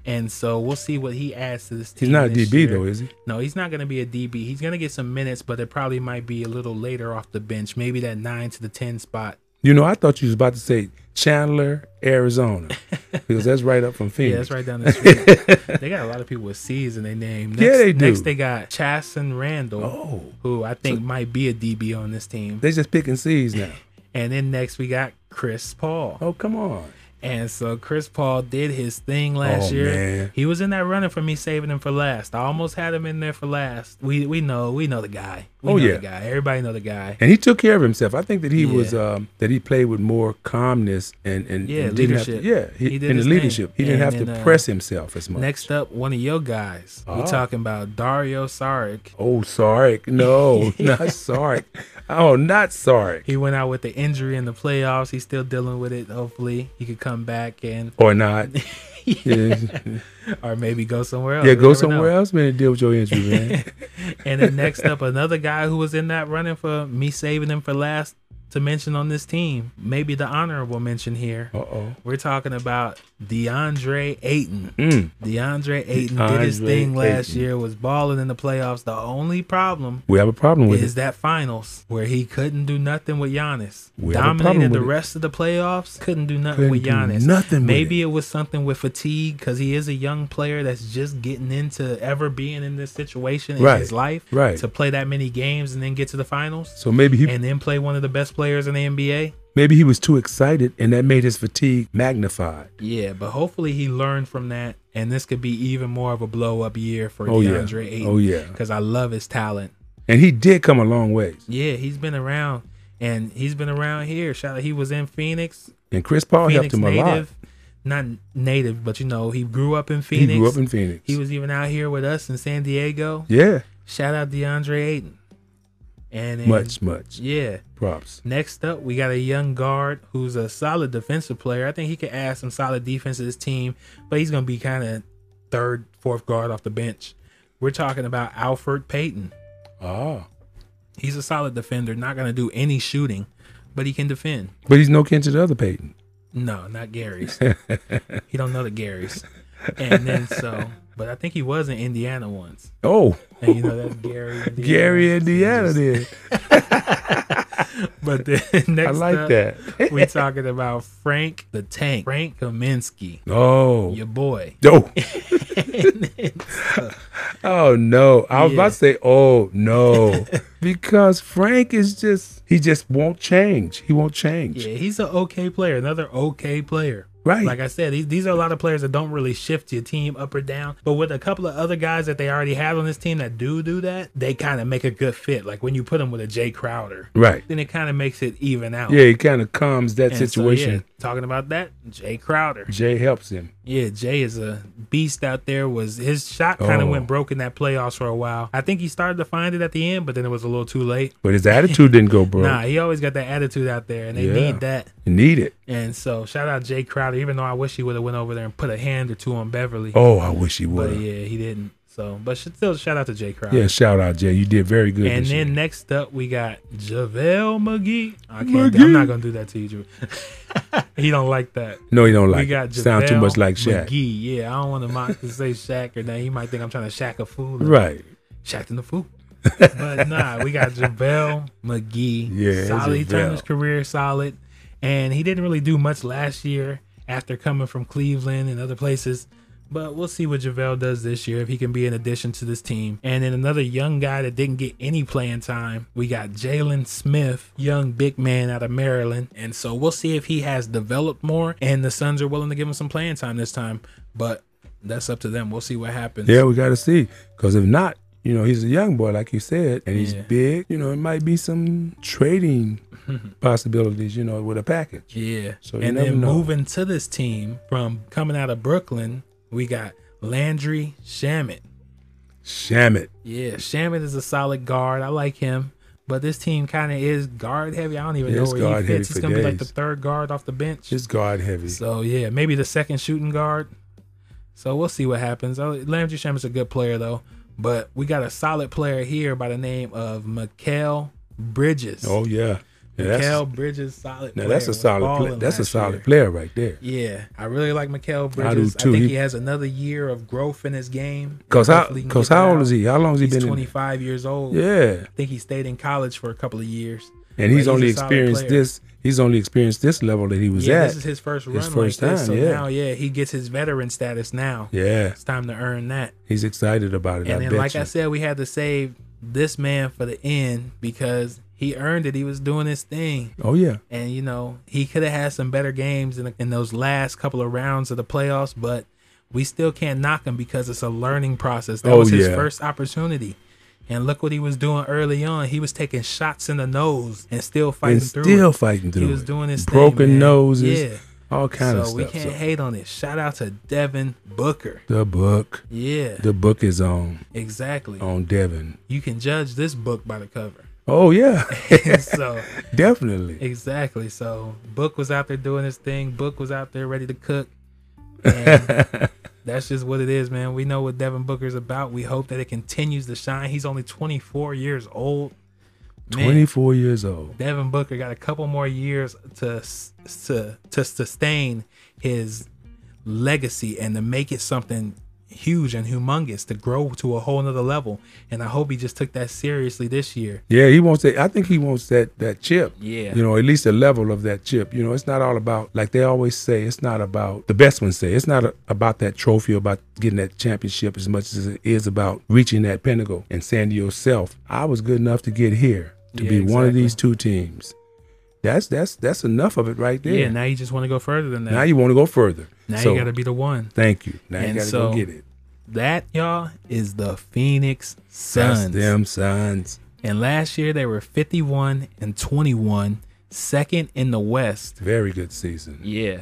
[SPEAKER 3] And so we'll see what he adds to this team.
[SPEAKER 4] He's not a
[SPEAKER 3] this
[SPEAKER 4] DB
[SPEAKER 3] year.
[SPEAKER 4] though, is he?
[SPEAKER 3] No, he's not going to be a DB. He's going to get some minutes, but it probably might be a little later off the bench, maybe that nine to the ten spot.
[SPEAKER 4] You know, I thought you was about to say Chandler, Arizona, because that's right up from Phoenix.
[SPEAKER 3] Yeah, that's right down the street. they got a lot of people with C's in their name. Next,
[SPEAKER 4] Yeah, they do.
[SPEAKER 3] Next, they got Chasten Randall,
[SPEAKER 4] Oh.
[SPEAKER 3] who I think might be a DB on this team.
[SPEAKER 4] They just picking C's now.
[SPEAKER 3] And then next, we got Chris Paul.
[SPEAKER 4] Oh, come on.
[SPEAKER 3] And so Chris Paul did his thing last
[SPEAKER 4] Oh,
[SPEAKER 3] year.
[SPEAKER 4] man.
[SPEAKER 3] He was in that running for me saving him for last. I almost had him in there for last. We we know we know the guy. We
[SPEAKER 4] Oh,
[SPEAKER 3] know
[SPEAKER 4] yeah.
[SPEAKER 3] the guy. Everybody know the guy.
[SPEAKER 4] And he took care of himself. I think that he was
[SPEAKER 3] Yeah.
[SPEAKER 4] um, that he played with more calmness and and
[SPEAKER 3] Yeah,
[SPEAKER 4] and didn't have
[SPEAKER 3] leadership.
[SPEAKER 4] To, yeah, he,
[SPEAKER 3] He did
[SPEAKER 4] and
[SPEAKER 3] his
[SPEAKER 4] the leadership.
[SPEAKER 3] thing.
[SPEAKER 4] He didn't
[SPEAKER 3] And
[SPEAKER 4] have to
[SPEAKER 3] then, uh,
[SPEAKER 4] press himself as much.
[SPEAKER 3] Next up, one of your guys. We're
[SPEAKER 4] Oh.
[SPEAKER 3] talking about Dario Saric.
[SPEAKER 4] oh, Sark, no, not Sark. Oh, not Sark.
[SPEAKER 3] He went out with the injury in the playoffs. He's still dealing with it. Hopefully, he could come back and
[SPEAKER 4] Or not. yeah.
[SPEAKER 3] or maybe go somewhere else.
[SPEAKER 4] Yeah,
[SPEAKER 3] We
[SPEAKER 4] go
[SPEAKER 3] Oh, never
[SPEAKER 4] somewhere
[SPEAKER 3] know.
[SPEAKER 4] else, man, and deal with your injury, man.
[SPEAKER 3] And then next up, another guy who was in that running for me saving him for last to mention on this team. Maybe the honorable mention here.
[SPEAKER 4] uh oh.
[SPEAKER 3] We're talking about DeAndre Ayton.
[SPEAKER 4] Mm.
[SPEAKER 3] DeAndre Ayton did his
[SPEAKER 4] DeAndre
[SPEAKER 3] thing last
[SPEAKER 4] Ayton.
[SPEAKER 3] year, was balling in the playoffs. The only problem
[SPEAKER 4] We have a problem with
[SPEAKER 3] is that finals where he couldn't do nothing with Giannis.
[SPEAKER 4] We have a problem
[SPEAKER 3] Dominated the
[SPEAKER 4] with it.
[SPEAKER 3] rest of the playoffs, couldn't do nothing
[SPEAKER 4] Couldn't
[SPEAKER 3] with
[SPEAKER 4] do
[SPEAKER 3] Giannis.
[SPEAKER 4] nothing with
[SPEAKER 3] Maybe it. was something with fatigue because he is a young player that's just getting into ever being in this situation in
[SPEAKER 4] Right,
[SPEAKER 3] his life.
[SPEAKER 4] right.
[SPEAKER 3] To play that many games and then get to the finals.
[SPEAKER 4] it. So maybe he
[SPEAKER 3] And then play one of the best players in the NBA.
[SPEAKER 4] Maybe he was too excited and that made his fatigue magnified.
[SPEAKER 3] Yeah, but hopefully he learned from that, and this could be even more of a blow up year for
[SPEAKER 4] Oh, yeah.
[SPEAKER 3] DeAndre Ayton.
[SPEAKER 4] Oh, yeah.
[SPEAKER 3] because I love his talent.
[SPEAKER 4] And he did come a long ways.
[SPEAKER 3] Yeah, he's been around, and he's been around here. Shout out, he was in Phoenix,
[SPEAKER 4] And Chris Paul
[SPEAKER 3] Phoenix
[SPEAKER 4] Oh, helped him a lot.
[SPEAKER 3] native, not native, but you know he grew up in
[SPEAKER 4] He
[SPEAKER 3] Phoenix.
[SPEAKER 4] grew up in Phoenix.
[SPEAKER 3] He was even out here with us in San Diego.
[SPEAKER 4] yeah,
[SPEAKER 3] Shout out DeAndre Ayton. And then-
[SPEAKER 4] much, much.
[SPEAKER 3] Yeah.
[SPEAKER 4] Props.
[SPEAKER 3] Next up, we got a young guard who's a solid defensive player. I think he can add some solid defense to this team, but he's going to be kind of third, fourth guard off the bench. We're talking about Alfred Payton.
[SPEAKER 4] Ah.
[SPEAKER 3] He's a solid defender, not going to do any shooting, but he can defend.
[SPEAKER 4] But he's no kin to the other Peyton.
[SPEAKER 3] No, not Gary's. he don't know the Gary's. And then so, but I think he was in Indiana once.
[SPEAKER 4] Oh,
[SPEAKER 3] And you know that's Gary. Indiana.
[SPEAKER 4] Gary, Indiana, then.
[SPEAKER 3] But then next
[SPEAKER 4] I like
[SPEAKER 3] up,
[SPEAKER 4] that.
[SPEAKER 3] we talking about Frank the Tank, Frank Kaminsky,
[SPEAKER 4] Oh.
[SPEAKER 3] your boy.
[SPEAKER 4] Oh. oh no. I was about to say, oh no. because Frank is just he just won't change. He won't change.
[SPEAKER 3] Yeah, he's an okay player, another okay player.
[SPEAKER 4] Right.
[SPEAKER 3] Like I said, these, these are a lot of players that don't really shift your team up or down. But with a couple of other guys that they already have on this team that do do that, they kind of make a good fit. Like when you put them with a Jay Crowder,
[SPEAKER 4] Right.
[SPEAKER 3] then it kind of makes it even out.
[SPEAKER 4] Yeah, he kind of calms that
[SPEAKER 3] And so,
[SPEAKER 4] situation.
[SPEAKER 3] yeah, talking about that, Jay Crowder.
[SPEAKER 4] Jay helps him.
[SPEAKER 3] Yeah, Jay is a beast out there. Was his shot kind of
[SPEAKER 4] Oh.
[SPEAKER 3] went broke in that playoffs for a while? I think he started to find it at the end, but then it was a little too late.
[SPEAKER 4] But his attitude didn't go broke.
[SPEAKER 3] Nah, he always got that attitude out there, and they
[SPEAKER 4] Yeah.
[SPEAKER 3] need that.
[SPEAKER 4] You need it.
[SPEAKER 3] And so shout out Jay Crowder, even though I wish he would have went over there and put a hand or two on Beverly.
[SPEAKER 4] Oh, I wish he
[SPEAKER 3] but
[SPEAKER 4] would. Yeah.
[SPEAKER 3] yeah, he didn't. So but sh- still shout out to Jay Crowder.
[SPEAKER 4] shout out Jay. You did very good.
[SPEAKER 3] Uh-huh. And
[SPEAKER 4] this
[SPEAKER 3] then
[SPEAKER 4] year.
[SPEAKER 3] next up we got JaVale McGee. I can't
[SPEAKER 4] McGee.
[SPEAKER 3] I'm not gonna do that to you, Drew. he don't like that.
[SPEAKER 4] no, you don't like.
[SPEAKER 3] we got JaVale
[SPEAKER 4] sound too much like Shaq.
[SPEAKER 3] McGee. Yeah, I don't want to mock to say Shaq or that. He might think I'm trying to shack a fool. or
[SPEAKER 4] Right.
[SPEAKER 3] Shaq in the fool. but nah, we got JaVale McGee.
[SPEAKER 4] Yeah,
[SPEAKER 3] solid. He turned his
[SPEAKER 4] JaVale.
[SPEAKER 3] career solid, and he didn't really do much last year after coming from Cleveland and other places. But we'll see what JaVale does this year if he can be an addition to this team. And then another young guy that didn't get any playing time, we got Jalen Smith, young big man out of Maryland. And so we'll see if he has developed more and the Suns are willing to give him some playing time this time. But that's up to them. We'll see what happens.
[SPEAKER 4] Yeah, we got to see. Because if not, you know, he's a young boy, like you said, and he's
[SPEAKER 3] Yeah.
[SPEAKER 4] big. You know, it might be some trading possibilities, you know, with a package.
[SPEAKER 3] Yeah.
[SPEAKER 4] So you
[SPEAKER 3] and
[SPEAKER 4] never
[SPEAKER 3] then
[SPEAKER 4] know.
[SPEAKER 3] moving to this team from coming out of Brooklyn, we got Landry Shamit.
[SPEAKER 4] Shamit.
[SPEAKER 3] Yeah, Shamit is a solid guard. I like him. But this team kind of is guard heavy. I don't even
[SPEAKER 4] Yeah, it's
[SPEAKER 3] know where
[SPEAKER 4] guard
[SPEAKER 3] he
[SPEAKER 4] heavy
[SPEAKER 3] fits. He's
[SPEAKER 4] for
[SPEAKER 3] going to be like the
[SPEAKER 4] days.
[SPEAKER 3] third guard off the bench.
[SPEAKER 4] Just guard heavy.
[SPEAKER 3] So, yeah, maybe the second shooting guard. So, we'll see what happens. Uh, Landry Shamit's a good player, though. But we got a solid player here by the name of Mikael Bridges.
[SPEAKER 4] oh yeah. Now that's,
[SPEAKER 3] Mikael Bridges, solid
[SPEAKER 4] now
[SPEAKER 3] player.
[SPEAKER 4] that's a
[SPEAKER 3] was
[SPEAKER 4] solid player.
[SPEAKER 3] balling
[SPEAKER 4] That's a
[SPEAKER 3] last
[SPEAKER 4] solid
[SPEAKER 3] year.
[SPEAKER 4] player right there.
[SPEAKER 3] Yeah, I really like Mikael
[SPEAKER 4] I do,
[SPEAKER 3] Bridges. I,
[SPEAKER 4] too.
[SPEAKER 3] think he,
[SPEAKER 4] He-
[SPEAKER 3] has another year of growth in his game.
[SPEAKER 4] Cause how?
[SPEAKER 3] Hopefully he can
[SPEAKER 4] Cause
[SPEAKER 3] get that
[SPEAKER 4] how old
[SPEAKER 3] out.
[SPEAKER 4] is he? How long has he
[SPEAKER 3] He's
[SPEAKER 4] been? in
[SPEAKER 3] 25 years old.
[SPEAKER 4] Yeah,
[SPEAKER 3] I think he stayed in college for a couple of years.
[SPEAKER 4] and
[SPEAKER 3] But
[SPEAKER 4] he's
[SPEAKER 3] a
[SPEAKER 4] only
[SPEAKER 3] solid
[SPEAKER 4] experienced
[SPEAKER 3] player.
[SPEAKER 4] this. He's only experienced this level that he was
[SPEAKER 3] Yeah,
[SPEAKER 4] at.
[SPEAKER 3] this is his first run.
[SPEAKER 4] his first
[SPEAKER 3] like this.
[SPEAKER 4] time,
[SPEAKER 3] So
[SPEAKER 4] yeah.
[SPEAKER 3] now, yeah, he gets his veteran status now.
[SPEAKER 4] yeah,
[SPEAKER 3] It's time to earn that.
[SPEAKER 4] he's excited about it.
[SPEAKER 3] And
[SPEAKER 4] I
[SPEAKER 3] then,
[SPEAKER 4] bet
[SPEAKER 3] like
[SPEAKER 4] you.
[SPEAKER 3] I said, we had to save this man for the end because he earned it. He was doing his thing.
[SPEAKER 4] oh yeah,
[SPEAKER 3] And you know, he could have had some better games in, in those last couple of rounds of the playoffs, but we still can't knock him because it's a learning process. That
[SPEAKER 4] Oh,
[SPEAKER 3] was his
[SPEAKER 4] yeah.
[SPEAKER 3] first opportunity. And look what he was doing early on. He was taking shots in the nose and still fighting
[SPEAKER 4] and
[SPEAKER 3] through
[SPEAKER 4] still
[SPEAKER 3] it.
[SPEAKER 4] fighting through.
[SPEAKER 3] He was
[SPEAKER 4] it.
[SPEAKER 3] doing his thing,
[SPEAKER 4] broken
[SPEAKER 3] man.
[SPEAKER 4] noses,
[SPEAKER 3] Yeah.
[SPEAKER 4] all kind
[SPEAKER 3] so
[SPEAKER 4] of stuff.
[SPEAKER 3] we can't
[SPEAKER 4] So
[SPEAKER 3] hate on it. Shout out to Devin Booker.
[SPEAKER 4] the book,
[SPEAKER 3] Yeah,
[SPEAKER 4] the Oh. book is on
[SPEAKER 3] exactly.
[SPEAKER 4] on Devin.
[SPEAKER 3] You can judge this book by the cover.
[SPEAKER 4] Oh yeah,
[SPEAKER 3] so
[SPEAKER 4] definitely.
[SPEAKER 3] Exactly. So Book was out there doing his thing. Book was out there ready to cook. And that's just what it is, man. We know what Devin Booker's about. We hope that it continues to shine. He's only 24 years old. Man,
[SPEAKER 4] Twenty four years old.
[SPEAKER 3] Devin Booker got a couple more years to s- to to sustain his legacy and to make it something huge and humongous to grow to a whole nother level. And I hope he just took that seriously this year.
[SPEAKER 4] Yeah, he wants that. I think he wants that that chip.
[SPEAKER 3] Yeah.
[SPEAKER 4] you know, at least a level of that chip. You know, it's not all about like they always say. It's not about the best ones say. It's not a, about that trophy, about getting that championship as much as it is about reaching that pinnacle and saying to yourself, "I was good enough to get here to
[SPEAKER 3] Yeah,
[SPEAKER 4] be one of
[SPEAKER 3] exactly.
[SPEAKER 4] these two teams." That's that's that's enough of it right there.
[SPEAKER 3] Yeah. now you just want to go further than that.
[SPEAKER 4] now you want to go further.
[SPEAKER 3] now
[SPEAKER 4] So,
[SPEAKER 3] you got to be the one.
[SPEAKER 4] Thank you. Now you
[SPEAKER 3] And
[SPEAKER 4] gotta
[SPEAKER 3] so,
[SPEAKER 4] go get it.
[SPEAKER 3] That y'all is the Phoenix
[SPEAKER 4] That's
[SPEAKER 3] Suns.
[SPEAKER 4] them sons.
[SPEAKER 3] And last year they were 51 and 21, second in the West.
[SPEAKER 4] Very good season.
[SPEAKER 3] Yeah.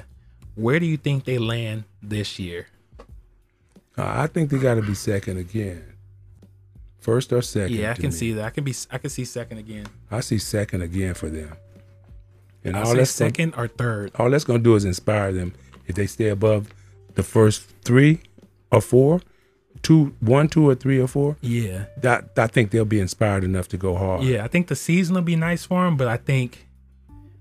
[SPEAKER 3] Where do you think they land this year?
[SPEAKER 4] Uh, I think they got to be second again. First or second.
[SPEAKER 3] yeah, I
[SPEAKER 4] to
[SPEAKER 3] can
[SPEAKER 4] me.
[SPEAKER 3] see that. I can be I can see second again.
[SPEAKER 4] I see second again for them. And
[SPEAKER 3] I
[SPEAKER 4] all
[SPEAKER 3] say
[SPEAKER 4] that's gonna-
[SPEAKER 3] second or third.
[SPEAKER 4] all that's gonna do is inspire them. If they stay above the first three or four, two, one, two, or three or four,
[SPEAKER 3] Yeah.
[SPEAKER 4] that I think they'll be inspired enough to go hard.
[SPEAKER 3] Yeah, I think the season will be nice for them, but I think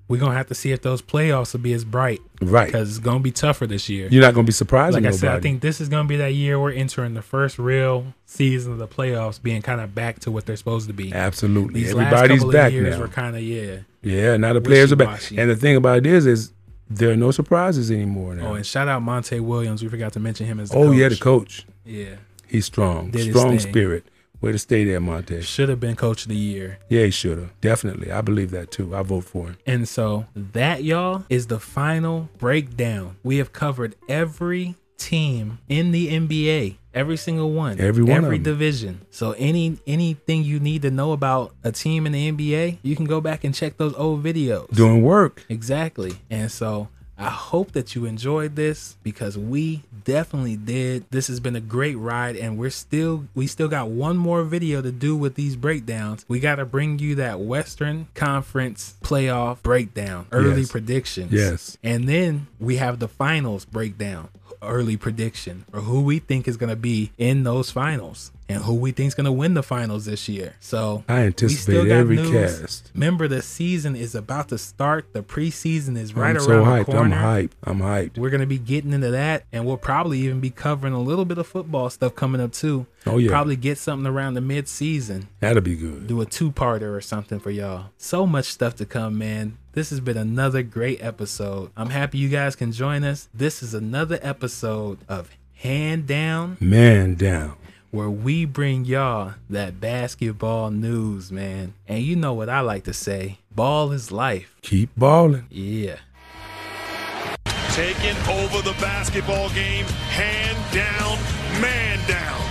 [SPEAKER 3] we're going to have to see if those playoffs will be as bright
[SPEAKER 4] Right.
[SPEAKER 3] cuz it's going to be tougher this year.
[SPEAKER 4] You're not gonna be surprising
[SPEAKER 3] like I
[SPEAKER 4] nobody.
[SPEAKER 3] said, I think this is going to be that year we're entering the first real season of the playoffs, being kind of back to what they're supposed to be.
[SPEAKER 4] Absolutely.
[SPEAKER 3] These last
[SPEAKER 4] Everybody's
[SPEAKER 3] couple
[SPEAKER 4] back
[SPEAKER 3] of years
[SPEAKER 4] now.
[SPEAKER 3] were kind of yeah.
[SPEAKER 4] yeah, now the players are back.
[SPEAKER 3] wishy-washy.
[SPEAKER 4] And the thing about it is is there are no surprises anymore now.
[SPEAKER 3] Oh, and shout out Monte Williams. We forgot to mention him as the
[SPEAKER 4] Oh,
[SPEAKER 3] coach.
[SPEAKER 4] yeah, the coach.
[SPEAKER 3] yeah.
[SPEAKER 4] He's strong.
[SPEAKER 3] Did his
[SPEAKER 4] strong
[SPEAKER 3] thing.
[SPEAKER 4] spirit. Way to stay there, Monte.
[SPEAKER 3] Should have been coach of the year.
[SPEAKER 4] Yeah, he should have. Definitely. I believe that too. I vote for him.
[SPEAKER 3] And so that y'all is the final breakdown. We have covered every team in the NBA, every single one,
[SPEAKER 4] Every one of
[SPEAKER 3] every
[SPEAKER 4] them.
[SPEAKER 3] division. So any anything you need to know about a team in the NBA, you can go back and check those old videos.
[SPEAKER 4] Doing work.
[SPEAKER 3] Exactly. And so I hope that you enjoyed this because we definitely did. This has been a great ride and we're still we still got one more video to do with these breakdowns. We got to bring you that Western Conference playoff breakdown, early
[SPEAKER 4] Yes.
[SPEAKER 3] predictions.
[SPEAKER 4] Yes.
[SPEAKER 3] And then we have the finals breakdown, early prediction or who we think is going to be in those finals and who we think is going to win the finals this year. So
[SPEAKER 4] I
[SPEAKER 3] we
[SPEAKER 4] anticipate
[SPEAKER 3] still got
[SPEAKER 4] every
[SPEAKER 3] news.
[SPEAKER 4] cast.
[SPEAKER 3] Remember, the season is about to start. The preseason is right
[SPEAKER 4] I'm
[SPEAKER 3] around
[SPEAKER 4] so
[SPEAKER 3] the
[SPEAKER 4] hyped.
[SPEAKER 3] corner.
[SPEAKER 4] I'm hyped. I'm hyped.
[SPEAKER 3] We're gonna be getting into that, and we'll probably even be covering a little bit of football stuff coming up too.
[SPEAKER 4] Oh, yeah.
[SPEAKER 3] probably get something around the mid-season,
[SPEAKER 4] That'll be good.
[SPEAKER 3] do a two-parter or something for y'all. So much stuff to come, man. This has been another great episode. I'm happy you guys can join us. This is another episode of Hand Down,
[SPEAKER 4] Man down.
[SPEAKER 3] where we bring y'all that basketball news, man. And you know what I like to say: ball is life.
[SPEAKER 4] Keep balling.
[SPEAKER 3] Yeah.
[SPEAKER 5] taking over the basketball game, hand down, man down.